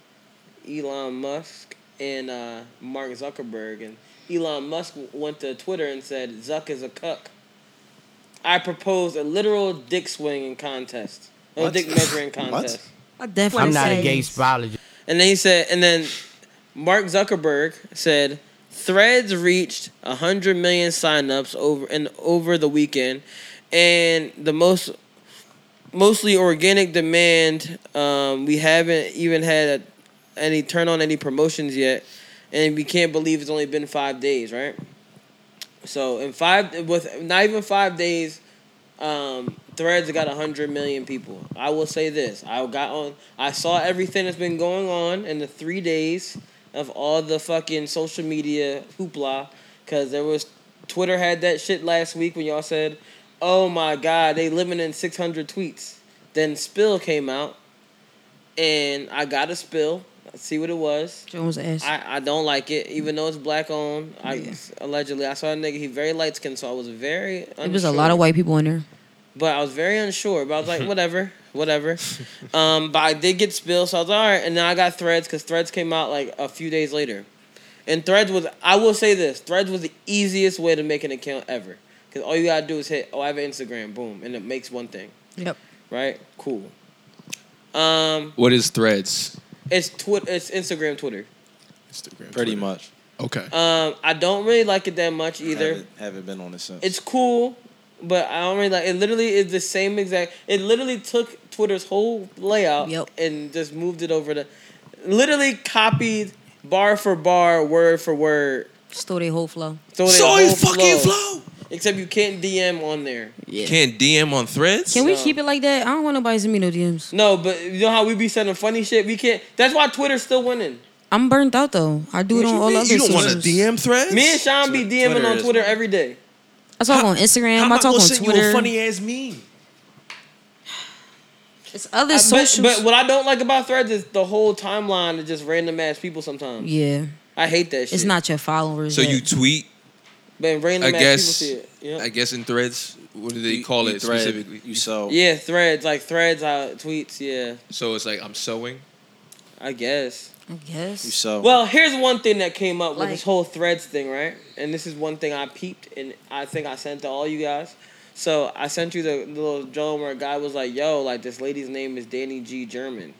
[SPEAKER 1] Elon Musk and uh, Mark Zuckerberg. And Elon Musk w- went to Twitter and said, "Zuck is a cuck." I propose a literal dick swinging contest, a
[SPEAKER 10] What?
[SPEAKER 1] dick measuring
[SPEAKER 10] What?
[SPEAKER 1] contest.
[SPEAKER 9] I definitely
[SPEAKER 18] I'm not
[SPEAKER 9] say
[SPEAKER 18] a gay biologist.
[SPEAKER 1] And then he said, and then Mark Zuckerberg said, Threads reached 100 million signups over and over the weekend, and the most mostly organic demand. Um, we haven't even had a, any turn on any promotions yet, and we can't believe it's only been five days, right? So in five with not even five days, um, Threads got hundred million people. I will say this: I got on, I saw everything that's been going on in the three days of all the fucking social media hoopla, because there was Twitter had that shit last week when y'all said, "Oh my God, they living in six hundred tweets." Then Spill came out, and I got a Spill. Let's see what it was.
[SPEAKER 9] Jones ass.
[SPEAKER 1] I, I don't like it, even though it's black owned. I allegedly I saw a nigga. He very light skinned, so I was very. Unsure,
[SPEAKER 9] it was a lot of white people in there.
[SPEAKER 1] but I was very unsure. But I was like, whatever, whatever. Um, but I did get spilled, so I was like, all right. And then I got Threads because Threads came out like a few days later, and Threads was I will say this: Threads was the easiest way to make an account ever because all you gotta do is hit, oh, I have an Instagram, boom, and it makes one thing,
[SPEAKER 9] Yep.
[SPEAKER 1] right? Cool. Um,
[SPEAKER 11] What is threads?
[SPEAKER 1] it's Twitter, it's Instagram, Twitter.
[SPEAKER 11] Instagram.
[SPEAKER 10] pretty much.
[SPEAKER 11] Okay.
[SPEAKER 1] Um, I don't really like it that much either.
[SPEAKER 10] Haven't, haven't been on it since.
[SPEAKER 1] It's cool, but I don't really like. It literally is the same exact. It literally took Twitter's whole layout
[SPEAKER 9] Yep.
[SPEAKER 1] and just moved it over to, literally copied bar for bar, word for word.
[SPEAKER 9] Stole their whole flow.
[SPEAKER 1] So they
[SPEAKER 11] So
[SPEAKER 1] whole
[SPEAKER 11] you fucking flow.
[SPEAKER 1] Except you can't DM on there.
[SPEAKER 9] Yeah.
[SPEAKER 11] Can't DM on threads.
[SPEAKER 9] Can we
[SPEAKER 1] So-
[SPEAKER 9] keep it like that? I don't want nobody sending me no DMs.
[SPEAKER 1] No, but you know how we be sending funny shit. We can't. That's why Twitter's still winning.
[SPEAKER 9] I'm burnt out though. I do it on all other
[SPEAKER 11] you don't want to
[SPEAKER 9] socials.
[SPEAKER 11] DM threads?
[SPEAKER 1] Me and Sean be DMing
[SPEAKER 10] Twitter
[SPEAKER 1] on
[SPEAKER 10] is
[SPEAKER 1] Twitter
[SPEAKER 10] winning.
[SPEAKER 1] every day.
[SPEAKER 9] I talk on Instagram. I talk on Twitter.
[SPEAKER 11] ass meme.
[SPEAKER 9] it's other
[SPEAKER 1] I- but,
[SPEAKER 9] socials.
[SPEAKER 1] but what I don't like about Threads is the whole timeline is just random ass people. Sometimes
[SPEAKER 9] yeah,
[SPEAKER 1] I hate that shit.
[SPEAKER 9] it's not your followers.
[SPEAKER 11] So
[SPEAKER 9] that-
[SPEAKER 11] you tweet?
[SPEAKER 1] But random
[SPEAKER 11] I
[SPEAKER 1] ass
[SPEAKER 11] guess-
[SPEAKER 1] people see it. Yeah.
[SPEAKER 11] I guess in threads. What do they
[SPEAKER 10] You-
[SPEAKER 11] call
[SPEAKER 10] you
[SPEAKER 11] it
[SPEAKER 10] thread,
[SPEAKER 11] specifically?
[SPEAKER 10] You so
[SPEAKER 1] Yeah, threads like threads out tweets. Yeah,
[SPEAKER 11] So it's like I'm sewing.
[SPEAKER 1] I guess.
[SPEAKER 9] I guess.
[SPEAKER 10] you so
[SPEAKER 1] Well, here's one thing that came up with
[SPEAKER 9] Like-
[SPEAKER 1] this whole threads thing, right? And this is one thing I peeped, and I think I sent to all you guys. So I sent you the little drone where a guy was like, "Yo, like this lady's name is Danny G German,"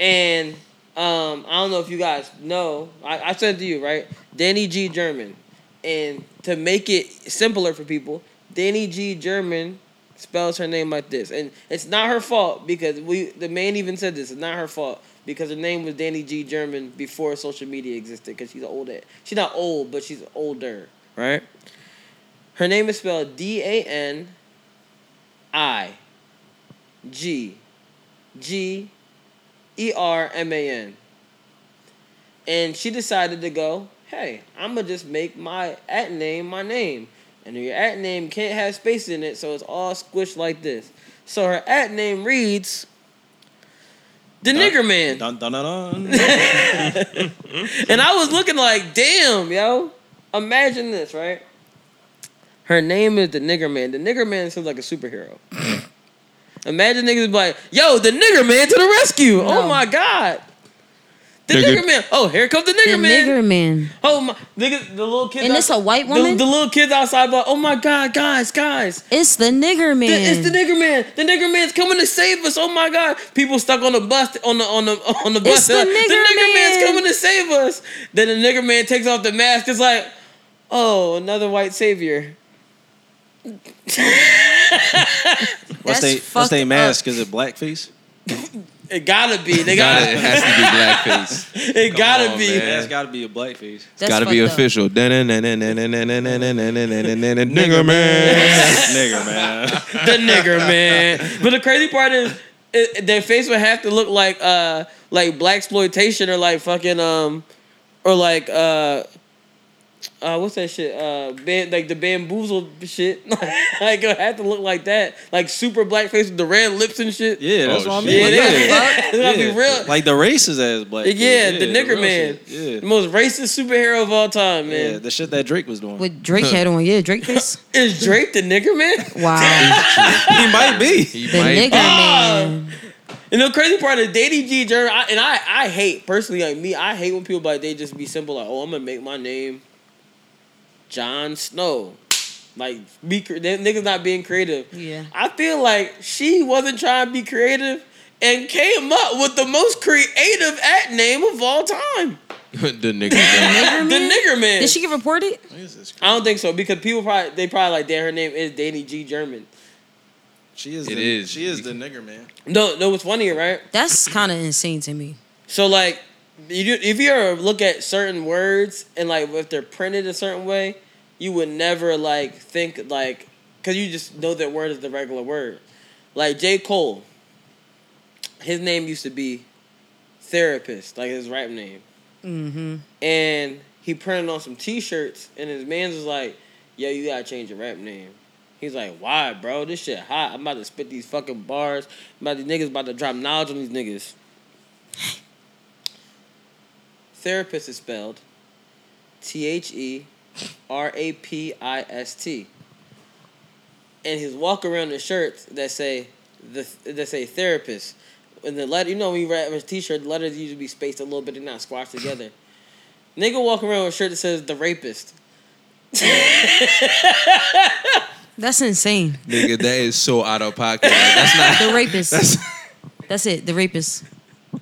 [SPEAKER 1] and um, I don't know if you guys know. I, I sent to you, right? Danny G German, and to make it simpler for people, Danny G German spells her name like this, and it's not her fault because we the man even said this. It's not her fault because her name was Danny G German before social media existed. Because she's old, at- she's not old, but she's older, right? Her name is spelled D A N I G G E R M A N, and she decided to go. hey, I'm gonna just make my at name my name, and your at name can't have space in it, so it's all squished like this. So her at name reads. The nigger man.
[SPEAKER 10] uh, Dun, dun, dun,
[SPEAKER 1] dun. and I was looking like, damn, yo. Imagine this, right? Her name is the nigger man. The nigger man sounds like a superhero. Imagine niggas be like, yo, the nigger man to the rescue. Oh my God. The nigger,
[SPEAKER 9] Nigger-
[SPEAKER 1] man. Oh, here comes the nigger
[SPEAKER 9] The
[SPEAKER 1] man.
[SPEAKER 9] nigger man.
[SPEAKER 1] Oh my niggas, the little kids.
[SPEAKER 9] And it's a white woman?
[SPEAKER 1] The, the little kids outside like, oh my God, guys, guys.
[SPEAKER 9] It's the nigger man.
[SPEAKER 1] The- it's the nigger man. The nigger man's coming to save us. Oh my god! People stuck on the bus on the on the on the bus.
[SPEAKER 9] It's the
[SPEAKER 1] They're
[SPEAKER 9] nigger
[SPEAKER 1] man's
[SPEAKER 9] man."
[SPEAKER 1] coming to save us. Then the nigger man takes off the mask. It's like, oh, another white savior.
[SPEAKER 10] What's they What's they mask? Is it blackface?
[SPEAKER 1] It gotta be. They
[SPEAKER 11] Gotta-
[SPEAKER 1] gotta.
[SPEAKER 11] it has to be blackface.
[SPEAKER 1] It
[SPEAKER 11] Come
[SPEAKER 1] gotta
[SPEAKER 11] on,
[SPEAKER 1] be.
[SPEAKER 11] man.
[SPEAKER 10] That's got to be a blackface.
[SPEAKER 11] It's gotta be official. Nigger man.
[SPEAKER 10] nigger man.
[SPEAKER 1] the nigger man. But the crazy part is, it, their face would have to look like uh like black exploitation or like fucking um or like uh. Uh, what's that shit? Uh, ban- like the bamboozle shit. like it have to look like that, like super blackface with the red lips and shit.
[SPEAKER 10] Yeah,
[SPEAKER 11] Oh,
[SPEAKER 10] that's what I mean.
[SPEAKER 1] Yeah, they-
[SPEAKER 10] Yeah.
[SPEAKER 1] they gotta be
[SPEAKER 10] Yeah.
[SPEAKER 1] real.
[SPEAKER 10] Like the racist ass black.
[SPEAKER 1] Yeah,
[SPEAKER 10] dude.
[SPEAKER 1] the nigger
[SPEAKER 10] real
[SPEAKER 1] man,
[SPEAKER 10] shit. Yeah.
[SPEAKER 1] the most racist superhero of all time, man.
[SPEAKER 10] Yeah, the shit that Drake was doing.
[SPEAKER 9] With Drake had on, yeah, Drake face.
[SPEAKER 1] Is Drake the nigger man?
[SPEAKER 9] Wow.
[SPEAKER 10] he might be.
[SPEAKER 9] The nigger man.
[SPEAKER 1] And the crazy part is Daddy G Jeremy, I, and I, I hate personally like me, I hate when people like they just be simple like, oh, I'm gonna make my name John Snow, like be cre- they, niggas not being creative.
[SPEAKER 9] Yeah.
[SPEAKER 1] I feel like she wasn't trying to be creative and came up with the most creative at name of all time,
[SPEAKER 11] The nigger man.
[SPEAKER 1] the nigger man.
[SPEAKER 9] Did she get reported?
[SPEAKER 1] I don't think so because people probably they probably like damn her name is Danny G German.
[SPEAKER 10] She is.
[SPEAKER 11] It
[SPEAKER 10] the,
[SPEAKER 11] is.
[SPEAKER 10] She is the nigger man.
[SPEAKER 1] No, no, what's funnier, right?
[SPEAKER 9] That's kind of insane to me.
[SPEAKER 1] So like, you do, if you ever look at certain words and like if they're printed a certain way, you would never like think like because you just know that word is the regular word. Like J Cole, his name used to be therapist, like his rap name,
[SPEAKER 9] Mm-hmm.
[SPEAKER 1] and he printed on some T-shirts, and his man's was like, "Yo, you gotta change your rap name." He's like, "Why, bro? This shit hot. I'm about to spit these fucking bars. I'm about these niggas about to drop knowledge on these niggas." Therapist is spelled T H E R A P I S T. And his walk around the shirts that say the that say therapist. And the letter, you know, when you wrap a T-shirt, the letters usually be spaced a little bit and not squashed together. Nigga walk around with a shirt that says the rapist.
[SPEAKER 9] That's insane.
[SPEAKER 11] Nigga, that is so out of pocket. Like, that's not
[SPEAKER 9] The rapist. That's, it. The rapist.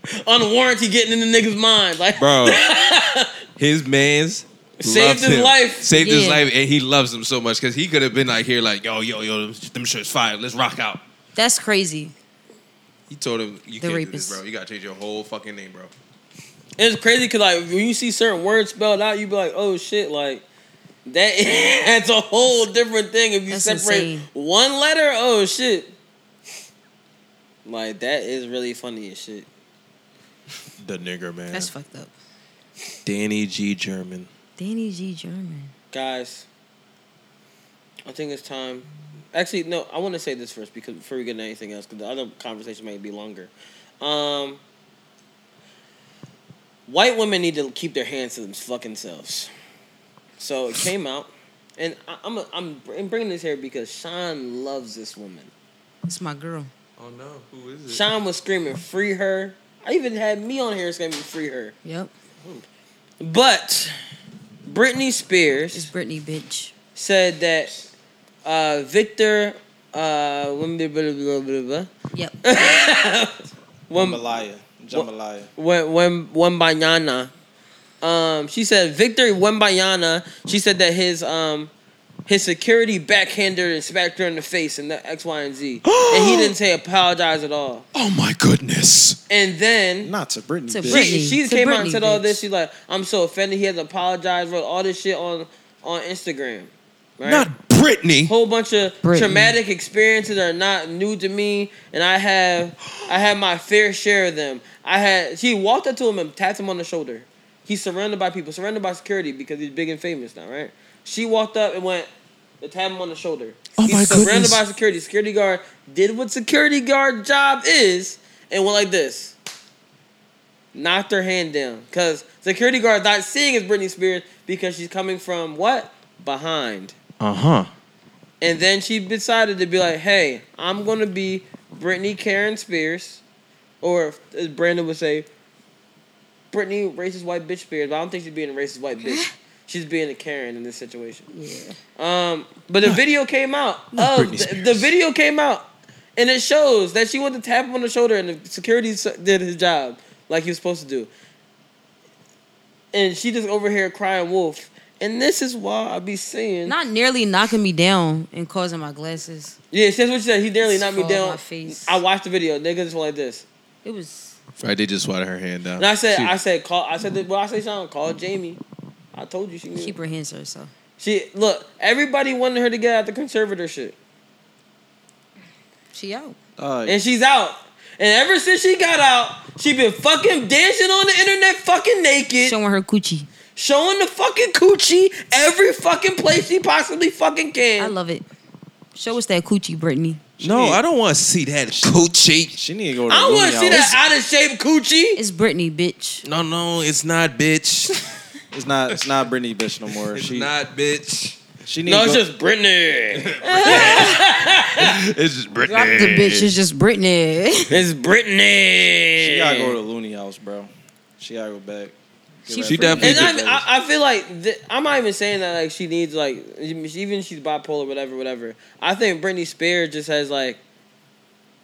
[SPEAKER 1] Unwarranty getting in the nigga's mind. Like
[SPEAKER 11] Bro, his man's
[SPEAKER 1] Saved
[SPEAKER 11] loved
[SPEAKER 1] his
[SPEAKER 11] him.
[SPEAKER 1] life.
[SPEAKER 11] Saved his
[SPEAKER 1] Yeah.
[SPEAKER 11] life, and he loves him so much because he could have been like here, like yo, yo, yo, them, them shirts fire. Let's rock out.
[SPEAKER 9] That's crazy.
[SPEAKER 11] He told him, "You
[SPEAKER 9] The
[SPEAKER 11] can't do
[SPEAKER 9] rapist.
[SPEAKER 11] this, bro. You gotta change your whole fucking name, bro."
[SPEAKER 1] It's crazy because like when you see certain words spelled out, you be like, oh shit, like that. that's a whole different thing. If you
[SPEAKER 9] That's
[SPEAKER 1] separate
[SPEAKER 9] insane.
[SPEAKER 1] one letter, oh shit, like that is really funny as shit.
[SPEAKER 11] The nigger man.
[SPEAKER 9] That's fucked up.
[SPEAKER 11] Danny G. German.
[SPEAKER 9] Danny G. German.
[SPEAKER 1] Guys, I think it's time. Actually, no, I want to say this first because before we get into anything else, because the other conversation might be longer. Um, white women need to keep their hands to them fucking selves. So it came out, and I, I'm a, I'm br- I'm bringing this here because Sean loves this woman.
[SPEAKER 9] It's my girl.
[SPEAKER 11] Oh no, who is
[SPEAKER 1] Sean was screaming, "Free her!" I even had me on here screaming, "Free her!"
[SPEAKER 9] Yep.
[SPEAKER 1] But Britney Spears
[SPEAKER 9] It's Britney, bitch.
[SPEAKER 1] said that uh, Victor uh, when- blah, blah, blah, blah, blah,
[SPEAKER 9] Yep.
[SPEAKER 1] when
[SPEAKER 10] Jambalaya. Jambalaya.
[SPEAKER 1] when when Wembanyana, um, she said Victor Wembanyana. She said that his um his security backhanded and smacked her in the face and the X Y and Z, and he didn't say apologize at all.
[SPEAKER 11] Oh my goodness.
[SPEAKER 1] And then
[SPEAKER 10] Not to Britney.
[SPEAKER 1] She-
[SPEAKER 10] bitch.
[SPEAKER 1] She, came out and said all this. She's like, I'm so offended. He has apologized. Wrote all this shit on on Instagram. Right?
[SPEAKER 11] Not Britney.
[SPEAKER 1] Whole bunch of
[SPEAKER 11] Britney.
[SPEAKER 1] traumatic experiences are not new to me, and I have I had my fair share of them. I had. She walked up to him and tapped him on the shoulder. He's surrounded by people, surrounded by security because he's big and famous now, right? She walked up and went to tap him on the shoulder.
[SPEAKER 3] Oh
[SPEAKER 1] he's
[SPEAKER 3] my
[SPEAKER 1] surrounded
[SPEAKER 3] goodness.
[SPEAKER 1] by security. Security guard did what security guard job is and went like this. Knocked her hand down. Cause security guard's not seeing as Britney Spears because she's coming from what? Behind.
[SPEAKER 11] Uh huh.
[SPEAKER 1] And then she decided to be like, hey, I'm going to be Brittany Karen Spears, or as Brandon would say, Brittany racist white bitch Spears, but I don't think she's being a racist white bitch. She's being a Karen in this situation. Yeah. Um, but the video came out.
[SPEAKER 3] not
[SPEAKER 1] Of,
[SPEAKER 3] Britney
[SPEAKER 1] the, the video came out, and it shows that she went to tap him on the shoulder, and the security s- did his job like he was supposed to do. And she just over here crying wolf. And this is why I be saying
[SPEAKER 9] Not nearly knocking me down and causing my glasses.
[SPEAKER 1] Yeah, see, that's what you said. He nearly
[SPEAKER 9] It's
[SPEAKER 1] knocked me
[SPEAKER 9] fall on
[SPEAKER 1] down.
[SPEAKER 9] my face.
[SPEAKER 1] I watched the video. Niggas just went like this.
[SPEAKER 9] It was.
[SPEAKER 11] Right, they just swatted her hand down.
[SPEAKER 1] And I said,
[SPEAKER 11] She-
[SPEAKER 1] I said, call. I said, well, I say something. Call Jamie. I told you she knew.
[SPEAKER 9] She prehends herself.
[SPEAKER 1] She look. Everybody wanted her to get out the conservatorship,
[SPEAKER 9] She out.
[SPEAKER 1] and she's out. And ever since she got out, she been fucking dancing on the internet, fucking naked,
[SPEAKER 9] showing her coochie,
[SPEAKER 1] showing the fucking coochie every fucking place she possibly fucking can. I
[SPEAKER 9] love it. Show us that coochie, Brittany.
[SPEAKER 11] No, I don't want to see that coochie. She
[SPEAKER 10] need to go
[SPEAKER 1] to I don't wanna see that out of shape coochie.
[SPEAKER 9] It's Brittany, bitch.
[SPEAKER 11] No, no, it's not, bitch.
[SPEAKER 10] it's not. It's not Brittany, bitch, no more. It's she,
[SPEAKER 11] not, bitch.
[SPEAKER 10] She
[SPEAKER 1] No, it's
[SPEAKER 10] go-
[SPEAKER 1] just Brittany.
[SPEAKER 11] it's just Brittany.
[SPEAKER 9] Drop the bitch. It's just Brittany.
[SPEAKER 1] It's Brittany.
[SPEAKER 10] She gotta go to Looney House, bro. She gotta go back. Get
[SPEAKER 11] She
[SPEAKER 10] back
[SPEAKER 11] She
[SPEAKER 10] to
[SPEAKER 11] definitely
[SPEAKER 10] Looney House.
[SPEAKER 1] And I, I, I feel like th- I'm not even saying that like she needs like even if she's bipolar, whatever, whatever. I think Britney Spears just has like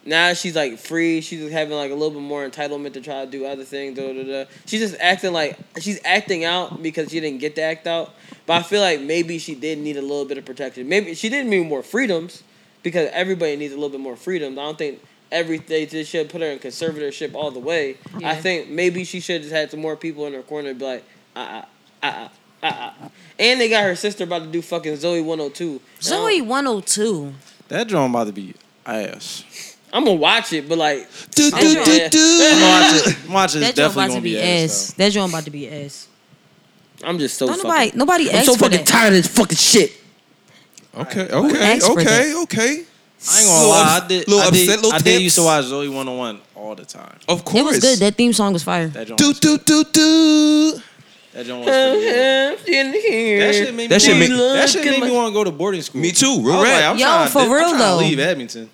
[SPEAKER 1] now she's like free. She's just having like a little bit more entitlement to try to do other things. Da, da, da. She's just acting like she's acting out because she didn't get to act out. But I feel like maybe she did need a little bit of protection. Maybe she didn't need more freedoms because everybody needs a little bit more freedoms. I don't think everything they should put her in conservatorship all the way. I
[SPEAKER 3] Yeah.
[SPEAKER 1] think maybe she should just had some more people in her corner and be like, ah, ah, ah, ah, ah. And they got her sister about to do fucking Zoe 102.
[SPEAKER 9] Zoe 102.
[SPEAKER 10] that drone about to be ass.
[SPEAKER 1] I'm gonna watch it, but like,
[SPEAKER 11] do,
[SPEAKER 9] do, do, do.
[SPEAKER 10] I'm gonna watch it. I'm watch it.
[SPEAKER 9] That joint
[SPEAKER 10] It's definitely
[SPEAKER 9] about to
[SPEAKER 10] gonna
[SPEAKER 9] be ass. That joint about to be ass.
[SPEAKER 1] I'm just so
[SPEAKER 9] Don't
[SPEAKER 1] fucking.
[SPEAKER 9] nobody- nobody
[SPEAKER 1] I'm
[SPEAKER 9] asked
[SPEAKER 1] so
[SPEAKER 9] for
[SPEAKER 1] fucking
[SPEAKER 9] that.
[SPEAKER 1] tired of this fucking shit.
[SPEAKER 11] Okay,
[SPEAKER 1] Who
[SPEAKER 11] okay,
[SPEAKER 1] asked for
[SPEAKER 11] okay,
[SPEAKER 1] that?
[SPEAKER 11] okay.
[SPEAKER 10] I ain't gonna
[SPEAKER 11] Little
[SPEAKER 10] lie.
[SPEAKER 11] ups-
[SPEAKER 10] I did.
[SPEAKER 11] little
[SPEAKER 10] I did,
[SPEAKER 11] upset, little
[SPEAKER 10] I did
[SPEAKER 11] tips.
[SPEAKER 10] used to watch Zoe 101 all the time.
[SPEAKER 11] Of
[SPEAKER 9] It was good. That theme song was fire.
[SPEAKER 10] That joint,
[SPEAKER 11] Do do do do.
[SPEAKER 10] that joint was pretty good. That shit made
[SPEAKER 11] That
[SPEAKER 10] me
[SPEAKER 11] shit
[SPEAKER 10] wanna-
[SPEAKER 11] make-
[SPEAKER 10] that shit
[SPEAKER 11] Looking
[SPEAKER 10] made me
[SPEAKER 11] like-
[SPEAKER 10] want to go to boarding school.
[SPEAKER 11] Me too, real
[SPEAKER 10] I was
[SPEAKER 11] rap.
[SPEAKER 10] like, I'm
[SPEAKER 9] Yo,
[SPEAKER 10] trying to
[SPEAKER 9] for
[SPEAKER 10] di- I'm
[SPEAKER 9] real
[SPEAKER 10] trying to
[SPEAKER 9] though.
[SPEAKER 10] leave Edmonton.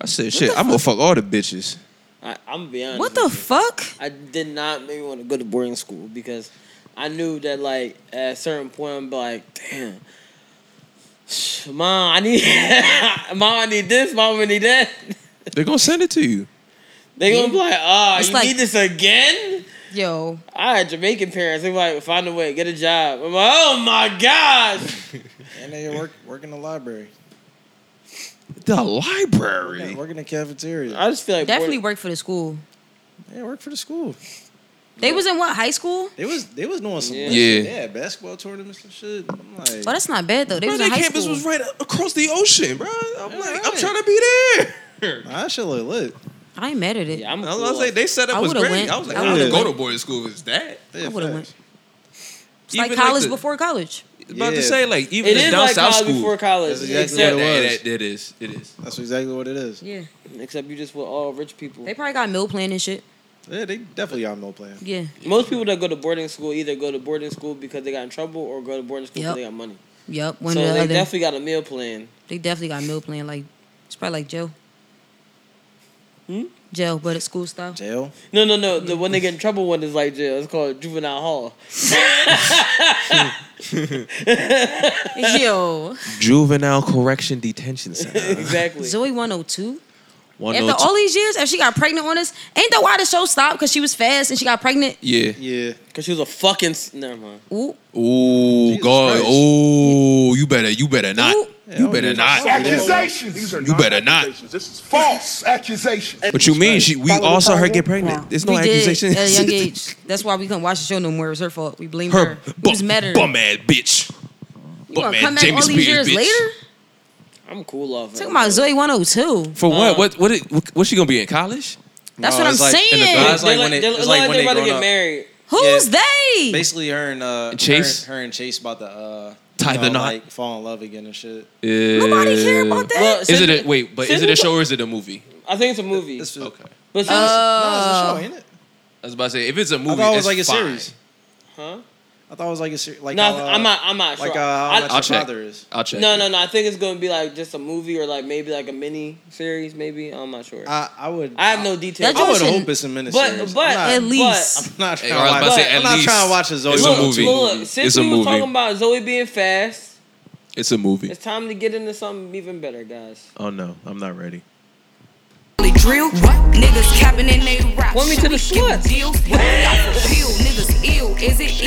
[SPEAKER 11] I said, shit, I'm gonna fuck all the bitches.
[SPEAKER 1] I, I'm gonna be honest.
[SPEAKER 9] What the fuck?
[SPEAKER 1] I did not maybe want to go to boarding school because I knew that like at a certain point I'm like, damn, mom, I need, mom, I need this, mom, I need that.
[SPEAKER 11] They're gonna send it to you.
[SPEAKER 1] They gonna be like, ah,
[SPEAKER 9] It's
[SPEAKER 1] you
[SPEAKER 9] like-
[SPEAKER 1] need this again.
[SPEAKER 9] Yo,
[SPEAKER 1] I had Jamaican parents. They were like, find a way, get a job. I'm like, oh my gosh.
[SPEAKER 10] And they work work in the library.
[SPEAKER 11] The library.
[SPEAKER 10] Yeah, work in the cafeteria.
[SPEAKER 1] I just feel like
[SPEAKER 9] definitely work for the school.
[SPEAKER 10] Yeah, work for the school.
[SPEAKER 9] They was in what high school?
[SPEAKER 10] They was they was doing some
[SPEAKER 11] Yeah.
[SPEAKER 10] yeah, shit.
[SPEAKER 11] Yeah.
[SPEAKER 10] yeah basketball tournaments and shit. I'm like,
[SPEAKER 9] Oh, that's not bad though. They
[SPEAKER 11] Bro,
[SPEAKER 9] was in
[SPEAKER 11] that
[SPEAKER 9] high
[SPEAKER 11] campus
[SPEAKER 9] school.
[SPEAKER 11] was right across the ocean, bro. I'm like, I'm trying to be there.
[SPEAKER 10] nah, that shit look lit.
[SPEAKER 9] I ain't mad at it.
[SPEAKER 1] I'm
[SPEAKER 11] I was like, they set up
[SPEAKER 9] I
[SPEAKER 11] was
[SPEAKER 9] would've
[SPEAKER 11] great.
[SPEAKER 9] went.
[SPEAKER 11] I was like, I
[SPEAKER 9] I
[SPEAKER 11] would
[SPEAKER 9] would've
[SPEAKER 11] go to
[SPEAKER 9] went.
[SPEAKER 11] boarding school if it's that.
[SPEAKER 9] I would have went. It's
[SPEAKER 11] Even
[SPEAKER 9] like college
[SPEAKER 11] the-
[SPEAKER 9] before college.
[SPEAKER 11] About to
[SPEAKER 10] Yeah.
[SPEAKER 11] say like even
[SPEAKER 1] It
[SPEAKER 11] the
[SPEAKER 1] is
[SPEAKER 11] down
[SPEAKER 1] like
[SPEAKER 11] south
[SPEAKER 1] college
[SPEAKER 11] school.
[SPEAKER 1] before college.
[SPEAKER 10] That's exactly
[SPEAKER 1] except,
[SPEAKER 10] what it was.
[SPEAKER 11] That, that is. It is.
[SPEAKER 10] That's exactly what it is.
[SPEAKER 9] Yeah,
[SPEAKER 1] except you just with all rich people.
[SPEAKER 9] they probably got meal plan and shit.
[SPEAKER 10] Yeah, they definitely all no plan.
[SPEAKER 9] Yeah,
[SPEAKER 1] Most people that go to boarding school either go to boarding school because they got in trouble or go to boarding school because
[SPEAKER 9] Yep.
[SPEAKER 1] they got money.
[SPEAKER 9] yep. One
[SPEAKER 1] so
[SPEAKER 9] or
[SPEAKER 1] they
[SPEAKER 9] the other.
[SPEAKER 1] definitely got a meal plan.
[SPEAKER 9] they definitely got meal plan. Like it's probably like jail. Hmm. Jail, but it's school style.
[SPEAKER 10] Jail.
[SPEAKER 1] No, no, no. The when they get in trouble one is like jail. It's called juvenile hall.
[SPEAKER 9] Yo,
[SPEAKER 11] Juvenile correction detention center.
[SPEAKER 1] exactly.
[SPEAKER 9] Zoe 102.
[SPEAKER 11] One oh
[SPEAKER 9] After all these years, if she got pregnant on us, ain't that why the show stopped? Because she was fast and she got pregnant.
[SPEAKER 11] yeah.
[SPEAKER 10] Yeah.
[SPEAKER 1] Cause she was a fucking. s- Never mind.
[SPEAKER 9] Ooh,
[SPEAKER 11] Ooh, God.
[SPEAKER 10] Christ.
[SPEAKER 11] Ooh, you better, you better not. you better
[SPEAKER 10] dude.
[SPEAKER 11] not.
[SPEAKER 13] Accusations. These are
[SPEAKER 11] You better not.
[SPEAKER 13] This is false accusations.
[SPEAKER 11] What you mean? She, we all saw her get pregnant. There's no
[SPEAKER 9] we did
[SPEAKER 11] accusation.
[SPEAKER 9] at a young age. That's why we couldn't watch the show no more. It was her fault. We blamed her.
[SPEAKER 11] her
[SPEAKER 9] We
[SPEAKER 11] bum,
[SPEAKER 9] was mad at her.
[SPEAKER 11] bum ass bitch.
[SPEAKER 9] You
[SPEAKER 11] Bum
[SPEAKER 9] gonna
[SPEAKER 11] ass
[SPEAKER 9] come back
[SPEAKER 11] Jamie
[SPEAKER 9] all these years
[SPEAKER 11] Spears bitch.
[SPEAKER 9] later?
[SPEAKER 1] I'm cool off. it.
[SPEAKER 9] Talking about Zoe 102.
[SPEAKER 11] For
[SPEAKER 10] Uh,
[SPEAKER 11] what? What? What? What? What's she gonna be in college?
[SPEAKER 9] That's what I'm saying.
[SPEAKER 1] They're like, they're like, they're about to get married.
[SPEAKER 9] Who's they?
[SPEAKER 10] Basically, her and uh,
[SPEAKER 11] And Chase?
[SPEAKER 10] her, her and Chase about to uh,
[SPEAKER 11] Tie
[SPEAKER 10] you
[SPEAKER 11] the
[SPEAKER 10] know,
[SPEAKER 11] knot.
[SPEAKER 10] like fall in love again and shit.
[SPEAKER 11] Nobody care about
[SPEAKER 1] that. Well,
[SPEAKER 11] is it
[SPEAKER 1] Sydney-
[SPEAKER 11] a, wait? But is it
[SPEAKER 1] Sydney-
[SPEAKER 11] a show or is it a movie?
[SPEAKER 1] I think it's a movie.
[SPEAKER 10] okay.
[SPEAKER 1] But
[SPEAKER 9] Oh.
[SPEAKER 10] no, it's a show, ain't it?
[SPEAKER 11] I was about to say if it's a
[SPEAKER 10] I
[SPEAKER 11] movie,
[SPEAKER 10] thought it
[SPEAKER 11] it's
[SPEAKER 10] was like a
[SPEAKER 11] fine.
[SPEAKER 10] series.
[SPEAKER 1] Huh?
[SPEAKER 10] I thought it was like a series. Like
[SPEAKER 1] no, I
[SPEAKER 10] how,
[SPEAKER 1] th-
[SPEAKER 10] uh,
[SPEAKER 1] I'm not. I'm not
[SPEAKER 10] Like
[SPEAKER 1] sure.
[SPEAKER 10] uh, how
[SPEAKER 1] I-
[SPEAKER 10] much
[SPEAKER 11] I'll
[SPEAKER 10] your
[SPEAKER 11] check.
[SPEAKER 10] father is.
[SPEAKER 11] I'll check.
[SPEAKER 1] No, no, no. I think it's gonna be like just a movie or like maybe like a mini series. Maybe I'm not sure.
[SPEAKER 10] I, I would.
[SPEAKER 1] I have no details.
[SPEAKER 10] I would hope it's a
[SPEAKER 1] But,
[SPEAKER 10] miniseries.
[SPEAKER 1] but
[SPEAKER 10] I'm not-
[SPEAKER 1] but-
[SPEAKER 10] I'm not
[SPEAKER 11] Hey,
[SPEAKER 10] trying
[SPEAKER 11] I was
[SPEAKER 10] to watch.
[SPEAKER 11] about to say,
[SPEAKER 10] I'm
[SPEAKER 11] at
[SPEAKER 10] not
[SPEAKER 11] least
[SPEAKER 10] trying to watch a Zoe.
[SPEAKER 11] it's a
[SPEAKER 1] look,
[SPEAKER 11] movie.
[SPEAKER 1] Look, since
[SPEAKER 11] It's a
[SPEAKER 1] we were talking
[SPEAKER 11] movie.
[SPEAKER 1] about Zoe being fast,
[SPEAKER 11] It's a movie.
[SPEAKER 1] it's time to get into something even better, guys.
[SPEAKER 11] Oh no, I'm not ready.
[SPEAKER 3] Drill, what? Niggas capping in they rap.
[SPEAKER 1] Want me to the sluts?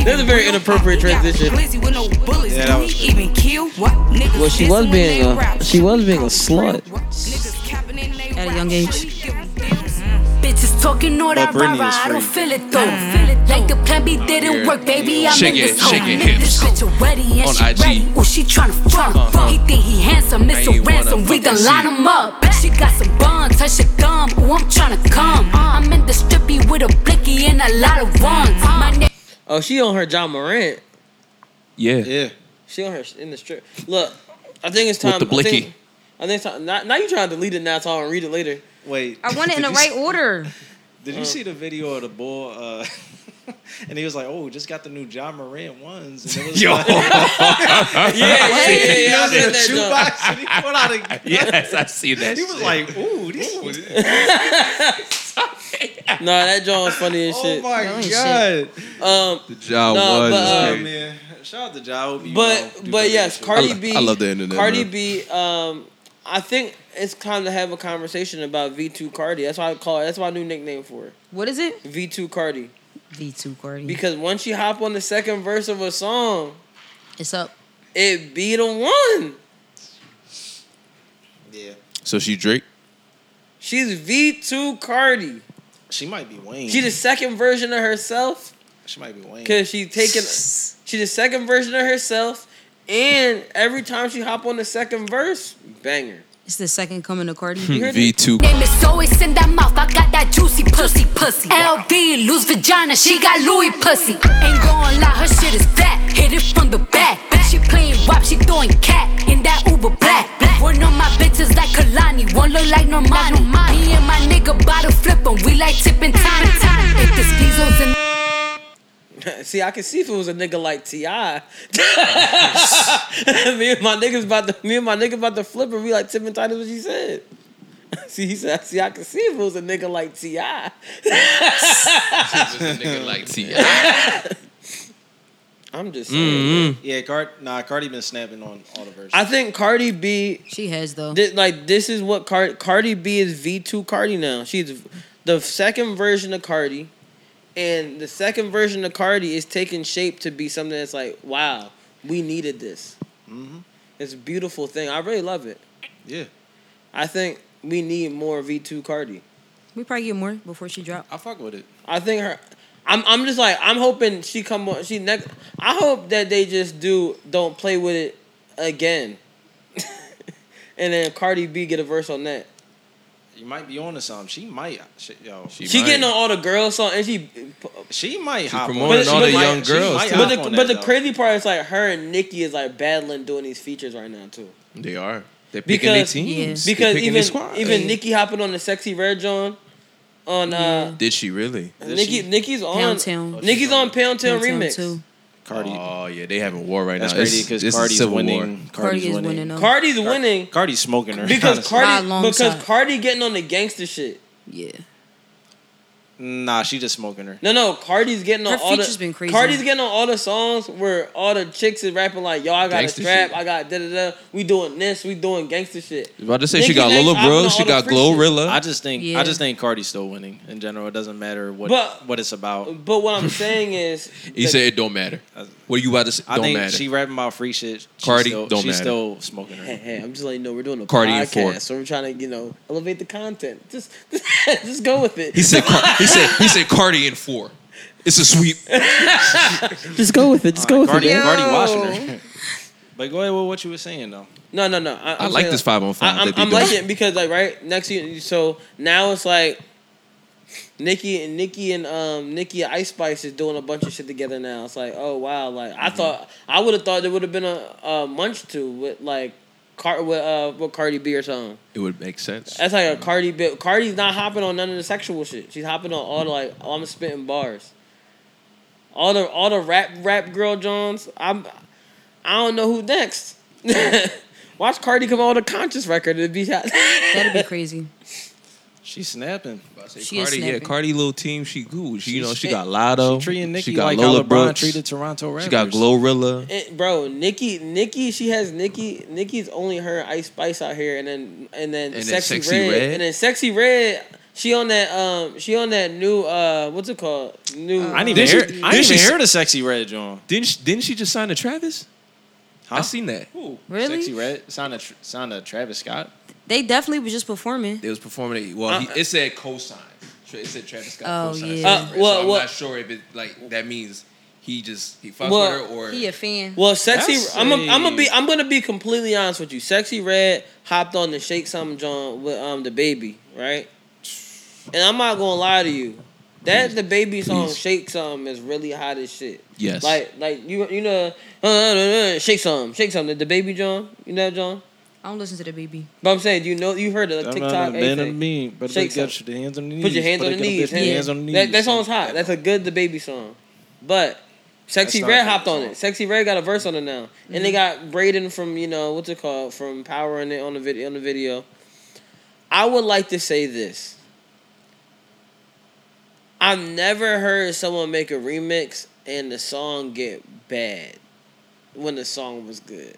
[SPEAKER 1] That's a very inappropriate transition.
[SPEAKER 3] Yeah,
[SPEAKER 1] that was
[SPEAKER 3] Even kill what? Niggas
[SPEAKER 1] Well, she was being a she was being a slut.
[SPEAKER 3] at a young age. Bitches talking all
[SPEAKER 1] But
[SPEAKER 3] that
[SPEAKER 1] Britney
[SPEAKER 3] rah-rah,
[SPEAKER 1] is
[SPEAKER 3] I don't
[SPEAKER 1] free.
[SPEAKER 3] feel it though. Feel it like the plan B didn't
[SPEAKER 11] Yeah.
[SPEAKER 3] work, baby. I'm
[SPEAKER 11] Shake
[SPEAKER 3] in
[SPEAKER 11] it,
[SPEAKER 3] this hole.
[SPEAKER 11] shake it,
[SPEAKER 3] Make this bitch already and
[SPEAKER 11] On
[SPEAKER 3] she
[SPEAKER 11] IG.
[SPEAKER 3] ready. Oh, she tryna fuck.
[SPEAKER 11] Uh-huh.
[SPEAKER 3] He think he handsome,
[SPEAKER 11] I
[SPEAKER 3] it's a
[SPEAKER 11] ain't wanna
[SPEAKER 3] ransom. We done
[SPEAKER 11] fucking
[SPEAKER 3] line
[SPEAKER 11] see.
[SPEAKER 3] him up. She got some buns, touch her gum. Ooh, I'm tryna come. I'm in the strippy with a blicky and a lot of ones. My nigga.
[SPEAKER 1] Oh, she on her John Morant.
[SPEAKER 11] Yeah.
[SPEAKER 10] Yeah.
[SPEAKER 1] She on her in the strip. Look, I think it's time.
[SPEAKER 11] With the
[SPEAKER 1] I think,
[SPEAKER 11] blicky.
[SPEAKER 1] I think it's time. Now, now you trying to delete it now, so I will read it later.
[SPEAKER 10] Wait.
[SPEAKER 9] I want it in the
[SPEAKER 10] did you
[SPEAKER 9] right order.
[SPEAKER 10] Did you see the video of the bull? Uh, and he was like, "Oh, just got the new John Moran ones." And it was
[SPEAKER 17] Yo.
[SPEAKER 10] like,
[SPEAKER 17] Yeah, yeah, yeah, yeah,
[SPEAKER 10] He
[SPEAKER 17] I
[SPEAKER 10] was
[SPEAKER 17] seen that
[SPEAKER 10] in a
[SPEAKER 17] joint.
[SPEAKER 10] shoebox and he pulled out a-
[SPEAKER 17] Yes, I see that
[SPEAKER 10] He was
[SPEAKER 17] shit.
[SPEAKER 10] like, "Ooh, these."
[SPEAKER 1] no, that John was funny as shit.
[SPEAKER 10] Oh my Funny as shit.
[SPEAKER 1] Um,
[SPEAKER 11] The John
[SPEAKER 1] no,
[SPEAKER 11] was
[SPEAKER 1] but,
[SPEAKER 11] is
[SPEAKER 1] um,
[SPEAKER 11] crazy.
[SPEAKER 10] man, shout out to Ja. I hope you
[SPEAKER 1] but
[SPEAKER 10] all do
[SPEAKER 1] but
[SPEAKER 10] better
[SPEAKER 1] yes,
[SPEAKER 10] this year.
[SPEAKER 1] Cardi
[SPEAKER 11] I lo-
[SPEAKER 1] B.
[SPEAKER 11] I love the internet,
[SPEAKER 1] Cardi
[SPEAKER 11] man.
[SPEAKER 1] B. Um, I think it's time to have a conversation about V two Cardi. That's why I call it. That's my new nickname for her.
[SPEAKER 9] What is it?
[SPEAKER 1] V two Cardi.
[SPEAKER 9] V2 Cardi.
[SPEAKER 1] Because once you hop on the second verse of a song,
[SPEAKER 9] it's up.
[SPEAKER 1] It be the one.
[SPEAKER 11] So she Drake.
[SPEAKER 1] She's V two Cardi.
[SPEAKER 10] She might be Wayne.
[SPEAKER 1] She the second version of herself.
[SPEAKER 10] She might be Wayne.
[SPEAKER 1] Cause she taking she the second version of herself, and every time she hop on the second verse, banger.
[SPEAKER 9] It's the second coming of Cardi.
[SPEAKER 11] Hmm.
[SPEAKER 1] You heard
[SPEAKER 11] V2.
[SPEAKER 3] Name is always in that mouth. I got that juicy pussy, pussy. LV, loose vagina. She got Louis pussy. Ain't gonna lie, her shit is fat. Hit it from the back. She playing rap, she throwing cat in that Uber black. One of my bitches like Kalani, one look like Normani. Me and my nigga bottle flippin', we like tipping time time. If this Pizzo's in.
[SPEAKER 1] See, I can see if it was a nigga like Ti. me and my niggas about to me and my nigga about to flip and be like Tim and Tight is what she said. See, he said, see, I can see if it was a nigga like Ti.
[SPEAKER 11] nigga like T.
[SPEAKER 1] I'm just saying.
[SPEAKER 10] Yeah, Card. Nah, Cardi been snapping on all the verses.
[SPEAKER 1] I think Cardi B.
[SPEAKER 9] She has though.
[SPEAKER 1] like this is what Car- Cardi B is V two Cardi now. She's the second version of Cardi, and the second version of Cardi is taking shape to be something that's like, wow, we needed this.
[SPEAKER 10] Mhm.
[SPEAKER 1] It's a beautiful thing. I really love it.
[SPEAKER 10] Yeah.
[SPEAKER 1] I think we need more V two Cardi.
[SPEAKER 9] We probably get more before she drop.
[SPEAKER 10] I fuck with it.
[SPEAKER 1] I think her. I'm I'm just like I'm hoping she come on. She next. I hope that they just do don't play with it again, and then Cardi B get a verse on that.
[SPEAKER 10] You might be on to something. She might. She, yo.
[SPEAKER 1] She, getting on all the girls song and she
[SPEAKER 10] She might
[SPEAKER 11] She
[SPEAKER 10] hop on.
[SPEAKER 11] promoting all the young
[SPEAKER 10] she
[SPEAKER 11] girls,
[SPEAKER 10] might
[SPEAKER 11] too.
[SPEAKER 10] hop
[SPEAKER 1] But the,
[SPEAKER 10] on
[SPEAKER 1] but
[SPEAKER 10] that,
[SPEAKER 1] the
[SPEAKER 10] though.
[SPEAKER 1] crazy part is like her and Nicki is like battling doing these features right now too.
[SPEAKER 11] They are. They're picking
[SPEAKER 1] Because
[SPEAKER 11] their teams. They're
[SPEAKER 1] because
[SPEAKER 11] picking their
[SPEAKER 1] even
[SPEAKER 11] squads.
[SPEAKER 1] even Nicki hopping on the sexy red John on uh
[SPEAKER 11] Did she really?
[SPEAKER 1] Nicki Nicki's on
[SPEAKER 9] Mm-hmm. Pound Town.
[SPEAKER 1] Nicki's on Pound Town
[SPEAKER 9] Pound Town
[SPEAKER 1] remix.
[SPEAKER 9] too.
[SPEAKER 10] Cardi.
[SPEAKER 11] Oh yeah, they having war right
[SPEAKER 10] That's
[SPEAKER 11] now. It's-
[SPEAKER 10] crazy because
[SPEAKER 11] it's a
[SPEAKER 10] Cardi's
[SPEAKER 11] civil
[SPEAKER 10] winning.
[SPEAKER 11] war.
[SPEAKER 9] Cardi is winning, though.
[SPEAKER 1] Cardi's Um, winning
[SPEAKER 10] Cardi's smoking her
[SPEAKER 1] because
[SPEAKER 10] honestly.
[SPEAKER 1] Cardi
[SPEAKER 9] By a long
[SPEAKER 1] because
[SPEAKER 9] shot.
[SPEAKER 1] Cardi getting on the gangster shit.
[SPEAKER 9] Yeah.
[SPEAKER 10] Nah, she just smoking her.
[SPEAKER 1] No, no, Cardi's getting on
[SPEAKER 9] Her
[SPEAKER 1] all
[SPEAKER 9] features
[SPEAKER 1] the
[SPEAKER 9] been crazy.
[SPEAKER 1] Cardi's getting on all the songs where all the chicks is rapping like, "Yo, I got
[SPEAKER 11] Gangsta
[SPEAKER 1] a strap,
[SPEAKER 11] shit.
[SPEAKER 1] I got da da da. We doing this, we doing gangster shit."
[SPEAKER 11] I was about to say she
[SPEAKER 1] Nicki
[SPEAKER 11] got
[SPEAKER 1] Minaj
[SPEAKER 11] Lola
[SPEAKER 1] hopping on
[SPEAKER 11] Bro, she
[SPEAKER 1] all the
[SPEAKER 11] got
[SPEAKER 1] free shit.
[SPEAKER 11] Glorilla.
[SPEAKER 10] I just think
[SPEAKER 1] Yeah.
[SPEAKER 10] I just think Cardi's still winning in general. It doesn't matter what
[SPEAKER 1] But-
[SPEAKER 10] what it's about.
[SPEAKER 1] But what I'm saying is,
[SPEAKER 11] He
[SPEAKER 1] the-
[SPEAKER 11] said it don't matter. What are you about to say?
[SPEAKER 10] I
[SPEAKER 11] don't
[SPEAKER 10] think
[SPEAKER 11] matter.
[SPEAKER 10] she rapping about free shit. She's
[SPEAKER 11] Cardi,
[SPEAKER 10] still,
[SPEAKER 11] don't
[SPEAKER 10] she's
[SPEAKER 11] matter.
[SPEAKER 10] still smoking her.
[SPEAKER 1] Hey, hey, I'm just letting you know we're doing a
[SPEAKER 11] Cardi and
[SPEAKER 1] podcast,
[SPEAKER 11] Ford.
[SPEAKER 1] so we're trying to, you know, elevate the content. Just, just go with it.
[SPEAKER 11] He said. Car- he said. He said Cardi in four. It's a sweep.
[SPEAKER 1] just go with it. Just go with
[SPEAKER 10] Cardi,
[SPEAKER 1] it.
[SPEAKER 10] Cardi washing her. but go ahead with what you were saying though.
[SPEAKER 1] No, no, no. I,
[SPEAKER 11] I
[SPEAKER 1] I'm
[SPEAKER 11] like
[SPEAKER 1] saying,
[SPEAKER 11] this five on five
[SPEAKER 1] I, am
[SPEAKER 11] that they
[SPEAKER 1] I'm liking
[SPEAKER 11] doing.
[SPEAKER 1] it because, like, right next to you, so now it's like Nikki and Nikki and um Nikki and Ice Spice is doing a bunch of shit together now. It's like, oh wow, like I
[SPEAKER 11] Mm-hmm.
[SPEAKER 1] thought I would have thought there would have been a, a munch to with like Car- with uh with Cardi B or something.
[SPEAKER 11] It would make sense.
[SPEAKER 1] That's like a Cardi bit. Cardi's not hopping on none of the sexual shit. She's hopping on all the like oh, I'm spitting bars. All the all the rap rap girl Johns. I'm I don't know who next. Watch Cardi come out with a conscious record. It'd be that'd
[SPEAKER 9] be crazy.
[SPEAKER 10] She's snapping.
[SPEAKER 9] She is
[SPEAKER 11] Cardi, yeah,
[SPEAKER 9] snapping.
[SPEAKER 11] Cardi little team, she good. She, you know, she
[SPEAKER 1] spit.
[SPEAKER 11] got Lotto.
[SPEAKER 1] She
[SPEAKER 11] She,
[SPEAKER 1] treating Nicki
[SPEAKER 11] got
[SPEAKER 1] like how
[SPEAKER 11] Lola
[SPEAKER 1] LeBron
[SPEAKER 11] Brooks.
[SPEAKER 1] treated Toronto
[SPEAKER 11] She got
[SPEAKER 1] rappers.
[SPEAKER 11] Glorilla.
[SPEAKER 1] Eh, bro, Nikki, Nikki, she has Nikki. Nikki's only her and Ice Spice out here, and then and then,
[SPEAKER 11] And then
[SPEAKER 1] sexy,
[SPEAKER 11] Sexy
[SPEAKER 1] red,
[SPEAKER 11] Red.
[SPEAKER 1] and then sexy red. She on that um, she on that new uh, what's it called? New. uh,
[SPEAKER 10] I didn't even hear. I didn't even hear the sexy red John.
[SPEAKER 11] Didn't she, didn't she just sign to Travis? I seen that.
[SPEAKER 9] Really?
[SPEAKER 10] Sexy red signed a tr- signed a Travis Scott. Uh-uh.
[SPEAKER 9] They definitely was just performing.
[SPEAKER 11] It was performing. Well,
[SPEAKER 9] Uh,
[SPEAKER 11] he, it said cosign. Tra- It said Travis Scott
[SPEAKER 9] Oh,
[SPEAKER 11] cosign.
[SPEAKER 9] yeah. Uh,
[SPEAKER 1] well,
[SPEAKER 11] so I'm
[SPEAKER 1] well-
[SPEAKER 11] not sure if it like that means he just he fucked
[SPEAKER 1] Well,
[SPEAKER 11] with her or
[SPEAKER 9] He a fan.
[SPEAKER 1] Well, sexy.
[SPEAKER 11] That's
[SPEAKER 1] I'm. A,
[SPEAKER 11] a-
[SPEAKER 1] I'm gonna be. I'm gonna be completely honest with you. Sexy red hopped on the shake something John with um the baby right, and I'm not gonna lie to you. That the baby song
[SPEAKER 11] Please.
[SPEAKER 1] shake something is really hot as shit.
[SPEAKER 11] Yes.
[SPEAKER 1] Like like you you know uh, uh, uh, shake something shake something the baby John you know John.
[SPEAKER 9] I don't listen to the baby.
[SPEAKER 1] But I'm saying, do you know you heard of like, TikTok?
[SPEAKER 10] been a
[SPEAKER 1] everything.
[SPEAKER 10] meme, but
[SPEAKER 1] Shake
[SPEAKER 10] shake
[SPEAKER 1] some.
[SPEAKER 10] got your hands on the knees.
[SPEAKER 1] Put your hands on the
[SPEAKER 10] Better get
[SPEAKER 1] knees.
[SPEAKER 10] up there,
[SPEAKER 1] hands-
[SPEAKER 10] hands on the
[SPEAKER 1] That,
[SPEAKER 10] knees.
[SPEAKER 1] that song's hot. That's a good the baby song. But Sexy
[SPEAKER 10] That's not
[SPEAKER 1] Red
[SPEAKER 10] a
[SPEAKER 1] hopped on
[SPEAKER 10] song. Mm-hmm.
[SPEAKER 1] it. Sexy Red got a verse on it now, and they got Braden from you know what's it called from Power on it on the video on the video. I would like to say this. I've never heard someone make a remix and the song get bad when the song was good.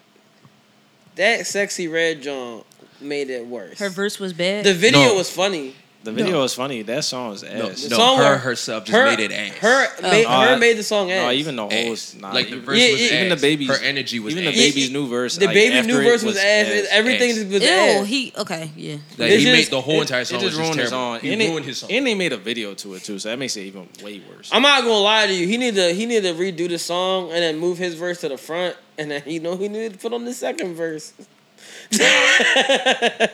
[SPEAKER 1] That sexy red John made it worse.
[SPEAKER 9] Her verse was bad.
[SPEAKER 1] The video was funny.
[SPEAKER 10] The video was funny. That song is ass.
[SPEAKER 11] No,
[SPEAKER 1] The
[SPEAKER 11] no,
[SPEAKER 1] song
[SPEAKER 11] her
[SPEAKER 1] were-
[SPEAKER 11] herself just
[SPEAKER 1] her-
[SPEAKER 11] made it ass.
[SPEAKER 1] Her, made,
[SPEAKER 10] Nah,
[SPEAKER 1] her
[SPEAKER 10] I-
[SPEAKER 1] made the song ass.
[SPEAKER 10] Oh, No, even the whole is not
[SPEAKER 11] like the
[SPEAKER 10] even-
[SPEAKER 11] verse
[SPEAKER 1] Yeah,
[SPEAKER 11] was
[SPEAKER 1] yeah.
[SPEAKER 11] ass.
[SPEAKER 10] Even the baby's-
[SPEAKER 11] her energy was
[SPEAKER 10] even
[SPEAKER 11] ass.
[SPEAKER 10] the baby's new verse.
[SPEAKER 1] the
[SPEAKER 10] like,
[SPEAKER 1] baby's
[SPEAKER 10] after
[SPEAKER 1] new
[SPEAKER 10] it
[SPEAKER 1] verse was ass. Everything
[SPEAKER 10] ass.
[SPEAKER 1] was
[SPEAKER 9] Ew,
[SPEAKER 1] ass.
[SPEAKER 9] he okay, yeah.
[SPEAKER 11] Like,
[SPEAKER 1] It's
[SPEAKER 11] he
[SPEAKER 1] just-
[SPEAKER 11] made the whole
[SPEAKER 1] it-
[SPEAKER 11] entire
[SPEAKER 10] It
[SPEAKER 11] song.
[SPEAKER 10] just
[SPEAKER 11] was
[SPEAKER 10] ruined his
[SPEAKER 11] terrible.
[SPEAKER 10] song.
[SPEAKER 11] He
[SPEAKER 10] And
[SPEAKER 11] ruined his
[SPEAKER 10] it-
[SPEAKER 11] song.
[SPEAKER 10] and they made a video to it too, so that makes it even way worse.
[SPEAKER 1] I'm not gonna lie to you. He need to he need to redo the song and then move his verse to the front and then you know he needed to put on the second verse.
[SPEAKER 10] Yeah.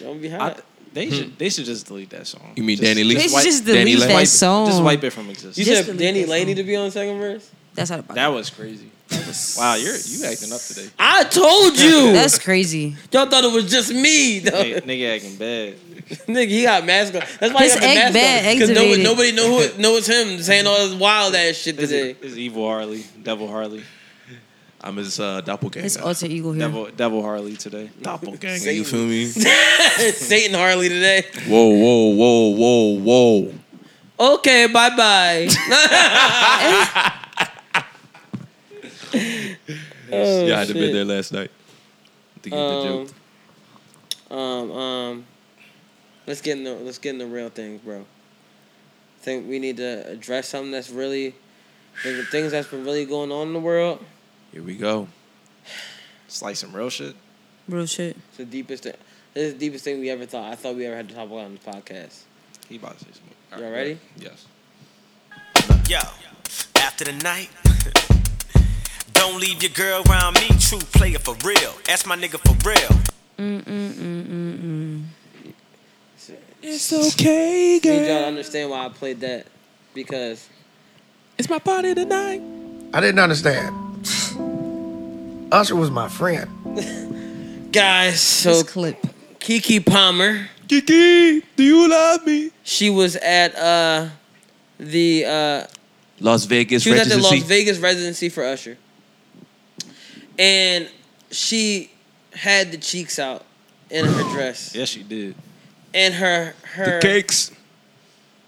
[SPEAKER 1] Don't be
[SPEAKER 10] I,
[SPEAKER 1] hot.
[SPEAKER 10] they should they should just delete that song.
[SPEAKER 11] You mean Danny Lee? They should just
[SPEAKER 10] Danny
[SPEAKER 11] delete
[SPEAKER 10] Lane.
[SPEAKER 11] that
[SPEAKER 10] Wipe it- Just
[SPEAKER 11] song.
[SPEAKER 10] wipe it from
[SPEAKER 1] you
[SPEAKER 10] existence.
[SPEAKER 1] said Danny Lane need to be on second verse.
[SPEAKER 9] That's how.
[SPEAKER 10] That was crazy. wow, you're you acting up today.
[SPEAKER 1] I told you.
[SPEAKER 9] That's crazy.
[SPEAKER 1] Y'all thought it was just me though.
[SPEAKER 10] Nigga, nigga acting bad.
[SPEAKER 1] Nigga, he got mask on. That's why
[SPEAKER 9] His
[SPEAKER 1] he got
[SPEAKER 9] egg
[SPEAKER 1] the mask on.
[SPEAKER 9] bad
[SPEAKER 1] Because nobody,
[SPEAKER 9] activated.
[SPEAKER 1] nobody know who, knows him saying all this wild ass shit
[SPEAKER 10] This
[SPEAKER 1] today.
[SPEAKER 10] is, this is evil Harley, Devil Harley,
[SPEAKER 11] I'm his uh, doppelganger.
[SPEAKER 9] His alter ego here.
[SPEAKER 10] Devil Devil Harley today.
[SPEAKER 11] Doppelganger, you feel me?
[SPEAKER 1] Satan Harley today.
[SPEAKER 11] Whoa, whoa, whoa, whoa, whoa.
[SPEAKER 1] Okay, bye bye. oh,
[SPEAKER 11] yeah, I'd have been there
[SPEAKER 1] shit.
[SPEAKER 11] last night to get the
[SPEAKER 1] Um,
[SPEAKER 11] joke.
[SPEAKER 1] um, um, let's get in the let's get in the real things, bro. I think we need to address something that's really the things that's been really going on in the world.
[SPEAKER 11] Here we go.
[SPEAKER 10] It's like some real shit.
[SPEAKER 9] Real shit.
[SPEAKER 1] It's the deepest thing. This is the deepest thing we ever thought. I thought we ever had to talk about on the podcast.
[SPEAKER 10] He about to say some.
[SPEAKER 1] Y'all ready?
[SPEAKER 10] Yes.
[SPEAKER 5] Yo, after the night, don't leave your girl around me. True player for real. That's my nigga for real.
[SPEAKER 9] Mm-mm-mm-mm-mm.
[SPEAKER 1] It's okay, girl. Need y'all to understand why I played that because
[SPEAKER 11] it's my party tonight.
[SPEAKER 20] I didn't understand. Usher was my friend.
[SPEAKER 1] Guys, so
[SPEAKER 9] clip.
[SPEAKER 1] Kiki Palmer.
[SPEAKER 11] Kiki, do you love me?
[SPEAKER 1] She was at uh the uh
[SPEAKER 11] Las Vegas
[SPEAKER 1] she was at the Las
[SPEAKER 11] residency.
[SPEAKER 1] Vegas residency for Usher. And she had the cheeks out in her dress.
[SPEAKER 10] Yes, she did.
[SPEAKER 1] And her her
[SPEAKER 11] cakes.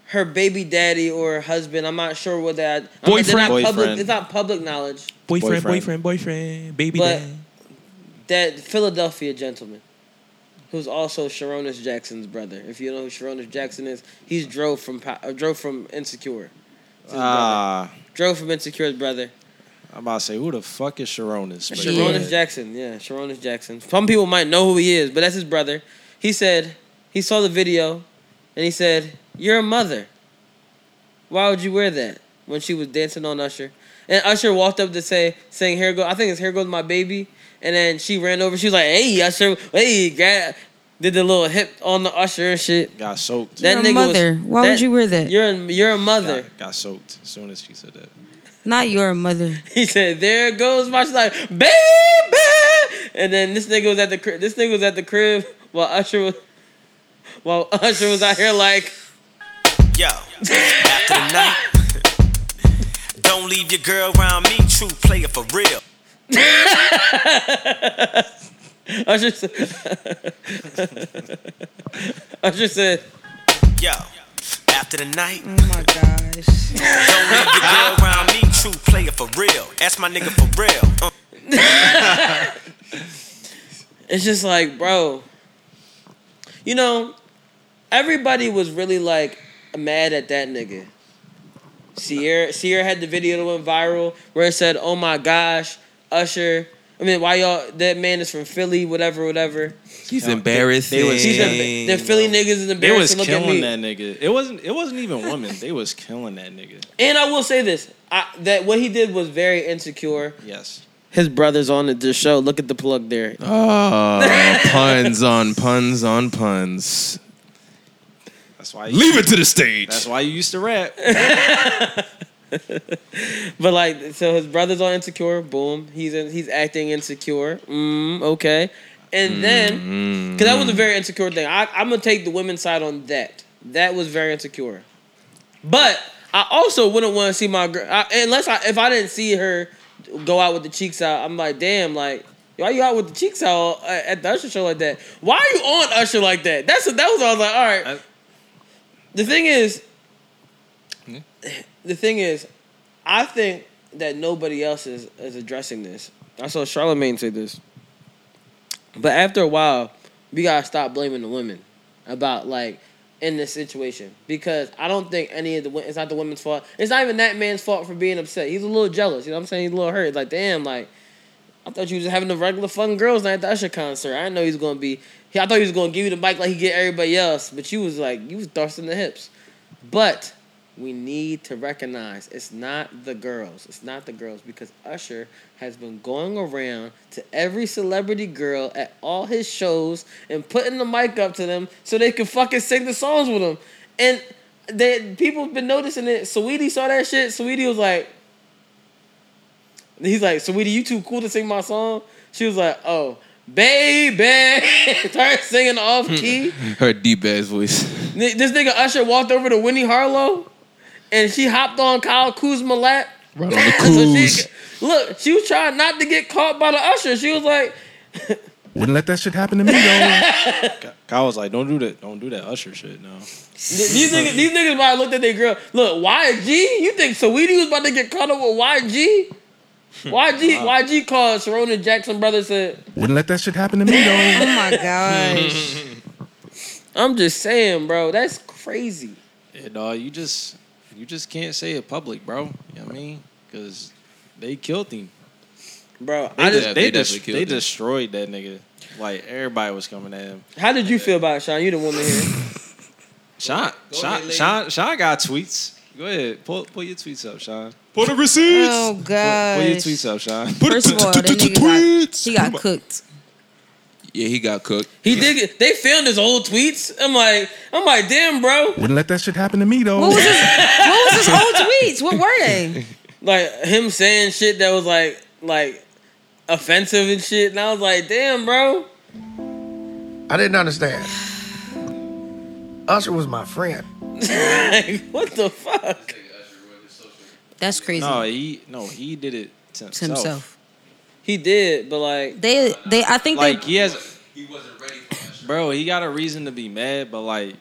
[SPEAKER 1] her baby daddy or husband, I'm not sure what that I'm not- they're
[SPEAKER 11] Boyfriend.
[SPEAKER 1] not public,
[SPEAKER 11] Boyfriend.
[SPEAKER 1] it's not public knowledge.
[SPEAKER 11] boyfriend, boyfriend, boyfriend, baby
[SPEAKER 1] But-
[SPEAKER 11] dad.
[SPEAKER 1] that Philadelphia gentleman, who's also Sharonis Jackson's brother. If you know who Sharonis Jackson is, he's drove from Po- uh, drove from Insecure. It's his
[SPEAKER 10] Ah.
[SPEAKER 1] brother. drove from Insecure's brother.
[SPEAKER 10] I'm about to say, who the fuck is Sharonis? But go
[SPEAKER 1] Sharonis
[SPEAKER 10] ahead.
[SPEAKER 1] Jackson, yeah, Sharonis Jackson. Some people might know who he is, but that's his brother. He said he saw the video, and he said, "You're a mother. Why would you wear that?" When she was dancing on Usher, and Usher walked up to say, saying, "Here go," I think it's "Here goes my baby," and then she ran over. She was like, "Hey, Usher, hey, gra- Did the little hip on the usher and shit.
[SPEAKER 10] Got soaked.
[SPEAKER 9] You're a mother. Why would you wear that?
[SPEAKER 1] You're a, you're a mother.
[SPEAKER 10] Got, got soaked as soon as she said that.
[SPEAKER 9] Not your mother.
[SPEAKER 1] He said, "There goes my." She's like, "Baby," and then this nigga was at the crib. This nigga was at the crib while Usher was, while Usher was out here like,
[SPEAKER 5] Yo, after the night, don't leave your girl around me, true player for real.
[SPEAKER 1] Usher said, Usher said,
[SPEAKER 5] Yo, after the night. Oh my gosh. Don't leave your girl around me, true player for real. That's my nigga for real. Uh.
[SPEAKER 1] It's just like, bro, you know, everybody was really like mad at that nigga. Sierra, Sierra had the video that went viral where it said, "Oh my gosh, Usher." I mean, why y'all? That man is from Philly, whatever, whatever.
[SPEAKER 11] He's embarrassing.
[SPEAKER 1] She's a, the Philly niggas is embarrassing.
[SPEAKER 10] They was
[SPEAKER 1] Look at
[SPEAKER 10] killing
[SPEAKER 1] me.
[SPEAKER 10] that nigga. It wasn't. It wasn't even women. They was killing that nigga.
[SPEAKER 1] And I will say this: I, that what he did was very insecure.
[SPEAKER 10] Yes.
[SPEAKER 1] His brother's on the, the show. Look at the plug there.
[SPEAKER 11] Oh, puns on puns on puns.
[SPEAKER 10] That's why. you-
[SPEAKER 11] Leave it to the stage.
[SPEAKER 10] That's why you used to rap.
[SPEAKER 1] But like, so his brother's on insecure. Boom, he's in, he's acting insecure. Mm, okay, and then because that was a very insecure thing. I, I'm gonna take the women's side on that. That was very insecure. But I also wouldn't want to see my girl I, unless I if I didn't see her go out with the cheeks out. I'm like, damn, like. Why you out with the cheeks out uh, at the Usher show like that? Why are you on Usher like that? That's that was I was like, all right. the thing is, the thing is, I think that nobody else is, is addressing this. I saw Charlemagne say this. But after a while, we gotta stop blaming the women about like in this situation because I don't think any of the wo- it's not the women's fault. It's not even that man's fault for being upset. He's a little jealous. You know what I'm saying? He's a little hurt. Like damn, like I thought you was having a regular fun girls night at the Usher concert. I didn't know he was gonna be. he- I thought he was gonna give you the mic like he get everybody else, but you was like you was thrusting the hips. But we need to recognize it's not the girls. It's not the girls because Usher has been going around to every celebrity girl at all his shows and putting the mic up to them so they can fucking sing the songs with him. And they, people have been noticing it. Sweetie saw that shit. Sweetie was like, he's like, Sweetie, you too cool to sing my song? She was like, oh, baby. Started singing off key.
[SPEAKER 11] Her deep ass voice.
[SPEAKER 1] Ni- This nigga Usher walked over to Winnie Harlow, and she hopped on Kyle Kuzma lap.
[SPEAKER 11] Right on the cruise.
[SPEAKER 1] Look, she was trying not to get caught by the Usher. She was like,
[SPEAKER 19] Wouldn't let that shit happen to me, though.
[SPEAKER 10] Kyle was like, "Don't do that. Don't do that Usher shit." No.
[SPEAKER 1] th- these niggas, these niggas might have looked at their girl. Look, YG, you think Saweetie was about to get caught up with YG? YG, YG called Sharon and Jackson brothers said,
[SPEAKER 19] Wouldn't let that shit happen to me, though.
[SPEAKER 1] Oh my gosh. I'm just saying, bro, that's crazy.
[SPEAKER 10] Yeah, dog. You just you just can't say it public, bro. You know what I mean? Because they killed him.
[SPEAKER 1] Bro,
[SPEAKER 10] They,
[SPEAKER 1] I
[SPEAKER 10] just,
[SPEAKER 1] just-
[SPEAKER 10] they,
[SPEAKER 1] they
[SPEAKER 10] just-
[SPEAKER 1] definitely killed
[SPEAKER 10] they
[SPEAKER 1] him.
[SPEAKER 10] destroyed that nigga. Like everybody was coming at him.
[SPEAKER 1] How did you feel about it, Sean? You the woman here.
[SPEAKER 10] Sean,
[SPEAKER 1] Go
[SPEAKER 10] Sean,
[SPEAKER 1] ahead, lady.
[SPEAKER 10] Sean, Sean got tweets. Go ahead, pull pull your tweets up, Sean.
[SPEAKER 11] Pull the receipts.
[SPEAKER 9] Oh
[SPEAKER 10] Pull, pull your
[SPEAKER 9] gosh.
[SPEAKER 10] tweets up, Sean.
[SPEAKER 9] First of all, that nigga got, he got cooked.
[SPEAKER 11] Yeah, he got cooked.
[SPEAKER 1] He did. Get, they filmed his old tweets. I'm like, I'm like, damn, bro.
[SPEAKER 19] Wouldn't let that shit happen to me, though.
[SPEAKER 1] What was his-
[SPEAKER 9] What was his old tweets? What were they?
[SPEAKER 1] Like him saying shit that was like, like offensive and shit. And I was like, damn, bro.
[SPEAKER 20] I didn't understand. Usher was my friend.
[SPEAKER 1] like, what the fuck?
[SPEAKER 9] That's crazy.
[SPEAKER 10] No, he no, he did it to himself.
[SPEAKER 9] To himself.
[SPEAKER 1] He did, but like
[SPEAKER 9] They they I think
[SPEAKER 10] like
[SPEAKER 9] they
[SPEAKER 10] he has. He wasn't ready for Bro, he got a reason to be mad, but like,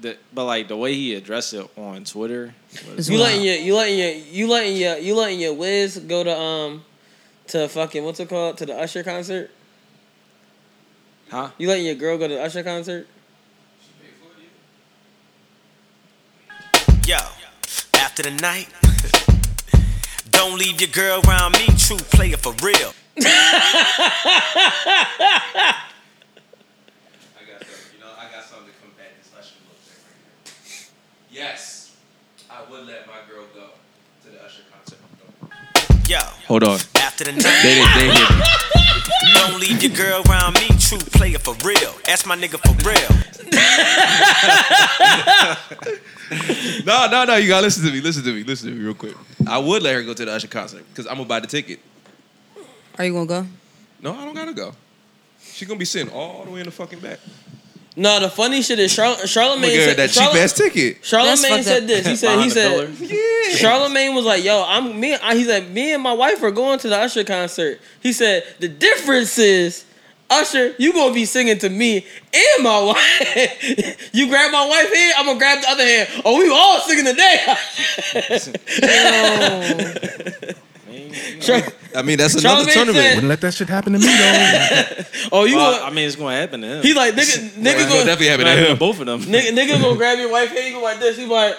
[SPEAKER 10] the but like the way he addressed it on Twitter. was-
[SPEAKER 1] You letting your, you letting your, you letting your, you letting your whiz go to um, to fucking what's it called to the Usher concert?
[SPEAKER 10] Huh?
[SPEAKER 1] You letting your girl go to the Usher concert?
[SPEAKER 5] Yo, after the night, don't leave your girl around me, true player for real.
[SPEAKER 17] Yes, I would let my girl go to the Usher concert.
[SPEAKER 5] Yo,
[SPEAKER 11] Hold on.
[SPEAKER 5] after the night.
[SPEAKER 11] They didn't- they didn't.
[SPEAKER 5] Don't leave your girl around me, true player for real. That's my nigga for real.
[SPEAKER 21] No, no, no. You gotta listen to me. Listen to me. Listen to me real quick. I would let her go to the Usher concert because I'm gonna buy the ticket.
[SPEAKER 9] Are you gonna go?
[SPEAKER 21] No, I don't gotta go. She's gonna be sitting all the way in the fucking back.
[SPEAKER 1] No, the funny shit is Char- Charlemagne
[SPEAKER 21] Look at
[SPEAKER 1] said
[SPEAKER 21] that cheap
[SPEAKER 1] Charla-
[SPEAKER 21] ass ticket.
[SPEAKER 9] That's
[SPEAKER 1] Charlemagne
[SPEAKER 9] fucked
[SPEAKER 1] said
[SPEAKER 9] up.
[SPEAKER 1] this. He said he
[SPEAKER 21] Behind the
[SPEAKER 1] said Charlemagne was like, "Yo, I'm me." I, he said, "Me and my wife are going to the Usher concert." He said, "The difference is." Usher, you gonna be singing to me and my wife. you grab my wife hand, I'm gonna grab the other hand. Oh, we all singing today.
[SPEAKER 21] I mean, that's
[SPEAKER 1] another Charlamagne tournament. said-
[SPEAKER 19] Wouldn't
[SPEAKER 21] let that shit happen to
[SPEAKER 19] me
[SPEAKER 1] oh, you?
[SPEAKER 10] I mean, it's gonna happen to him.
[SPEAKER 1] He like nigga, nigga
[SPEAKER 10] It's
[SPEAKER 1] gonna
[SPEAKER 10] definitely happen to Right, him. both of them.
[SPEAKER 1] Nigga, nigga gonna grab your wife hand, you go like this. He like,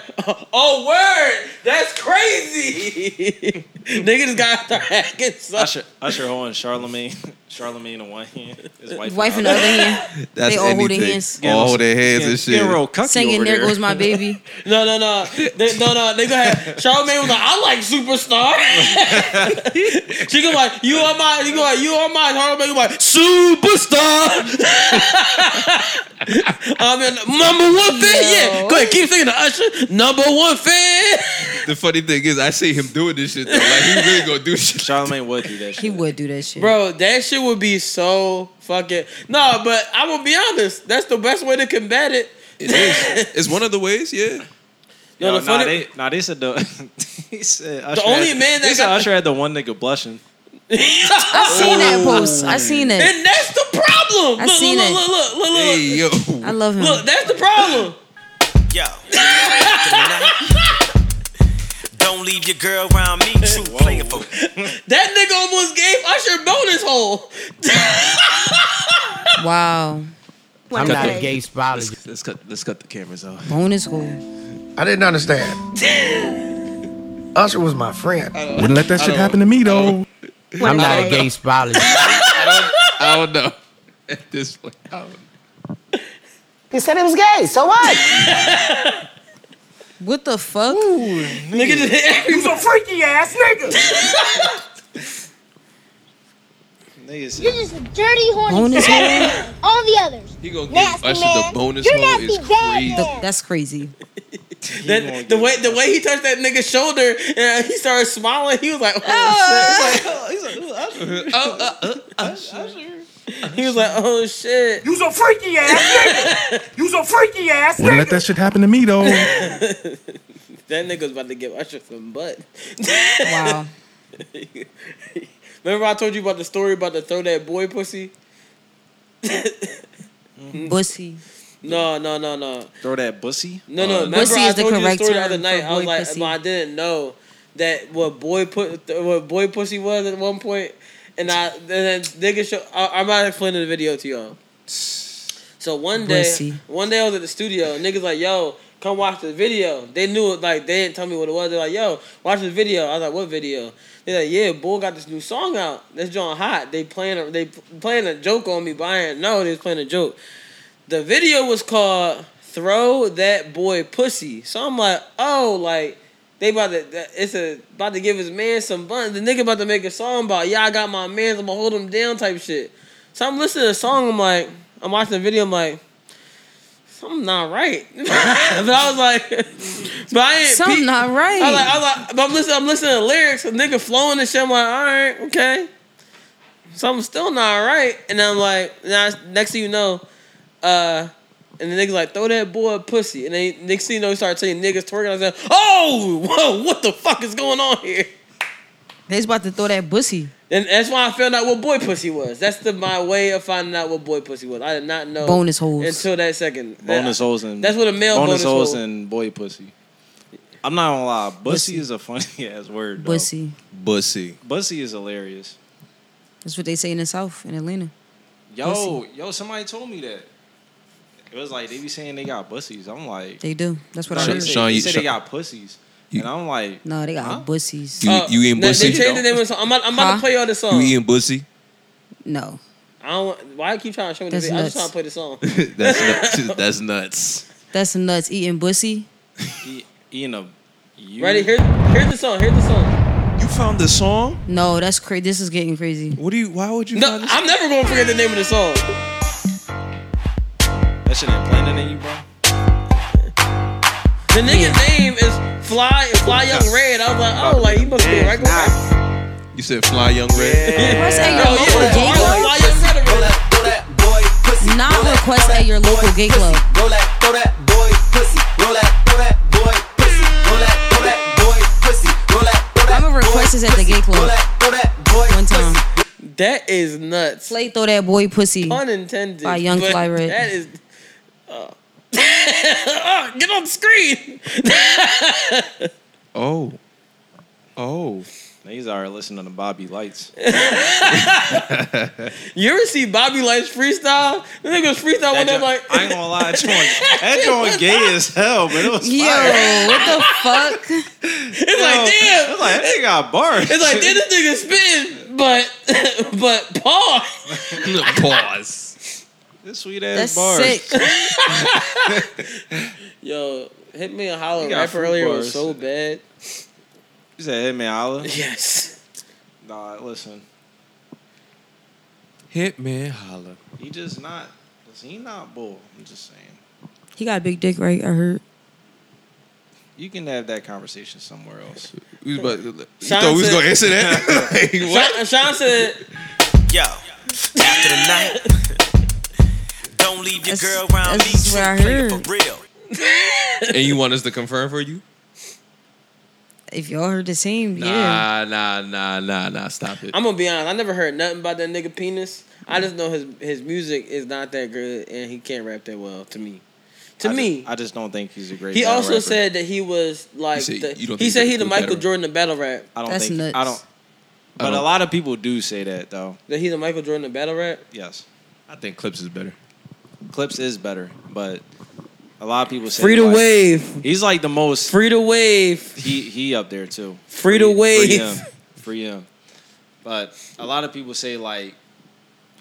[SPEAKER 1] oh word, that's crazy. nigga just got their hacking.
[SPEAKER 10] Usher, Usher holding Charlemagne, Charlemagne in one hand, his wife,
[SPEAKER 9] Wife in the other hand.
[SPEAKER 10] That's
[SPEAKER 9] they all holding
[SPEAKER 10] anything.
[SPEAKER 9] hands.
[SPEAKER 10] All Getting- holding hands and getting- shit. getting real cucky
[SPEAKER 9] Singing
[SPEAKER 10] over
[SPEAKER 9] "There
[SPEAKER 10] there.
[SPEAKER 9] Goes My Baby."
[SPEAKER 1] No, no, no, they, no, no. They gonna have Charlamagne was like, I like superstar. she go like, you are my, you go like, you are my. Charlamagne was like, superstar. I mean, number one fan. Yeah, go ahead, keep singing the Usher. Number one fan.
[SPEAKER 21] The funny thing is, I see him doing this shit. Though. Like he really gonna do shit.
[SPEAKER 10] Charlemagne would do that.
[SPEAKER 9] He would do that shit.
[SPEAKER 1] Bro, that shit would be so fucking. No, but I'm gonna be honest. That's the best way to combat it.
[SPEAKER 21] It is. It's one of the ways, yeah.
[SPEAKER 1] Yo, the
[SPEAKER 10] Yo, nah,
[SPEAKER 1] funny-
[SPEAKER 10] they, nah, they said the. he said Usher
[SPEAKER 1] only
[SPEAKER 10] had,
[SPEAKER 1] man that
[SPEAKER 10] they said
[SPEAKER 1] got-
[SPEAKER 10] Usher had the one nigga blushing.
[SPEAKER 9] I seen that post. I seen it.
[SPEAKER 1] And that's the problem.
[SPEAKER 9] I
[SPEAKER 1] look,
[SPEAKER 9] seen
[SPEAKER 1] look,
[SPEAKER 9] it.
[SPEAKER 1] look, look, look, look,
[SPEAKER 21] look.
[SPEAKER 9] I love him.
[SPEAKER 1] Look, that's the problem.
[SPEAKER 5] Don't leave your girl around me, true player for
[SPEAKER 1] That nigga almost gave Usher bonus hole.
[SPEAKER 9] Wow.
[SPEAKER 18] I'm not a gay
[SPEAKER 11] let's,
[SPEAKER 18] spologist.
[SPEAKER 11] let's cut. Let's cut the cameras off.
[SPEAKER 9] Bonus hole.
[SPEAKER 20] I didn't understand. Usher was my friend.
[SPEAKER 11] Wouldn't let that shit happen
[SPEAKER 20] to me though.
[SPEAKER 18] I'm not a gay spologist.
[SPEAKER 21] I don't know. At this point, I don't know.
[SPEAKER 22] He said he was gay, so what?
[SPEAKER 9] What the fuck?
[SPEAKER 1] nigga just hit every
[SPEAKER 22] a freaky ass nigga.
[SPEAKER 10] Niggas.
[SPEAKER 22] You're just a dirty, horny
[SPEAKER 9] Bonus
[SPEAKER 22] fuck.
[SPEAKER 9] hole.
[SPEAKER 22] All the others.
[SPEAKER 21] He gonna
[SPEAKER 22] give
[SPEAKER 21] Usher the bonus hole is crazy.
[SPEAKER 9] The- that's crazy.
[SPEAKER 1] That, the way the way he touched that nigga's shoulder and he started smiling, he was like, oh, shit.
[SPEAKER 10] Oh, uh,
[SPEAKER 1] He was like, oh shit.
[SPEAKER 22] You's a freaky ass nigga. You's a freaky ass
[SPEAKER 1] Wouldn't let
[SPEAKER 22] nigga.
[SPEAKER 1] that
[SPEAKER 21] shit happen to me though.
[SPEAKER 1] That nigga's about to give Usher some butt.
[SPEAKER 9] Wow.
[SPEAKER 1] Remember I told you about the story about the throw that boy pussy?
[SPEAKER 9] Bussy.
[SPEAKER 1] No, no, no, no.
[SPEAKER 10] Throw that bussy.
[SPEAKER 1] No, no.
[SPEAKER 10] Uh,
[SPEAKER 1] remember
[SPEAKER 9] Um, pussy
[SPEAKER 1] I
[SPEAKER 9] is the
[SPEAKER 1] told you the
[SPEAKER 9] correct
[SPEAKER 1] story the
[SPEAKER 9] term
[SPEAKER 1] other night.
[SPEAKER 9] for
[SPEAKER 1] I was
[SPEAKER 9] boy
[SPEAKER 1] like,
[SPEAKER 9] pussy.
[SPEAKER 1] well, I didn't know that what boy put what boy pussy was at one point, and I and then nigga show. I, I'm not explaining the video to y'all. So one day,
[SPEAKER 9] Pussy.
[SPEAKER 1] one day I was at the studio. And niggas like, yo, come watch the video. They knew it. Like they didn't tell me what it was. They're like, yo, watch the video. I was like, what video? They're like, yeah, boy got this new song out. That's John Hot. They playing a, they playing a joke on me. Buying no, they was playing a joke. The video was called "Throw That Boy Pussy." So I'm like, oh, like they about to that- it's a about to give his man some buns. The nigga about to make a song about yeah, I got my man's. I'ma hold him down type shit. So I'm listening to the song. I'm like, I'm watching the video. I'm like. Something not right, but I was like, but I ain't
[SPEAKER 9] Something
[SPEAKER 1] peep-
[SPEAKER 9] not right.
[SPEAKER 1] I like, I like, but I'm listening. I'm listening to lyrics. A nigga flowing and shit. I'm like, all right, okay. Something's still not right, and I'm like, and I, next thing you know, uh, and the niggas like throw that boy a pussy, and then next thing you know, he started saying niggas twerking. I said, oh, whoa, what the fuck is going on here?
[SPEAKER 9] They's about to throw that bussy.
[SPEAKER 1] And that's why I found out what boy pussy was. That's the my way of finding out what boy pussy was. I did not know
[SPEAKER 9] Bonus holes.
[SPEAKER 1] until that second.
[SPEAKER 10] bonus holes and
[SPEAKER 1] that's what a male bonus,
[SPEAKER 10] holes
[SPEAKER 1] hole.
[SPEAKER 10] and boy pussy. I'm not gonna lie, bussy is a funny ass word. though.
[SPEAKER 9] Bussy.
[SPEAKER 21] Bussy.
[SPEAKER 10] bussy is hilarious.
[SPEAKER 9] That's what they say in the South, in Atlanta.
[SPEAKER 10] Yo, yo, somebody told me that. It was like they be saying they got bussies. I'm like,
[SPEAKER 9] They do. That's what
[SPEAKER 10] No,
[SPEAKER 9] I
[SPEAKER 10] they
[SPEAKER 9] heard.
[SPEAKER 10] say-
[SPEAKER 21] Sean,
[SPEAKER 10] they
[SPEAKER 21] you-
[SPEAKER 10] say
[SPEAKER 21] Sean-
[SPEAKER 10] they got pussies, and I'm like,
[SPEAKER 9] No, they got bussies.
[SPEAKER 21] You, you eating
[SPEAKER 1] Uh, They, they
[SPEAKER 21] bussy?
[SPEAKER 1] changed the name of the song. I'm about, I'm about to play y'all the
[SPEAKER 21] You
[SPEAKER 1] song.
[SPEAKER 21] eating bussy?
[SPEAKER 9] No.
[SPEAKER 1] I don't. want- Why I keep trying to show me
[SPEAKER 9] That's
[SPEAKER 1] this? I'm just trying to
[SPEAKER 9] nuts.
[SPEAKER 1] play the
[SPEAKER 21] That's nuts.
[SPEAKER 1] song.
[SPEAKER 21] That's nuts.
[SPEAKER 9] That's nuts. Eating bussy.
[SPEAKER 10] eating a. You,
[SPEAKER 1] Ready? Here's here's the song. Here's the song.
[SPEAKER 21] You found the song?
[SPEAKER 9] No, that's crazy. This is getting crazy.
[SPEAKER 21] What do you? Why would you?
[SPEAKER 1] No, I'm never gonna forget the name of the song.
[SPEAKER 10] That shit ain't playing in you, bro.
[SPEAKER 1] The nigga name is Fly Fly Young Red. I was like, oh, like he must be a regular.
[SPEAKER 21] You said Fly Young Red.
[SPEAKER 9] Request at your local gay club. Not request at your local gay club. I'm a request is at the gay club. One time.
[SPEAKER 1] That is nuts.
[SPEAKER 9] Play throw that boy pussy.
[SPEAKER 1] Unintended.
[SPEAKER 9] By Young
[SPEAKER 1] but
[SPEAKER 9] Fly Red.
[SPEAKER 1] That is. Oh. Oh, get on the screen.
[SPEAKER 21] Oh. Oh.
[SPEAKER 10] These are listening to Bobby Lights.
[SPEAKER 1] you ever see Bobby Light's freestyle? The nigga was freestyle one day
[SPEAKER 10] That joint-
[SPEAKER 1] like.
[SPEAKER 10] I ain't gonna lie, that joint, that joint gay as hell, but it was
[SPEAKER 9] Yo,
[SPEAKER 10] fire.
[SPEAKER 9] what the fuck?
[SPEAKER 1] It's like damn.
[SPEAKER 10] It's like, that nigga got bars.
[SPEAKER 1] It's like damn, this nigga spitting, but but pause.
[SPEAKER 21] Pause.
[SPEAKER 10] This sweet ass
[SPEAKER 1] That's
[SPEAKER 10] bars.
[SPEAKER 1] sick. Yo, hit me a holler
[SPEAKER 10] You got
[SPEAKER 1] rap
[SPEAKER 10] food
[SPEAKER 1] earlier
[SPEAKER 10] bars.
[SPEAKER 1] was so bad.
[SPEAKER 10] You said Hitman Holla?
[SPEAKER 1] Yes.
[SPEAKER 10] Nah, listen.
[SPEAKER 21] Hit me, holla.
[SPEAKER 10] He just not. Listen, he not bull. I'm just saying.
[SPEAKER 9] He got a big dick, right? I heard.
[SPEAKER 10] You can have that conversation somewhere else.
[SPEAKER 21] We was about. You
[SPEAKER 10] Sean
[SPEAKER 21] thought we was
[SPEAKER 10] said-
[SPEAKER 21] gonna answer that? like, what?
[SPEAKER 1] Sean, Sean said,
[SPEAKER 5] Yo, after the night, don't leave your girl around me.
[SPEAKER 9] That's what I heard.
[SPEAKER 5] For real.
[SPEAKER 21] and you want us to confirm for you?
[SPEAKER 9] If y'all heard the same, yeah.
[SPEAKER 21] Nah, nah, nah, nah, nah. Stop it.
[SPEAKER 1] "I'm gonna be honest. I never heard nothing about that nigga penis. I just know his his music is not that good, and he can't rap that well. To me, to
[SPEAKER 10] I ju-
[SPEAKER 1] me,
[SPEAKER 10] I just don't think he's a great.
[SPEAKER 1] he
[SPEAKER 10] battle
[SPEAKER 1] also
[SPEAKER 10] rapper.
[SPEAKER 1] said that he was like
[SPEAKER 10] said
[SPEAKER 1] the,
[SPEAKER 10] you don't
[SPEAKER 1] he
[SPEAKER 10] think
[SPEAKER 1] said
[SPEAKER 10] he's
[SPEAKER 1] he
[SPEAKER 10] a
[SPEAKER 1] the
[SPEAKER 10] good
[SPEAKER 1] Michael
[SPEAKER 10] battle
[SPEAKER 1] Jordan of battle rap.
[SPEAKER 10] I don't
[SPEAKER 9] That's
[SPEAKER 10] think.
[SPEAKER 9] nuts.
[SPEAKER 10] I don't. But a
[SPEAKER 21] don't-
[SPEAKER 10] lot of people do say that though.
[SPEAKER 1] That he's the Michael Jordan of battle rap.
[SPEAKER 10] Yes,
[SPEAKER 21] I think clips is better.
[SPEAKER 10] Clips is better, but a lot of people say
[SPEAKER 1] Free to
[SPEAKER 10] like,
[SPEAKER 1] wave.
[SPEAKER 10] He's like the most
[SPEAKER 1] free to wave.
[SPEAKER 10] He he up there too.
[SPEAKER 1] Free to wave.
[SPEAKER 10] Free him. Free him. But a lot of people say like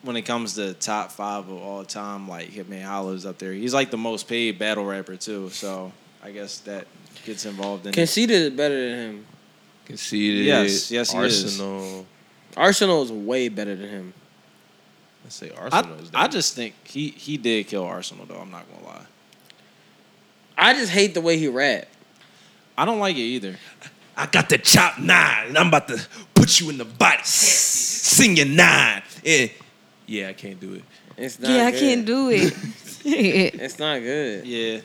[SPEAKER 10] when it comes to top five of all time, like Hitman Hollow's up there. He's like the most paid battle rapper too. So I guess that gets involved in it.
[SPEAKER 1] Conceited is better than him.
[SPEAKER 21] Conceded.
[SPEAKER 10] Yes, yes, he is.
[SPEAKER 21] Arsenal.
[SPEAKER 1] Arsenal is way better than him.
[SPEAKER 21] I say
[SPEAKER 10] I,
[SPEAKER 21] Arsenal is
[SPEAKER 10] I just think he he did kill Arsenal though. I'm not gonna lie.
[SPEAKER 1] I just hate the way he rap.
[SPEAKER 10] I don't like it either.
[SPEAKER 21] I got the chop nine, and I'm about to put you in the body. Sing your nine. Yeah, yeah I can't do it.
[SPEAKER 1] It's not.
[SPEAKER 9] Yeah, I
[SPEAKER 1] good.
[SPEAKER 9] can't do it.
[SPEAKER 1] It's not good.
[SPEAKER 10] Yeah,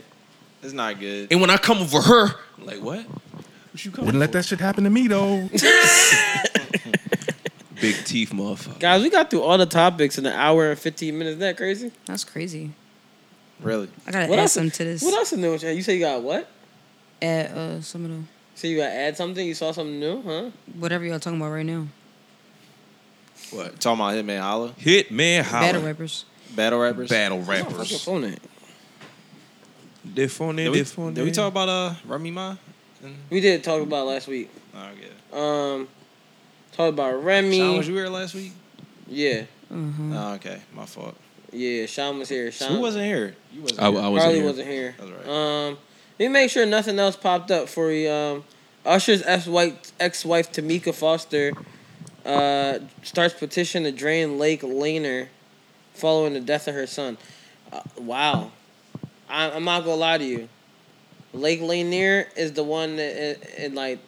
[SPEAKER 10] it's not good.
[SPEAKER 21] And when I come over her, I'm like what? What you coming?
[SPEAKER 13] Wouldn't let that shit happen to me though.
[SPEAKER 21] Big teeth, motherfucker.
[SPEAKER 1] Guys, we got through all the topics in an hour and 15 minutes. Isn't that crazy?
[SPEAKER 9] That's crazy.
[SPEAKER 10] Really?
[SPEAKER 9] I gotta
[SPEAKER 1] What
[SPEAKER 9] add
[SPEAKER 1] else-
[SPEAKER 9] something to this.
[SPEAKER 1] What else is new? with you? You say you got what?
[SPEAKER 9] Add uh, some of the
[SPEAKER 1] So you gotta add something? You saw something new, huh?
[SPEAKER 9] whatever y'all talking about right now.
[SPEAKER 10] What talking about Hitman Holla?
[SPEAKER 21] Hitman
[SPEAKER 9] Battle
[SPEAKER 21] holla.
[SPEAKER 9] rappers.
[SPEAKER 10] Battle rappers.
[SPEAKER 21] Battle
[SPEAKER 1] What's your
[SPEAKER 21] rappers.
[SPEAKER 1] phone at?
[SPEAKER 21] They phone
[SPEAKER 10] Did
[SPEAKER 21] in,
[SPEAKER 10] we,
[SPEAKER 21] they phone
[SPEAKER 10] did we
[SPEAKER 21] in.
[SPEAKER 10] talk about uh Remy Ma?
[SPEAKER 1] We did talk about it last week.
[SPEAKER 10] Oh yeah.
[SPEAKER 1] Um, talk about
[SPEAKER 10] Sean, was
[SPEAKER 1] Remy.
[SPEAKER 10] you here last week?
[SPEAKER 1] Yeah,
[SPEAKER 10] Oh, okay, my fault.
[SPEAKER 1] yeah. Sean was here.
[SPEAKER 10] So
[SPEAKER 1] Sean
[SPEAKER 10] who wasn't here? You wasn't
[SPEAKER 21] I-
[SPEAKER 10] here.
[SPEAKER 21] I
[SPEAKER 1] Carly
[SPEAKER 21] wasn't here.
[SPEAKER 1] wasn't here.
[SPEAKER 10] That's right.
[SPEAKER 1] Um, let me make sure nothing else popped up for you. Um, Usher's ex-wife, ex-wife Tamika Foster uh, starts petition to drain Lake Laner following the death of her son. Uh, wow, I, I'm not gonna lie to you. Lake Lanier is the one that uh, and like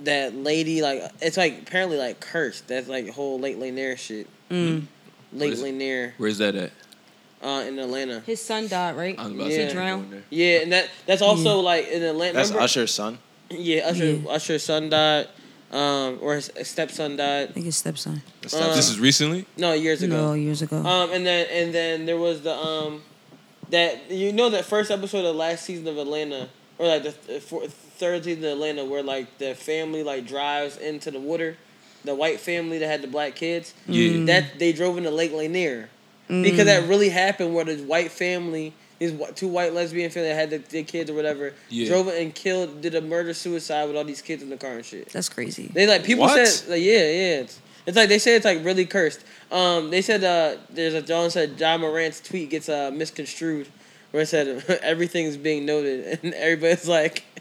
[SPEAKER 1] that lady like it's like apparently like cursed. That's like whole Lake Lanier shit.
[SPEAKER 9] Mm.
[SPEAKER 1] Lake
[SPEAKER 21] is it?
[SPEAKER 1] Lanier
[SPEAKER 21] Where's that at?
[SPEAKER 1] uh, in Atlanta.
[SPEAKER 9] His son died, right?
[SPEAKER 21] I was about
[SPEAKER 1] to say,
[SPEAKER 9] He drowned.
[SPEAKER 1] Yeah, and that that's also like in Atlanta.
[SPEAKER 10] That's
[SPEAKER 1] remember?
[SPEAKER 10] Usher's son.
[SPEAKER 1] Yeah, Usher Usher's son died, um, or his stepson died.
[SPEAKER 9] I think his stepson.
[SPEAKER 10] Uh,
[SPEAKER 21] this is recently.
[SPEAKER 1] No, years
[SPEAKER 9] No,
[SPEAKER 1] ago.
[SPEAKER 9] years ago.
[SPEAKER 1] Um, and then and then there was the um, that you know that first episode of last season of Atlanta, or like the th- uh, four, third season of Atlanta, where like the family like drives into the water, the white family that had the black kids.
[SPEAKER 21] Yeah.
[SPEAKER 1] That they drove into Lake Lanier. because that really happened where this white family these wh- two white lesbian family that had the, their kids or whatever
[SPEAKER 21] Yeah.
[SPEAKER 1] drove and killed did a murder suicide with all these kids in the car and shit
[SPEAKER 9] That's crazy.
[SPEAKER 1] they like people
[SPEAKER 21] What?
[SPEAKER 1] said like, yeah yeah it's, it's like they say it's like really cursed um they said uh there's a john said john morant's tweet gets uh misconstrued where it said everything's being noted and everybody's like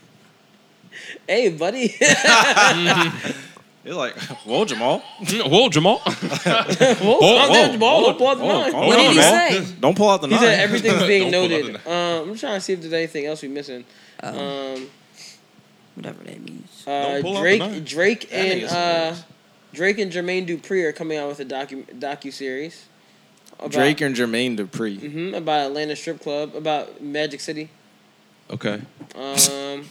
[SPEAKER 1] Hey, buddy.
[SPEAKER 5] You're like, whoa, Jamal.
[SPEAKER 23] whoa, Jamal. whoa,
[SPEAKER 1] calm down, Jamal. Don't pull out the nine.
[SPEAKER 5] What did he say? Don't pull out the
[SPEAKER 1] He
[SPEAKER 5] nine.
[SPEAKER 1] said everything's being
[SPEAKER 5] Don't pull out the
[SPEAKER 1] noted. Um, I'm trying to see if there's anything else we're missing. Um,
[SPEAKER 9] Whatever that means.
[SPEAKER 1] uh,
[SPEAKER 9] Don't pull out the
[SPEAKER 1] Drake,
[SPEAKER 9] nine.
[SPEAKER 1] Drake,
[SPEAKER 9] That
[SPEAKER 1] and
[SPEAKER 9] nigga's
[SPEAKER 1] uh, Drake and Jermaine Dupri are coming out with a docu docu series.
[SPEAKER 5] Drake and Jermaine Dupri.
[SPEAKER 1] hmm about Atlanta strip club about Magic City.
[SPEAKER 5] Okay.
[SPEAKER 1] Um,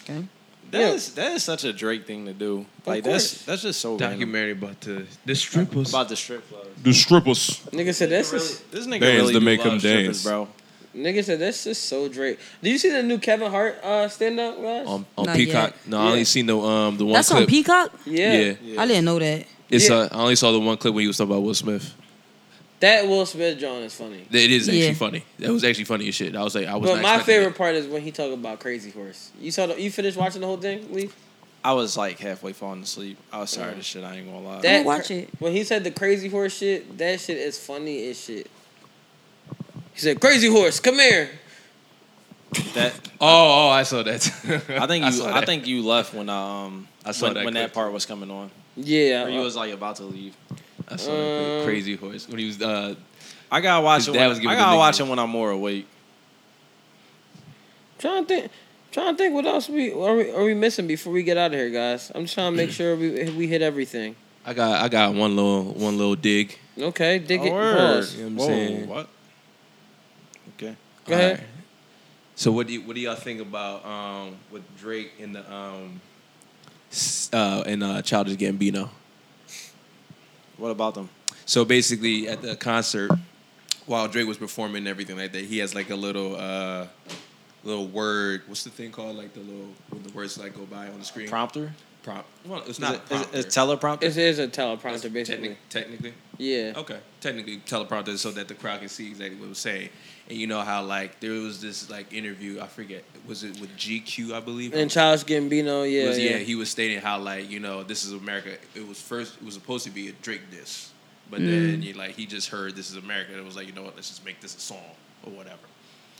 [SPEAKER 9] okay.
[SPEAKER 5] That is- that is such a Drake thing to do. Like that's that's just so documentary about the the strippers about the strip club.
[SPEAKER 23] The strippers.
[SPEAKER 1] Nigga said that's just,
[SPEAKER 5] This
[SPEAKER 23] Dance
[SPEAKER 5] nigga really
[SPEAKER 23] to
[SPEAKER 5] do
[SPEAKER 23] make
[SPEAKER 5] love
[SPEAKER 23] them
[SPEAKER 5] strippers,
[SPEAKER 23] dance.
[SPEAKER 5] bro.
[SPEAKER 1] Nigga said that's just so Drake. Did you see the new Kevin Hart uh, stand up?
[SPEAKER 5] Um,
[SPEAKER 10] on, Um, on
[SPEAKER 9] Not
[SPEAKER 10] Peacock.
[SPEAKER 9] yet.
[SPEAKER 10] No, I only seen the um the one.
[SPEAKER 9] That's
[SPEAKER 10] clip.
[SPEAKER 9] on Peacock?
[SPEAKER 10] Yeah. Yeah.
[SPEAKER 9] I didn't know that.
[SPEAKER 10] It's
[SPEAKER 1] Yeah.
[SPEAKER 10] uh, I only saw the one clip when he was talking about Will Smith.
[SPEAKER 1] That Will Smith John is funny.
[SPEAKER 10] It is actually
[SPEAKER 1] Yeah.
[SPEAKER 10] funny. That was actually funny as shit. I was like, I was.
[SPEAKER 1] But
[SPEAKER 10] not
[SPEAKER 1] my
[SPEAKER 10] expecting
[SPEAKER 1] favorite part is when he talk about Crazy Horse. You saw the, you finished watching the whole thing, Lee?
[SPEAKER 5] I was like halfway falling asleep. I was tired as shit. I ain't gonna lie.
[SPEAKER 1] That- When he said the Crazy Horse shit, that shit is funny as shit. He said, "Crazy Horse, come here."
[SPEAKER 5] That
[SPEAKER 10] Oh, oh, I saw that.
[SPEAKER 5] I think
[SPEAKER 10] I
[SPEAKER 5] you
[SPEAKER 10] saw
[SPEAKER 5] I,
[SPEAKER 10] that.
[SPEAKER 5] think you left when I, um
[SPEAKER 10] I saw
[SPEAKER 5] when,
[SPEAKER 10] that
[SPEAKER 5] when
[SPEAKER 10] clip.
[SPEAKER 5] that part was coming on.
[SPEAKER 1] Yeah,
[SPEAKER 5] Or you
[SPEAKER 1] uh,
[SPEAKER 5] was like about to leave. Uh,
[SPEAKER 10] I saw that clip. Crazy Horse when he was. Uh,
[SPEAKER 5] I gotta watch
[SPEAKER 10] his
[SPEAKER 5] it.
[SPEAKER 10] dad
[SPEAKER 5] When,
[SPEAKER 10] was giving
[SPEAKER 5] I
[SPEAKER 10] the
[SPEAKER 5] gotta
[SPEAKER 10] nickname.
[SPEAKER 5] watch it when I'm more awake.
[SPEAKER 1] Trying to think, trying to think, what else we are, we are we missing before we get out of here, guys? I'm just trying to make sure we we hit everything.
[SPEAKER 10] I got I got one little one little dig.
[SPEAKER 1] Okay, dig it.
[SPEAKER 5] Word.
[SPEAKER 1] Pause.
[SPEAKER 10] You know Oh, what I'm
[SPEAKER 5] Whoa,
[SPEAKER 10] saying?
[SPEAKER 5] what? Okay.
[SPEAKER 1] Go ahead.
[SPEAKER 10] So what do you, what do y'all think about um with Drake and the um s- uh and uh Childish Gambino?
[SPEAKER 5] What about them?
[SPEAKER 10] So basically at the concert while Drake was performing and everything like that, he has like a little uh little word. What's the thing called? Like the little when the words like go by on the screen.
[SPEAKER 5] Prompter?
[SPEAKER 10] Prompt. Well, it's
[SPEAKER 5] Is
[SPEAKER 10] not.
[SPEAKER 5] it- is it-
[SPEAKER 10] prompter.
[SPEAKER 5] is teleprompter?
[SPEAKER 1] It is a teleprompter,
[SPEAKER 10] Technic-
[SPEAKER 1] basically.
[SPEAKER 10] technically.
[SPEAKER 1] Yeah.
[SPEAKER 10] Okay. Technically teleprompter, so that the crowd can see exactly what was saying. And you know how like there was this like interview. I forget. Was it with GQ? I believe.
[SPEAKER 1] And Charles Gambino, yeah,
[SPEAKER 10] was,
[SPEAKER 1] yeah.
[SPEAKER 10] He was stating how like you know this is America. It was first. It was supposed to be a Drake diss, but then
[SPEAKER 1] Mm.
[SPEAKER 10] you, like he just heard this is America. And it was like you know what? Let's just make this a song or whatever.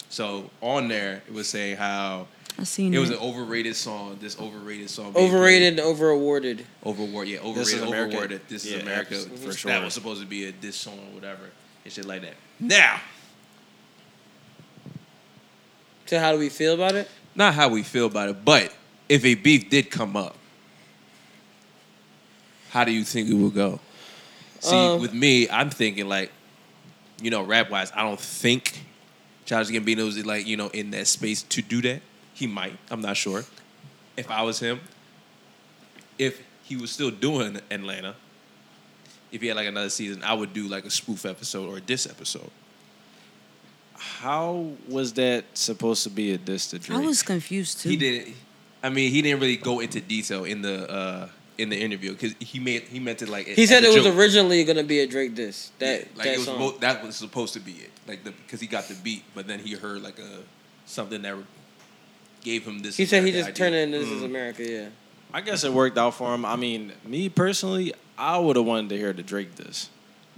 [SPEAKER 10] So on there, it was saying how
[SPEAKER 9] I seen
[SPEAKER 10] it was an
[SPEAKER 9] that.
[SPEAKER 10] overrated song. This overrated song. being
[SPEAKER 1] Mm. Overrated, over awarded.
[SPEAKER 10] Overwar, yeah, overrated,
[SPEAKER 1] This is America.
[SPEAKER 10] overworded. This
[SPEAKER 1] Yeah,
[SPEAKER 10] is America.
[SPEAKER 1] absolutely.
[SPEAKER 10] For
[SPEAKER 1] For
[SPEAKER 10] sure. That
[SPEAKER 1] sure.
[SPEAKER 10] was supposed to be a diss song or whatever. And shit like that. Now,
[SPEAKER 1] So how do we feel about it?
[SPEAKER 10] not how we feel about it, but if a beef did come up, how do you think it will go? See,
[SPEAKER 1] Um,
[SPEAKER 10] with me, I'm thinking like, you know, rap wise, I don't think Childish Gambino is like, you know, in that space to do that. He might. I'm not sure. If I was him, if he was still doing Atlanta, if he had like another season, I would do like a spoof episode or a diss episode.
[SPEAKER 5] How was that supposed to be a diss to
[SPEAKER 9] I
[SPEAKER 5] Drake?
[SPEAKER 9] was confused too.
[SPEAKER 10] He didn't. I mean, he didn't really go into detail in the uh in the interview because he made he meant it like
[SPEAKER 1] He
[SPEAKER 10] as
[SPEAKER 1] said
[SPEAKER 10] a
[SPEAKER 1] it was
[SPEAKER 10] joke.
[SPEAKER 1] originally going to be a Drake diss. That
[SPEAKER 10] like
[SPEAKER 1] that
[SPEAKER 10] it was
[SPEAKER 1] song.
[SPEAKER 10] mo- that was supposed to be it like the because he got the beat, but then he heard like a something that gave him this.
[SPEAKER 1] he said he
[SPEAKER 10] America
[SPEAKER 1] just
[SPEAKER 10] idea.
[SPEAKER 1] turned it into "This Is
[SPEAKER 10] Mm.
[SPEAKER 1] America." Yeah.
[SPEAKER 5] I guess it worked out for him. I mean, me personally, I would have wanted to hear the Drake diss.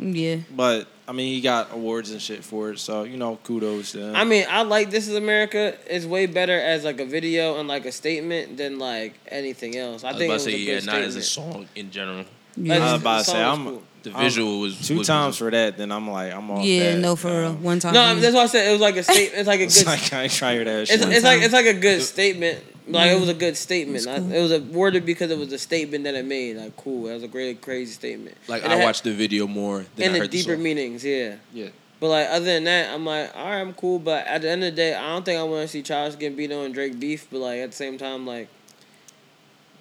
[SPEAKER 9] Yeah.
[SPEAKER 5] But I mean, he got awards and shit for it, so you know, kudos to him.
[SPEAKER 1] I mean, I like "This Is America." It's way better as like a video and like a statement than like anything else. I,
[SPEAKER 10] I,
[SPEAKER 1] think
[SPEAKER 10] was about
[SPEAKER 1] it
[SPEAKER 10] to
[SPEAKER 1] was
[SPEAKER 10] say
[SPEAKER 1] a
[SPEAKER 10] yeah,
[SPEAKER 1] good
[SPEAKER 10] not as a
[SPEAKER 1] statement.
[SPEAKER 10] song in general.
[SPEAKER 9] Yeah.
[SPEAKER 5] I was about to
[SPEAKER 1] The
[SPEAKER 5] say,
[SPEAKER 1] song was
[SPEAKER 5] I'm
[SPEAKER 1] cool.
[SPEAKER 10] The visual
[SPEAKER 5] I'm-
[SPEAKER 10] was-
[SPEAKER 5] two
[SPEAKER 10] was-
[SPEAKER 5] times for that. Then I'm like, I'm off.
[SPEAKER 9] yeah,
[SPEAKER 5] that.
[SPEAKER 9] no, for real. One time.
[SPEAKER 1] No, I mean, that's why I said it was like a statement. It's like a
[SPEAKER 5] It's
[SPEAKER 1] good.
[SPEAKER 5] like I ain't trying to hear that
[SPEAKER 1] It's,
[SPEAKER 5] shit.
[SPEAKER 1] it's like it's like a good statement. Like it was a good
[SPEAKER 9] It's
[SPEAKER 1] statement. I-
[SPEAKER 9] cool.
[SPEAKER 1] it was awarded because it was a statement that it made. Like cool, that was a great crazy statement.
[SPEAKER 10] Like
[SPEAKER 1] And it
[SPEAKER 10] I
[SPEAKER 1] had-
[SPEAKER 10] watched the video more than
[SPEAKER 1] and
[SPEAKER 10] I
[SPEAKER 1] the
[SPEAKER 10] heard
[SPEAKER 1] deeper
[SPEAKER 10] the song.
[SPEAKER 1] meanings. Yeah.
[SPEAKER 5] Yeah.
[SPEAKER 1] But like other than that, I'm like, all right, I'm cool. But at the end of the day, I don't think I want to see Charles Gambino and Drake beef. But like at the same time, like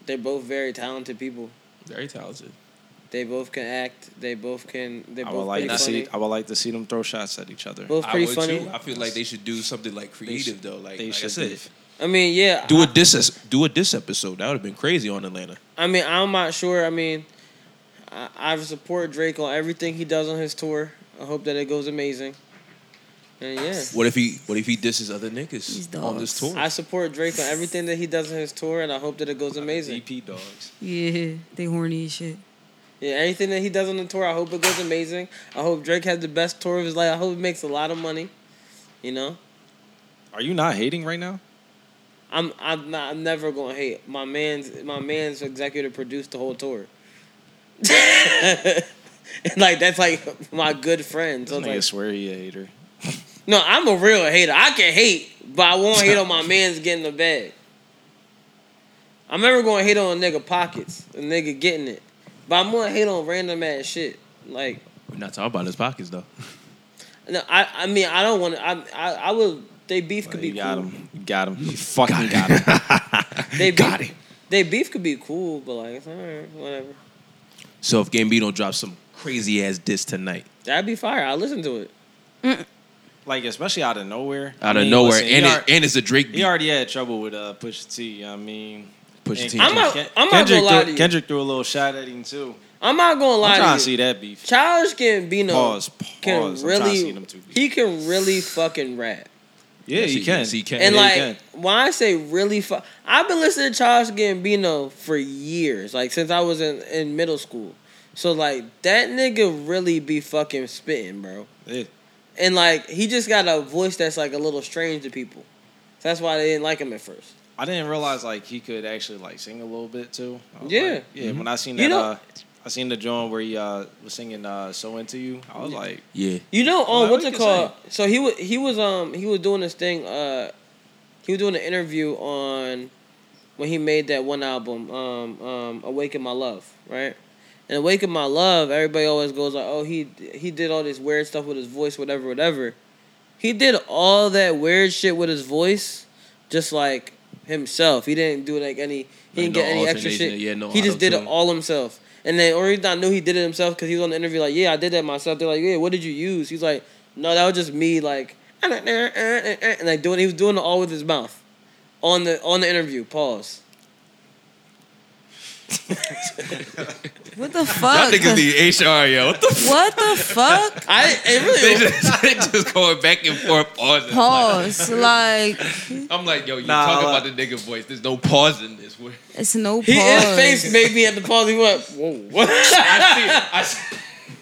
[SPEAKER 1] they're both very talented people.
[SPEAKER 10] Very talented.
[SPEAKER 1] They both can act. They both can. They
[SPEAKER 5] I
[SPEAKER 1] both
[SPEAKER 5] would like
[SPEAKER 1] pretty
[SPEAKER 5] to
[SPEAKER 1] funny.
[SPEAKER 5] see. I would like to see them throw shots at each other.
[SPEAKER 1] Both pretty funny.
[SPEAKER 10] I feel like they should do something like creative
[SPEAKER 5] should-
[SPEAKER 10] though. Like,
[SPEAKER 5] they
[SPEAKER 10] like I
[SPEAKER 5] should
[SPEAKER 10] said,
[SPEAKER 5] beef.
[SPEAKER 1] I mean, yeah.
[SPEAKER 10] do a diss do a diss episode. That would have been crazy on Atlanta.
[SPEAKER 1] I mean, I'm not sure. I mean, I, I support Drake on everything he does on his tour. I hope that it goes amazing. And yeah.
[SPEAKER 10] What if he what if he disses other niggas on this tour?
[SPEAKER 1] I support Drake on everything that he does on his tour, and I hope that it goes amazing.
[SPEAKER 5] DP dogs.
[SPEAKER 9] Yeah, they horny as shit.
[SPEAKER 1] Yeah, anything that he does on the tour, I hope it goes amazing. I hope Drake has the best tour of his life. I hope he makes a lot of money. You know,
[SPEAKER 5] Are you not hating right now?
[SPEAKER 1] I'm I'm not I'm never gonna hate my man's my man's executive produced the whole tour. And, like that's like my good friend. So
[SPEAKER 10] This
[SPEAKER 1] it's
[SPEAKER 10] nigga
[SPEAKER 1] like,
[SPEAKER 10] swear he a hater.
[SPEAKER 1] no, I'm a real hater. I can hate, but I won't hate on my man's getting the bag. I'm never gonna hate on a nigga pockets, a nigga getting it. But I'm gonna hate on random ass shit. Like
[SPEAKER 11] We're not talking about his pockets though.
[SPEAKER 1] no, I I mean I don't wanna I I, I would they beef could be
[SPEAKER 10] You got
[SPEAKER 1] cool.
[SPEAKER 10] him. You got him. You fucking got him.
[SPEAKER 1] They got beef, it. They beef could be cool, but like it's alright, whatever.
[SPEAKER 11] So if Gambino drops some crazy ass diss tonight,
[SPEAKER 1] That'd be fire. I listen to it.
[SPEAKER 10] like especially out of nowhere.
[SPEAKER 11] Out
[SPEAKER 10] I
[SPEAKER 11] of
[SPEAKER 10] mean,
[SPEAKER 11] nowhere,
[SPEAKER 10] listen, he
[SPEAKER 11] and it-
[SPEAKER 10] alre-
[SPEAKER 11] and it's a Drake
[SPEAKER 10] He
[SPEAKER 11] beat.
[SPEAKER 10] already had trouble with uh, Pusha T. I mean,
[SPEAKER 11] Pusha
[SPEAKER 10] and
[SPEAKER 11] T. I'm not-
[SPEAKER 10] Ken-
[SPEAKER 1] I'm not
[SPEAKER 10] Kendrick
[SPEAKER 1] gonna lie
[SPEAKER 10] threw,
[SPEAKER 1] to you.
[SPEAKER 10] Kendrick threw a little shot at him too.
[SPEAKER 1] I'm not gonna lie
[SPEAKER 10] I'm
[SPEAKER 1] to
[SPEAKER 10] trying
[SPEAKER 1] you.
[SPEAKER 10] to see that beef.
[SPEAKER 1] Childish Gambino
[SPEAKER 10] Pause,
[SPEAKER 1] can
[SPEAKER 10] pause. I'm
[SPEAKER 1] really
[SPEAKER 10] trying to see them two beef.
[SPEAKER 1] he can really fucking rap.
[SPEAKER 10] Yeah,
[SPEAKER 11] Yes,
[SPEAKER 10] he
[SPEAKER 11] he-
[SPEAKER 10] can.
[SPEAKER 11] yes, he can.
[SPEAKER 1] And
[SPEAKER 10] Yeah,
[SPEAKER 1] like
[SPEAKER 10] he can.
[SPEAKER 1] when I say really fu- I've been listening to Childish Gambino for years, like since I was in, in middle school. So like that nigga really be fucking spitting, bro.
[SPEAKER 10] Yeah.
[SPEAKER 1] And like he just got a voice that's like a little strange to people. So that's why they didn't like him at first.
[SPEAKER 10] I didn't realize like he could actually like sing a little bit too. I was
[SPEAKER 1] Yeah.
[SPEAKER 10] like- yeah.
[SPEAKER 1] Mhm.
[SPEAKER 10] When I seen that,
[SPEAKER 1] You know-
[SPEAKER 10] uh, I seen the drawing where he uh, was singing uh, "So Into You." I was like,
[SPEAKER 11] yeah,
[SPEAKER 1] You know, um,
[SPEAKER 10] Like,
[SPEAKER 1] what's
[SPEAKER 10] what
[SPEAKER 1] it
[SPEAKER 10] you can
[SPEAKER 1] called? So he was he was um he was doing this thing. Uh, he was doing an interview on when he made that one album, um, um, "Awaken My Love," right? And "Awaken My Love," everybody always goes like, "Oh, he he did all this weird stuff with his voice, whatever, whatever." He did all that weird shit with his voice, just like himself. He didn't do like any. He
[SPEAKER 11] Like,
[SPEAKER 1] didn't
[SPEAKER 11] no
[SPEAKER 1] get any extra
[SPEAKER 11] alternation,
[SPEAKER 1] shit.
[SPEAKER 11] yeah, no
[SPEAKER 1] he just did it
[SPEAKER 11] auto-tune.
[SPEAKER 1] all himself. And then, or reason I knew he did it himself because he was on the interview like, "Yeah, I did that myself." They're like, "Yeah, what did you use?" He's like, "No, that was just me." Like, and like doing, he was doing it all with his mouth on the on the interview. Pause.
[SPEAKER 9] What the
[SPEAKER 11] y'all
[SPEAKER 9] fuck?
[SPEAKER 11] niggas need HR, yo. What the
[SPEAKER 9] What the fuck?
[SPEAKER 1] I it
[SPEAKER 11] they just, they just going back and forth pausing.
[SPEAKER 9] Pause. Like
[SPEAKER 11] I'm like, yo, you
[SPEAKER 9] Nah,
[SPEAKER 11] talking
[SPEAKER 9] like-
[SPEAKER 11] about the nigga voice. There's no pause in this. Where-
[SPEAKER 9] it's no
[SPEAKER 1] He his
[SPEAKER 9] pause.
[SPEAKER 1] face made me at the pause. He went, "Whoa, what?"
[SPEAKER 11] I see,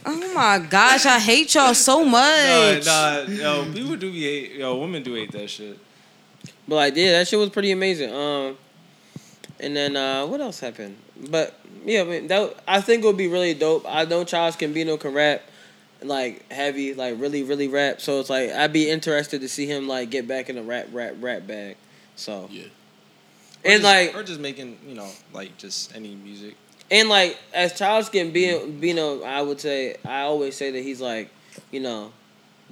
[SPEAKER 9] Oh my gosh, I hate y'all so much.
[SPEAKER 10] Nah, nah, yo, people do be hate, yo, women do hate that shit.
[SPEAKER 1] But like, yeah, that shit was pretty amazing. Um, and then uh, what else happened? But yeah, I mean, that I think it would be really dope. I know Charles Gambino can rap, like heavy, like really, really rap. So it's like I'd be interested to see him like get back in the rap, rap, rap bag. So yeah,
[SPEAKER 10] Or
[SPEAKER 1] and
[SPEAKER 10] just-
[SPEAKER 1] like
[SPEAKER 10] or just making, you know, like just any music.
[SPEAKER 1] and like as Charles Gambino, I would say I always say that he's like, you know,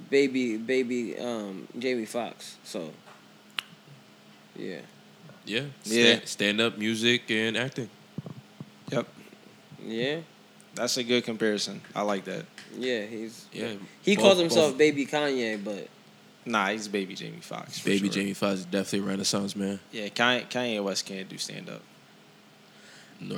[SPEAKER 1] baby, baby, um, Jamie Foxx. So yeah.
[SPEAKER 11] yeah,
[SPEAKER 10] Yeah.
[SPEAKER 11] Stand up, music, and acting.
[SPEAKER 10] Yep.
[SPEAKER 1] Yeah.
[SPEAKER 10] That's a good comparison. I like that.
[SPEAKER 1] Yeah, he's
[SPEAKER 11] Yeah,
[SPEAKER 1] He
[SPEAKER 11] both-
[SPEAKER 1] calls himself
[SPEAKER 11] both-
[SPEAKER 1] Baby Kanye, but
[SPEAKER 10] Nah, he's baby Jamie Foxx. for
[SPEAKER 11] Baby
[SPEAKER 10] sure.
[SPEAKER 11] Jamie Foxx is definitely Renaissance man.
[SPEAKER 10] Yeah, Kanye, Kanye West can't do stand up.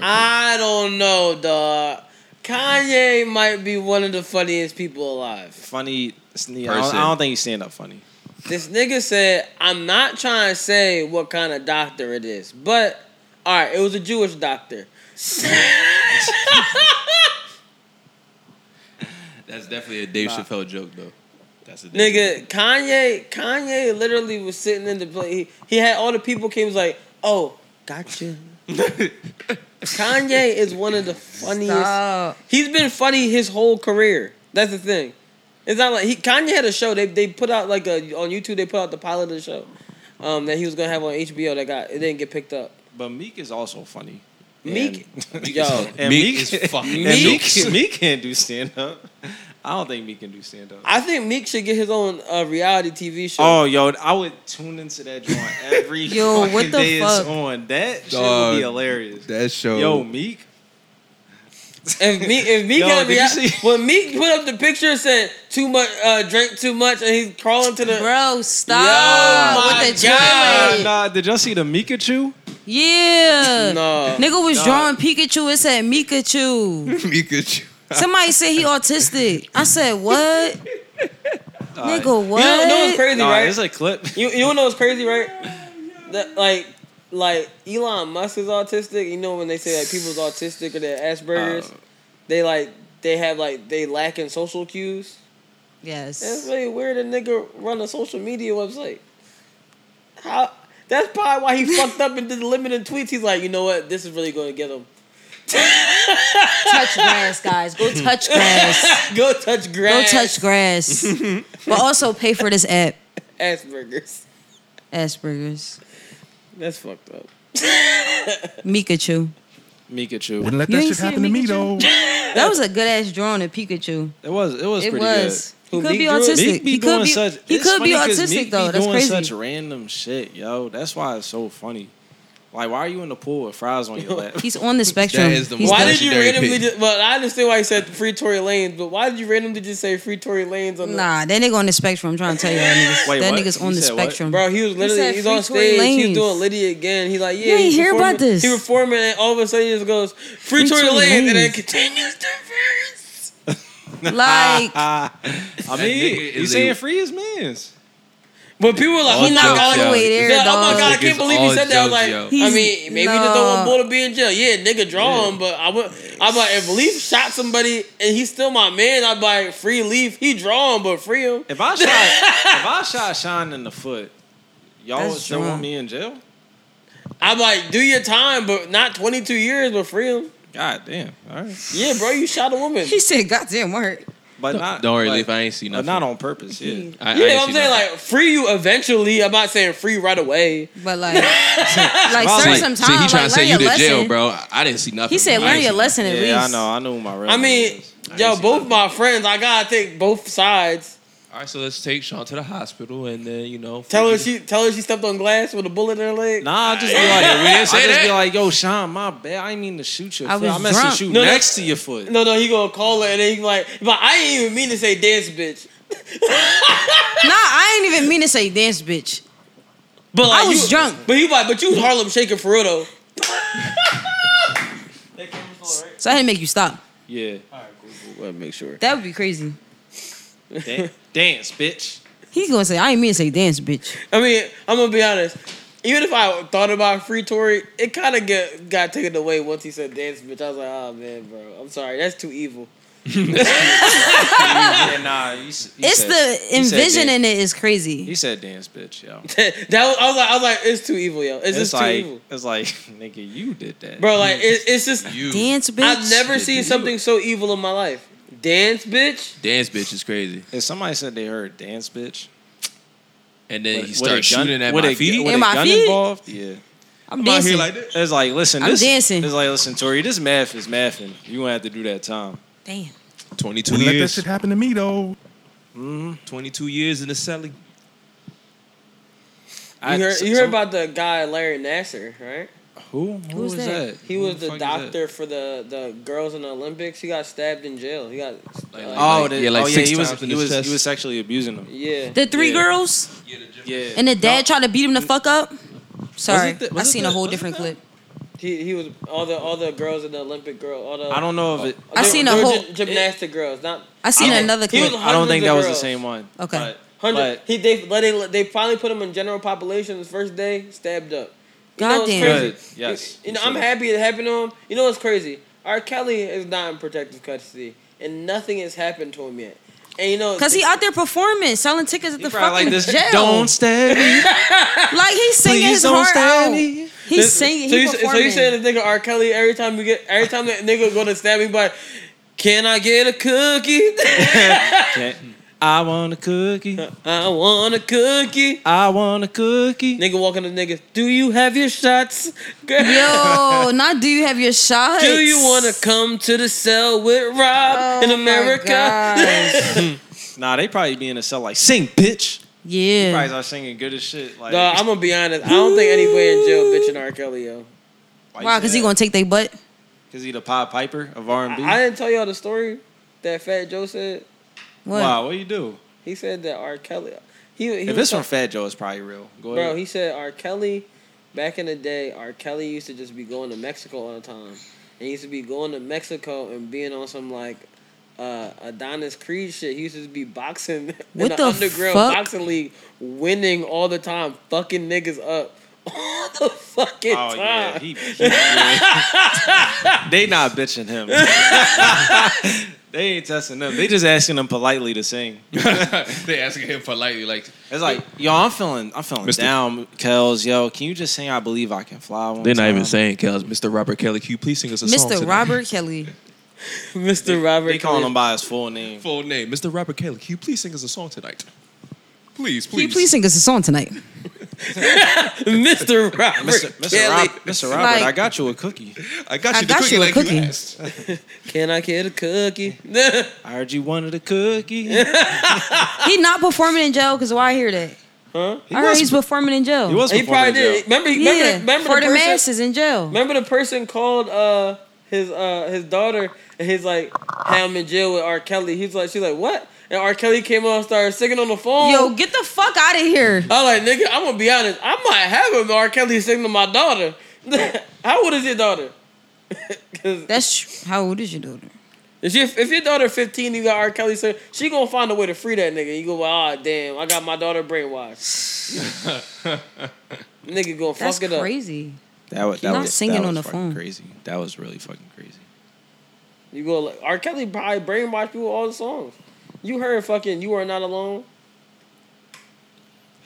[SPEAKER 1] I don't know, dog. Kanye might be one of the funniest people alive.
[SPEAKER 10] Funny, it's- yeah, I, don't,
[SPEAKER 1] Person.
[SPEAKER 10] I don't think he's stand up funny.
[SPEAKER 1] This nigga said, "I'm not trying to say what kind of doctor it is, but all right, it was a Jewish doctor."
[SPEAKER 11] That's definitely a Dave
[SPEAKER 1] Nah.
[SPEAKER 11] Chappelle joke though. That's a Dave
[SPEAKER 1] Nigga, Kanye, Kanye literally was sitting in the play. He, he had all the people came was like, "Oh, gotcha." Kanye is one of the funniest. He's been funny his whole career. That's the thing. It's not like he Kanye had a show. They they put out like a on YouTube. They put out the pilot of the show um, that he was gonna have on HBO. That got it didn't get picked up.
[SPEAKER 10] But Meek is also funny.
[SPEAKER 1] Meek,
[SPEAKER 10] And-
[SPEAKER 1] yo,
[SPEAKER 10] and Meek, and Meek,
[SPEAKER 1] Meek,
[SPEAKER 10] Meek can't do stand up. I don't think Meek can do stand up.
[SPEAKER 1] I think Meek should get his own uh, reality TV show.
[SPEAKER 10] Oh, yo, I would tune into that joint every
[SPEAKER 1] Yo,
[SPEAKER 10] fucking
[SPEAKER 1] what the
[SPEAKER 10] day
[SPEAKER 1] fuck?
[SPEAKER 10] it's on. That shit would
[SPEAKER 11] Dog.
[SPEAKER 10] be hilarious.
[SPEAKER 11] That show.
[SPEAKER 10] Yo, Meek.
[SPEAKER 1] If Meek, if Meek
[SPEAKER 10] Yo,
[SPEAKER 1] had a
[SPEAKER 10] did you
[SPEAKER 1] reality, when Meek put up the picture and said too much, uh, drink too much, and he's crawling to the
[SPEAKER 9] bro.
[SPEAKER 1] Oh
[SPEAKER 9] Stop with the
[SPEAKER 10] Nah,
[SPEAKER 9] joint.
[SPEAKER 10] nah, did y'all see the Mikachu?
[SPEAKER 9] Yeah.
[SPEAKER 10] No.
[SPEAKER 9] Nigga was
[SPEAKER 10] No.
[SPEAKER 9] drawing Pikachu. It said Mikachu. Mikachu. Somebody said he autistic. I said what?
[SPEAKER 1] You
[SPEAKER 9] Nigga, what?
[SPEAKER 1] know, know what's crazy,
[SPEAKER 10] Nah,
[SPEAKER 1] right?
[SPEAKER 10] it's a clip.
[SPEAKER 1] You you know what's crazy, right? That like like Elon Musk is autistic. You know when they say like people's autistic or they're
[SPEAKER 10] Oh.
[SPEAKER 1] Aspergers, they like they have like they lack in social cues.
[SPEAKER 9] Yes.
[SPEAKER 1] That's really weird. A nigga run a social media website. How That's probably why he fucked up and did the limited tweets. He's like, you know what? This is really going to get him.
[SPEAKER 2] touch grass, guys. Go touch grass.
[SPEAKER 1] Go touch
[SPEAKER 9] Go
[SPEAKER 1] grass.
[SPEAKER 9] touch grass. but also pay for this app,
[SPEAKER 1] Asperger's.
[SPEAKER 9] Asperger's.
[SPEAKER 1] That's fucked up.
[SPEAKER 9] Mikachu.
[SPEAKER 10] Mikachu.
[SPEAKER 4] Wouldn't let
[SPEAKER 9] You
[SPEAKER 4] that
[SPEAKER 9] ain't
[SPEAKER 4] shit
[SPEAKER 9] seen
[SPEAKER 4] happen to me though.
[SPEAKER 9] That was a good ass drawing of Pikachu.
[SPEAKER 10] It was. It was.
[SPEAKER 9] It
[SPEAKER 10] pretty
[SPEAKER 9] was.
[SPEAKER 10] Good.
[SPEAKER 9] He could be autistic. He could be. He could be autistic though. That's
[SPEAKER 10] doing
[SPEAKER 9] crazy.
[SPEAKER 10] Such random shit, yo. That's why it's so funny. Like, why are you in the pool with fries on your lap?
[SPEAKER 9] He's on the spectrum. He's
[SPEAKER 1] why
[SPEAKER 9] the-
[SPEAKER 1] did you randomly? Just, well, I understand why you said free Tory Lanes, but why did you randomly just say free Tory Lanes on the?
[SPEAKER 9] Nah, that nigga on the spectrum. I'm trying to tell you, that nigga's,
[SPEAKER 1] Wait,
[SPEAKER 9] that
[SPEAKER 1] what?
[SPEAKER 9] nigga's
[SPEAKER 1] You
[SPEAKER 9] on the
[SPEAKER 1] said what?
[SPEAKER 9] spectrum,
[SPEAKER 1] Bro, he was literally he's on stage. He's doing Lydia again. He's like, yeah,
[SPEAKER 9] You ain't
[SPEAKER 1] he's
[SPEAKER 9] hear about
[SPEAKER 1] performing-
[SPEAKER 9] this.
[SPEAKER 1] He performing, and all of a sudden he just goes free,
[SPEAKER 9] Free
[SPEAKER 1] Tory,
[SPEAKER 9] Tory
[SPEAKER 1] Lanes, and then
[SPEAKER 9] Lanez.
[SPEAKER 1] continues to
[SPEAKER 9] Like-
[SPEAKER 10] Ah, I
[SPEAKER 1] nigga
[SPEAKER 10] mean, you
[SPEAKER 1] is
[SPEAKER 10] saying
[SPEAKER 1] a-
[SPEAKER 10] free is men's.
[SPEAKER 1] But people were like,
[SPEAKER 10] All
[SPEAKER 1] "Oh my
[SPEAKER 10] jokes,
[SPEAKER 1] god,
[SPEAKER 10] yo. It's
[SPEAKER 1] Yeah, oh
[SPEAKER 10] all
[SPEAKER 1] my god, I
[SPEAKER 10] jokes,
[SPEAKER 1] can't believe he
[SPEAKER 10] all
[SPEAKER 1] said that." I was
[SPEAKER 10] jokes,
[SPEAKER 1] like,
[SPEAKER 10] yo.
[SPEAKER 1] I
[SPEAKER 9] He's-
[SPEAKER 1] mean, maybe he just don't
[SPEAKER 9] nah.
[SPEAKER 1] want Bull to be in jail. Yeah, nigga, draw him. But I would, I'm like, if Leaf shot somebody and he's still my man, I'd be like, free Leaf. He draw him, but free him.
[SPEAKER 10] If I shot, if I shot Sean in the foot, y'all
[SPEAKER 1] That's
[SPEAKER 10] would still
[SPEAKER 1] wrong.
[SPEAKER 10] want me in jail?
[SPEAKER 1] I'm like, do your time, but not 22 years, but free him.
[SPEAKER 10] God damn! All right,
[SPEAKER 1] Yeah, bro, you shot a woman.
[SPEAKER 9] He said, "Goddamn word."
[SPEAKER 10] but not.
[SPEAKER 11] Don't worry,
[SPEAKER 10] but-
[SPEAKER 11] Leaf. I ain't seen
[SPEAKER 10] but
[SPEAKER 11] nothing.
[SPEAKER 10] not on purpose. Yeah.
[SPEAKER 11] I, I
[SPEAKER 1] yeah,
[SPEAKER 11] ain't
[SPEAKER 1] I'm
[SPEAKER 11] seen
[SPEAKER 1] saying
[SPEAKER 11] nothing.
[SPEAKER 1] like free you eventually. I'm not saying free right away.
[SPEAKER 9] But like, like
[SPEAKER 11] See,
[SPEAKER 9] serve
[SPEAKER 11] see,
[SPEAKER 9] some
[SPEAKER 11] he
[SPEAKER 9] time.
[SPEAKER 11] trying
[SPEAKER 9] like,
[SPEAKER 11] to say
[SPEAKER 9] learn
[SPEAKER 11] you
[SPEAKER 9] your
[SPEAKER 11] to jail,
[SPEAKER 9] lesson.
[SPEAKER 11] bro. I, I didn't see nothing.
[SPEAKER 9] He said,
[SPEAKER 11] I
[SPEAKER 9] "Learn
[SPEAKER 11] ain't
[SPEAKER 9] your
[SPEAKER 11] seen
[SPEAKER 9] lesson at
[SPEAKER 11] nothing.
[SPEAKER 10] Yeah, I
[SPEAKER 9] least."
[SPEAKER 10] know. I knew my real.
[SPEAKER 1] I mean, yo, both my friends, I gotta take both sides.
[SPEAKER 11] All right, so let's take Sean to the hospital, and then you know,
[SPEAKER 1] Tell her she tell her she stepped on glass with a bullet in her leg.
[SPEAKER 10] Nah, I just be like,
[SPEAKER 11] Yeah, we didn't say
[SPEAKER 10] I just
[SPEAKER 11] that.
[SPEAKER 10] be like, yo, Sean, my bad. I ain't mean to shoot your
[SPEAKER 1] I
[SPEAKER 10] foot.
[SPEAKER 1] was
[SPEAKER 10] I meant to
[SPEAKER 1] drunk.
[SPEAKER 10] shoot
[SPEAKER 1] No, no.
[SPEAKER 10] next to your foot.
[SPEAKER 1] No, no, he gonna call her and then he like, but I ain't even mean to say dance, bitch.
[SPEAKER 9] Nah, I ain't even mean to say dance, bitch.
[SPEAKER 1] But like,
[SPEAKER 9] I was
[SPEAKER 1] you-
[SPEAKER 9] drunk.
[SPEAKER 1] But he like, but you was Harlem shaking for real though.
[SPEAKER 9] So I had to make you stop.
[SPEAKER 10] Yeah.
[SPEAKER 1] Well, make sure.
[SPEAKER 9] That would be crazy.
[SPEAKER 10] Dan- dance, bitch.
[SPEAKER 9] He's gonna say, "I ain't mean to say dance, bitch."
[SPEAKER 1] I mean, I'm gonna be honest. Even if I thought about free Tory, it kind of get got taken away once he said dance, bitch. I was like, oh man, bro, I'm sorry, that's too evil.
[SPEAKER 10] yeah, nah. You, s- you
[SPEAKER 9] It's
[SPEAKER 10] said-
[SPEAKER 9] the
[SPEAKER 10] you said
[SPEAKER 9] envisioning
[SPEAKER 10] dan-
[SPEAKER 9] it is crazy.
[SPEAKER 10] He said dance, bitch, yo.
[SPEAKER 1] that was, I was like, I was like, it's too evil, yo. It's,
[SPEAKER 10] It's,
[SPEAKER 1] just too
[SPEAKER 10] like,
[SPEAKER 1] evil,
[SPEAKER 10] it's like, nigga, you did that,
[SPEAKER 1] bro. Like, it, it's just
[SPEAKER 11] You.
[SPEAKER 9] Dance, bitch.
[SPEAKER 1] I've never seen something so evil in my life. Dance, bitch.
[SPEAKER 11] dance, bitch, is crazy.
[SPEAKER 10] If somebody said they heard dance, bitch,
[SPEAKER 11] And then
[SPEAKER 10] with-
[SPEAKER 11] he
[SPEAKER 10] with
[SPEAKER 11] started
[SPEAKER 10] a gun-
[SPEAKER 11] shooting at
[SPEAKER 10] with
[SPEAKER 11] my
[SPEAKER 10] a,
[SPEAKER 11] feet.
[SPEAKER 10] With
[SPEAKER 9] In
[SPEAKER 10] a
[SPEAKER 9] my
[SPEAKER 10] gun
[SPEAKER 9] feet?
[SPEAKER 10] involved, yeah.
[SPEAKER 9] I'm dancing.
[SPEAKER 10] It's like, listen,
[SPEAKER 9] I'm
[SPEAKER 10] this,
[SPEAKER 9] dancing.
[SPEAKER 10] It's like, listen, Tori, this math is mathing. You gonna have to do that time.
[SPEAKER 9] Damn.
[SPEAKER 11] Twenty-two
[SPEAKER 4] Wouldn't let that
[SPEAKER 11] years.
[SPEAKER 4] shit happen to me though.
[SPEAKER 10] Mm-hmm.
[SPEAKER 11] Twenty-two years in the celly.
[SPEAKER 1] You heard, you heard about the guy Larry Nasser, right?
[SPEAKER 10] who? Who
[SPEAKER 1] was
[SPEAKER 10] was that?
[SPEAKER 1] He
[SPEAKER 10] Who
[SPEAKER 1] was
[SPEAKER 10] the
[SPEAKER 1] the
[SPEAKER 10] fuck is that?
[SPEAKER 1] doctor for the, the girls in the Olympics. He got stabbed in jail. He got uh,
[SPEAKER 10] Oh, the,
[SPEAKER 11] yeah, like
[SPEAKER 10] oh, yeah,
[SPEAKER 11] six
[SPEAKER 10] he was
[SPEAKER 11] times in
[SPEAKER 10] he
[SPEAKER 11] his
[SPEAKER 10] was
[SPEAKER 11] chest.
[SPEAKER 10] he was sexually abusing them.
[SPEAKER 1] yeah.
[SPEAKER 9] The three
[SPEAKER 10] Yeah.
[SPEAKER 9] girls
[SPEAKER 10] Yeah,
[SPEAKER 9] and the dad tried to beat him the fuck up. Sorry,
[SPEAKER 10] it the-
[SPEAKER 9] I
[SPEAKER 10] was it
[SPEAKER 9] seen
[SPEAKER 10] the-
[SPEAKER 9] a whole
[SPEAKER 10] was it
[SPEAKER 9] different
[SPEAKER 10] the-
[SPEAKER 9] clip.
[SPEAKER 1] He he was all the all the girls in the Olympic girl. All the
[SPEAKER 10] I don't know if it.
[SPEAKER 9] I
[SPEAKER 1] They-
[SPEAKER 9] seen
[SPEAKER 1] they
[SPEAKER 9] a
[SPEAKER 1] were
[SPEAKER 9] whole-
[SPEAKER 1] gy- gymnastic girls. Not
[SPEAKER 9] I seen another
[SPEAKER 1] He was
[SPEAKER 9] clip.
[SPEAKER 10] I don't think that
[SPEAKER 1] hundreds
[SPEAKER 10] was
[SPEAKER 1] of
[SPEAKER 10] the
[SPEAKER 1] girls.
[SPEAKER 10] same one.
[SPEAKER 9] Okay.
[SPEAKER 10] But-
[SPEAKER 1] Hundred.
[SPEAKER 10] but-
[SPEAKER 1] He they they they finally put him in general population. His first day stabbed up. You know what's
[SPEAKER 9] Goddamn.
[SPEAKER 1] crazy?
[SPEAKER 10] Good. Yes.
[SPEAKER 1] You know I'm happy it happened to him. You know what's crazy? R. Kelly is not in protective custody, and nothing has happened to him yet. And you know
[SPEAKER 9] Cause he out there performing, selling tickets at the fucking
[SPEAKER 10] Probably like this.
[SPEAKER 9] jail.
[SPEAKER 10] Don't stab me.
[SPEAKER 9] like he's singing
[SPEAKER 10] Please
[SPEAKER 9] his
[SPEAKER 10] don't
[SPEAKER 9] heart
[SPEAKER 10] stab
[SPEAKER 9] out.
[SPEAKER 10] me.
[SPEAKER 9] He's singing.
[SPEAKER 1] So
[SPEAKER 9] He
[SPEAKER 1] you, so
[SPEAKER 9] performing.
[SPEAKER 1] you saying the nigga R. Kelly every time we get every time that nigga go to stab me by, can I get a cookie?
[SPEAKER 10] I want a cookie.
[SPEAKER 1] I want a cookie.
[SPEAKER 10] I want a cookie.
[SPEAKER 1] Nigga walking to niggas. Do you have your shots? Girl.
[SPEAKER 9] Yo, not do you have your shots?
[SPEAKER 1] Do you want to come to the cell with Rob
[SPEAKER 9] Oh
[SPEAKER 1] in
[SPEAKER 9] my
[SPEAKER 1] America?
[SPEAKER 9] gosh.
[SPEAKER 10] Nah, they probably be in a cell like sing, bitch.
[SPEAKER 9] yeah.
[SPEAKER 10] Probably are singing good as shit. Like,
[SPEAKER 1] Nah, I'm gonna be honest. I don't think anybody in jail bitching R. Kelly, yo.
[SPEAKER 9] Why? Cause he gonna take their butt.
[SPEAKER 10] Cause he the Pied Piper of R and B.
[SPEAKER 1] I, I didn't tell y'all the story that Fat Joe said.
[SPEAKER 9] What?
[SPEAKER 10] Wow, what you do?
[SPEAKER 1] He said that R. Kelly. He, he
[SPEAKER 10] If
[SPEAKER 1] was
[SPEAKER 10] it's
[SPEAKER 1] talk-
[SPEAKER 10] from Fat Joe, it's probably real. Go
[SPEAKER 1] Bro,
[SPEAKER 10] ahead.
[SPEAKER 1] he said R. Kelly, back in the day, R. Kelly used to just be going to Mexico all the time. And he used to be going to Mexico and being on some like uh, Adonis Creed shit. He used to just be boxing in
[SPEAKER 9] What
[SPEAKER 1] the,
[SPEAKER 9] the
[SPEAKER 1] underground
[SPEAKER 9] fuck?
[SPEAKER 1] boxing league, winning all the time, fucking niggas up. All the fucking
[SPEAKER 10] oh
[SPEAKER 1] time.
[SPEAKER 10] yeah, he. he- yeah. they not bitching him. they They ain't testing them. They just asking them politely to sing.
[SPEAKER 11] they asking him politely, like
[SPEAKER 10] It's like, yo, Oh, I'm feeling, I'm feeling
[SPEAKER 11] Mr.
[SPEAKER 10] down, Kels. Yo, can you just sing "I Believe I Can Fly"? One
[SPEAKER 11] They're not even
[SPEAKER 10] time?
[SPEAKER 11] saying Kells. Mr. Robert Kelly, can you please sing us a song?
[SPEAKER 9] Mr.
[SPEAKER 11] tonight?
[SPEAKER 9] Robert Kelly.
[SPEAKER 1] Mr. Robert.
[SPEAKER 10] They calling
[SPEAKER 11] Kelly.
[SPEAKER 10] him by his full name.
[SPEAKER 11] Full name, Mr. Robert Kelly. Can you please sing us a song tonight? Please,
[SPEAKER 9] Can you
[SPEAKER 11] please.
[SPEAKER 9] please sing us a song tonight?
[SPEAKER 1] Mr. Robert
[SPEAKER 10] Mr. Mr.
[SPEAKER 1] Kelly.
[SPEAKER 10] Rob, Mr. Robert, I
[SPEAKER 1] Like-
[SPEAKER 10] got you a cookie.
[SPEAKER 11] I
[SPEAKER 1] I got you a cookie.
[SPEAKER 10] Can I get a cookie? I heard you wanted a cookie.
[SPEAKER 9] he not performing in jail because why I hear that?
[SPEAKER 10] Huh?
[SPEAKER 9] I heard he's performing in jail.
[SPEAKER 10] He was
[SPEAKER 1] He probably did. Remember,
[SPEAKER 9] yeah,
[SPEAKER 1] remember, the- remember
[SPEAKER 9] for the,
[SPEAKER 1] person,
[SPEAKER 9] masses in jail.
[SPEAKER 1] Remember the person called uh his uh his daughter and he's like had him in jail with R. Kelly. He's like she's like what? And R. Kelly came on and started singing on the phone.
[SPEAKER 9] Yo, get the fuck out of here.
[SPEAKER 1] I'm like nigga, I'm gonna be honest. I might have him R. Kelly sing to my daughter. How old is your daughter?
[SPEAKER 9] That's tr- how old is your daughter?
[SPEAKER 1] Is your, if your daughter 15, you got R. Kelly sing, she gonna find a way to free that nigga. You go, ah, damn, I got my daughter brainwashed. nigga gonna
[SPEAKER 9] That's
[SPEAKER 1] fuck it up.
[SPEAKER 9] crazy.
[SPEAKER 10] That was
[SPEAKER 9] He
[SPEAKER 10] that
[SPEAKER 9] not
[SPEAKER 10] was
[SPEAKER 9] singing
[SPEAKER 10] that
[SPEAKER 9] on
[SPEAKER 10] was
[SPEAKER 9] the
[SPEAKER 10] fucking
[SPEAKER 9] phone.
[SPEAKER 10] Crazy. That was really fucking crazy.
[SPEAKER 1] You go like R. Kelly probably brainwashed you with all the songs. You heard fucking "You Are Not Alone."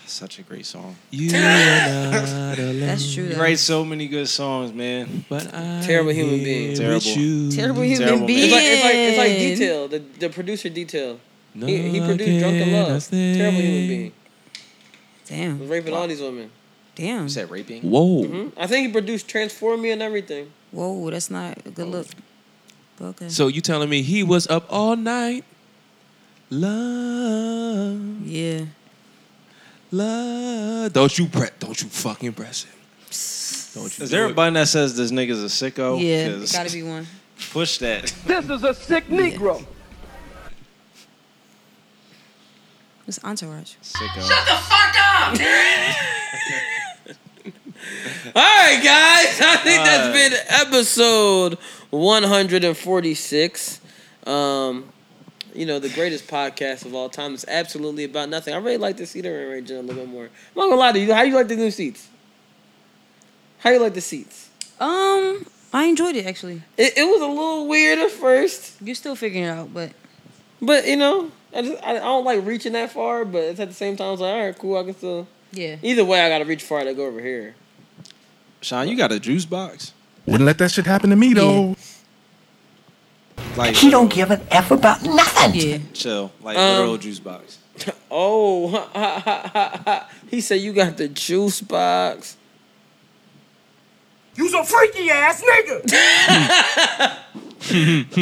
[SPEAKER 10] Such a great song.
[SPEAKER 11] You are not alone.
[SPEAKER 9] That's true.
[SPEAKER 10] He
[SPEAKER 9] though.
[SPEAKER 10] writes so many good songs, man.
[SPEAKER 11] But I
[SPEAKER 1] Terrible human being.
[SPEAKER 10] Terrible.
[SPEAKER 9] Terrible human
[SPEAKER 10] Terrible man.
[SPEAKER 9] being.
[SPEAKER 1] It's like it's like it's like detail. The the producer detail. he, he produced "Drunken Love." Terrible human being.
[SPEAKER 9] Damn.
[SPEAKER 1] Was raping all these women.
[SPEAKER 9] Damn.
[SPEAKER 10] Is that raping?
[SPEAKER 11] Whoa.
[SPEAKER 1] hmm I think he produced "Transform Me" and everything.
[SPEAKER 9] Whoa, that's not a good look. But Okay.
[SPEAKER 11] So you telling me he was up all night? Love,
[SPEAKER 9] yeah.
[SPEAKER 11] love. Don't you press? Don't you fucking press it? Don't you?
[SPEAKER 10] Is
[SPEAKER 11] do
[SPEAKER 10] there
[SPEAKER 11] it.
[SPEAKER 10] a button that says this nigga's a
[SPEAKER 24] Oh,
[SPEAKER 10] sicko?
[SPEAKER 9] yeah,
[SPEAKER 10] 'Cause
[SPEAKER 9] it gotta be one.
[SPEAKER 10] Push that.
[SPEAKER 22] This is a sick Negro.
[SPEAKER 9] It's entourage.
[SPEAKER 10] Sicko.
[SPEAKER 22] the fuck up!
[SPEAKER 1] All right, guys. I think that's
[SPEAKER 10] Alright.
[SPEAKER 1] been episode 146. Um, you know, the greatest podcast of all time is absolutely about nothing. I really like the seating arrangement a little bit more. I'm not gonna lie to you. How you like the new seats? How you like the seats?
[SPEAKER 9] Um, I enjoyed it actually.
[SPEAKER 1] It, it was a little weird at first,
[SPEAKER 9] You're still figuring it out, but
[SPEAKER 1] but you know, I just I, I don't like reaching that far. But it's at the same time, I was like, all right, cool. I can still.
[SPEAKER 9] yeah.
[SPEAKER 1] Either way, I gotta reach far to go over here.
[SPEAKER 10] Sean, you got a juice box?
[SPEAKER 13] Wouldn't let that shit happen to me though.
[SPEAKER 10] Like
[SPEAKER 12] He don't give an F about nothing.
[SPEAKER 9] Yeah.
[SPEAKER 10] chill, like
[SPEAKER 1] Um,
[SPEAKER 10] literal juice box.
[SPEAKER 1] Oh, ha, ha, ha, ha, ha. he said you got the juice box.
[SPEAKER 22] You's a freaky ass nigga!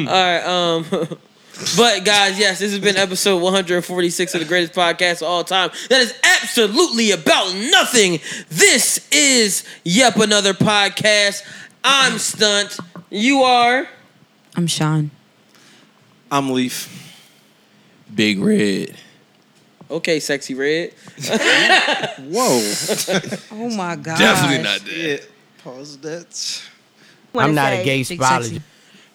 [SPEAKER 1] All right, um, but guys, yes, this has been episode 146 of the greatest podcast of all time. That is absolutely about nothing. This is yep another podcast. I'm stunt. You are.
[SPEAKER 9] I'm Sean.
[SPEAKER 10] I'm Leaf.
[SPEAKER 11] Big Red.
[SPEAKER 1] Okay, sexy red.
[SPEAKER 10] Whoa.
[SPEAKER 9] Oh my god.
[SPEAKER 11] Definitely not that.
[SPEAKER 10] Yeah. Pause that.
[SPEAKER 18] I'm not a gay spologist.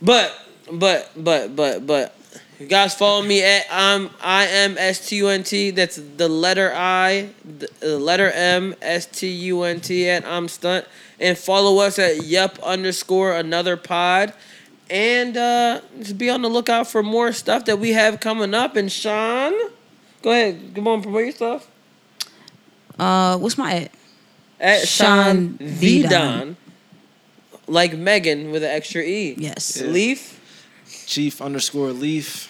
[SPEAKER 1] But but but but but you guys follow me at I'm I am S T U N T. That's the letter I, the the letter M S T U N T at I'm stunt. And follow us at Yep underscore another pod. And uh just be on the lookout for more stuff that we have coming up. And Sean, go ahead, come on, promote your stuff.
[SPEAKER 9] Uh, what's my at?
[SPEAKER 1] At Sean,
[SPEAKER 9] Sean
[SPEAKER 1] the
[SPEAKER 9] the
[SPEAKER 1] Don. Like Megan with an extra E.
[SPEAKER 9] Yes.
[SPEAKER 1] Leaf.
[SPEAKER 10] Chief underscore Leaf.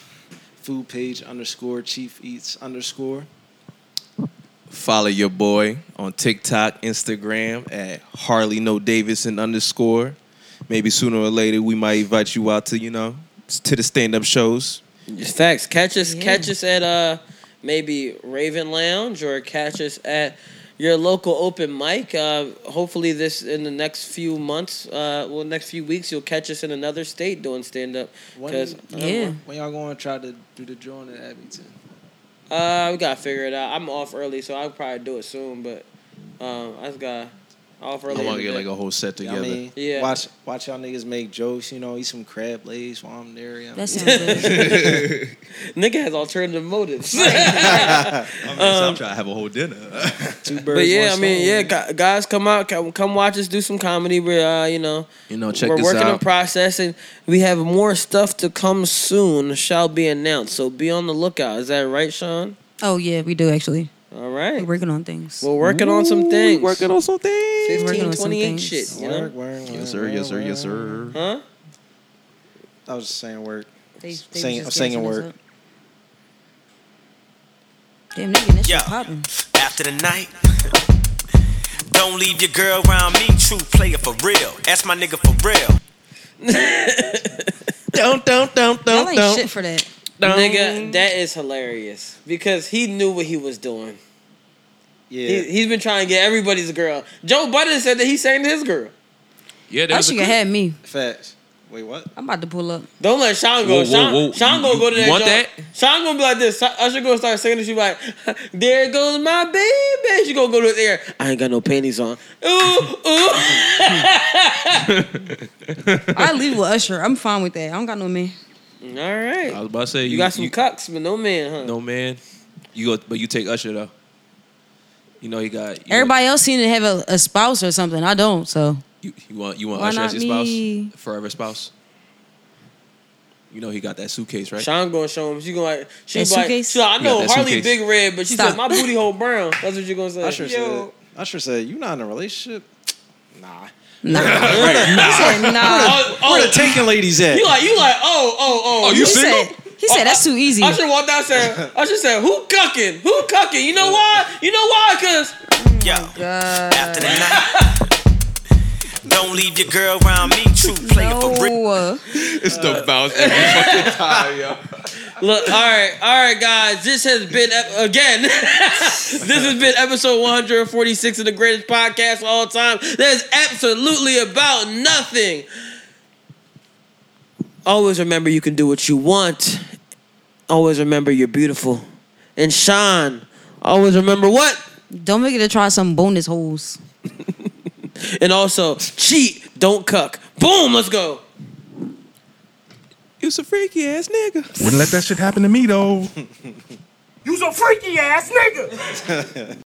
[SPEAKER 10] Food page underscore Chief Eats underscore.
[SPEAKER 11] Follow your boy on TikTok, Instagram at Harley No Davidson underscore. Maybe sooner or later we might invite you out to you know to the stand up shows.
[SPEAKER 1] Just facts. Catch us, catch us at uh maybe Raven Lounge or catch us at your local open mic. Uh, hopefully, this in the next few months, uh, well, next few weeks, you'll catch us in another state doing uh, stand up. Because
[SPEAKER 9] Yeah.
[SPEAKER 10] When y'all going to try to do the drawing at Abington?
[SPEAKER 1] uh, we gotta figure it out. I'm off early, so I'll probably do it soon. But um, I just got off
[SPEAKER 11] I
[SPEAKER 1] early.
[SPEAKER 11] want to
[SPEAKER 1] every
[SPEAKER 11] get
[SPEAKER 1] day.
[SPEAKER 11] like a whole set
[SPEAKER 10] You know
[SPEAKER 11] together.
[SPEAKER 10] what I mean,
[SPEAKER 1] Yeah.
[SPEAKER 10] Watch, watch y'all niggas make jokes. You know, eat some crab legs while I'm there. You know?
[SPEAKER 9] That sounds good.
[SPEAKER 1] Nigga has alternative motives.
[SPEAKER 11] I'm, just, I'm trying to have a whole dinner.
[SPEAKER 24] Two birds.
[SPEAKER 1] Um, But yeah,
[SPEAKER 24] one
[SPEAKER 1] I mean,
[SPEAKER 24] stone.
[SPEAKER 1] yeah, gu- guys, come out, come come watch us do some comedy. We're uh, you know,
[SPEAKER 10] You know, check
[SPEAKER 1] we're
[SPEAKER 10] this
[SPEAKER 1] working
[SPEAKER 10] out.
[SPEAKER 1] on process, and we have more stuff to come soon. Shall be announced. So be on the lookout. Is that right, Sean?
[SPEAKER 9] Oh yeah, we do actually.
[SPEAKER 1] All right.
[SPEAKER 9] We're working on things.
[SPEAKER 1] We're working on some things. Working
[SPEAKER 10] on some things.
[SPEAKER 1] 15,
[SPEAKER 9] Working on some
[SPEAKER 1] 28
[SPEAKER 9] things.
[SPEAKER 1] shit. You know?
[SPEAKER 10] Yes, sir. Yes, sir. Yes, sir.
[SPEAKER 1] Huh?
[SPEAKER 24] I was just saying work.
[SPEAKER 9] They- they was
[SPEAKER 24] Sing,
[SPEAKER 9] just
[SPEAKER 24] singing
[SPEAKER 9] gassing us
[SPEAKER 24] work.
[SPEAKER 9] Damn, nigga, this
[SPEAKER 2] Yeah.
[SPEAKER 9] shit popping.
[SPEAKER 2] After the night, don't leave your girl around me. True player for real. That's my nigga for real.
[SPEAKER 9] Oh
[SPEAKER 10] Don't, don't, don't,
[SPEAKER 9] Y'all ain't shit for that.
[SPEAKER 1] Nigga, that is hilarious because he knew what he was doing.
[SPEAKER 24] Yeah.
[SPEAKER 1] He, he's been trying to get everybody's girl. Joe Budden said that he sang to his girl.
[SPEAKER 10] Yeah,
[SPEAKER 9] That shit can have me.
[SPEAKER 24] Facts. Wait, what?
[SPEAKER 9] I'm about to pull up.
[SPEAKER 1] Don't let Sean go.
[SPEAKER 10] Whoa, whoa,
[SPEAKER 1] Sean,
[SPEAKER 10] whoa.
[SPEAKER 1] Sean gonna
[SPEAKER 10] You-
[SPEAKER 1] go to
[SPEAKER 10] you
[SPEAKER 1] that
[SPEAKER 10] want
[SPEAKER 1] joint. Sean gonna be like this. Usher gonna start singing and she be like, there goes my baby. She gonna go to his ear. I ain't got no panties on. Ooh, ooh.
[SPEAKER 9] I leave with Usher. I'm fine with that. I don't got no man.
[SPEAKER 1] All right.
[SPEAKER 10] I was about to say
[SPEAKER 1] You,
[SPEAKER 10] you,
[SPEAKER 1] got some
[SPEAKER 10] you-
[SPEAKER 1] cucks, but no man, huh?
[SPEAKER 10] no man. You go, but you take Usher though. You know you got you
[SPEAKER 9] Everybody else seem to have a, a spouse or something. I don't, so
[SPEAKER 10] Want, you want you want
[SPEAKER 9] Why
[SPEAKER 10] Usher as
[SPEAKER 9] not
[SPEAKER 10] your spouse,
[SPEAKER 9] me?
[SPEAKER 10] forever spouse. You know he got that suitcase, right?
[SPEAKER 1] Sean gonna show him. She gonna like. She
[SPEAKER 10] That
[SPEAKER 1] be like.
[SPEAKER 10] suitcase?
[SPEAKER 1] She like, I
[SPEAKER 10] You
[SPEAKER 1] know
[SPEAKER 10] got that
[SPEAKER 1] Harley
[SPEAKER 10] suitcase.
[SPEAKER 1] big red, but she
[SPEAKER 9] Stop.
[SPEAKER 1] said my booty hole brown. That's what you gonna say.
[SPEAKER 24] Usher
[SPEAKER 1] Yo.
[SPEAKER 24] said. Usher said, "You not in a relationship." Nah.
[SPEAKER 9] Nah.
[SPEAKER 24] right.
[SPEAKER 9] He
[SPEAKER 24] Where
[SPEAKER 9] said, nah.
[SPEAKER 24] the,
[SPEAKER 1] Oh,
[SPEAKER 24] where the
[SPEAKER 1] oh.
[SPEAKER 24] taking ladies at?
[SPEAKER 1] You like you like oh oh oh.
[SPEAKER 24] Oh, you
[SPEAKER 1] He
[SPEAKER 24] single? Oh,
[SPEAKER 1] said-
[SPEAKER 9] he said that's too easy.
[SPEAKER 1] Usher walked out and said, Usher said, who cucking? Who cucking? You know why? You know why? Cause
[SPEAKER 2] Yeah. After the night, don't leave your girl around me. True player for real.
[SPEAKER 10] It's the
[SPEAKER 1] uh,
[SPEAKER 10] bounce every fucking time, yo.
[SPEAKER 1] Look, all right, all right, guys. This has been ep- again. this has been episode 146 of the greatest podcast of all time. That is absolutely about nothing. Always remember you can do what you want. Always remember you're beautiful. And Sean, always remember what?
[SPEAKER 9] Don't make it to try some bonus holes.
[SPEAKER 1] And also, cheat, don't cuck. Boom, let's go.
[SPEAKER 10] You's a freaky ass nigga.
[SPEAKER 4] Wouldn't let that shit happen to me though.
[SPEAKER 25] You's a freaky ass nigga.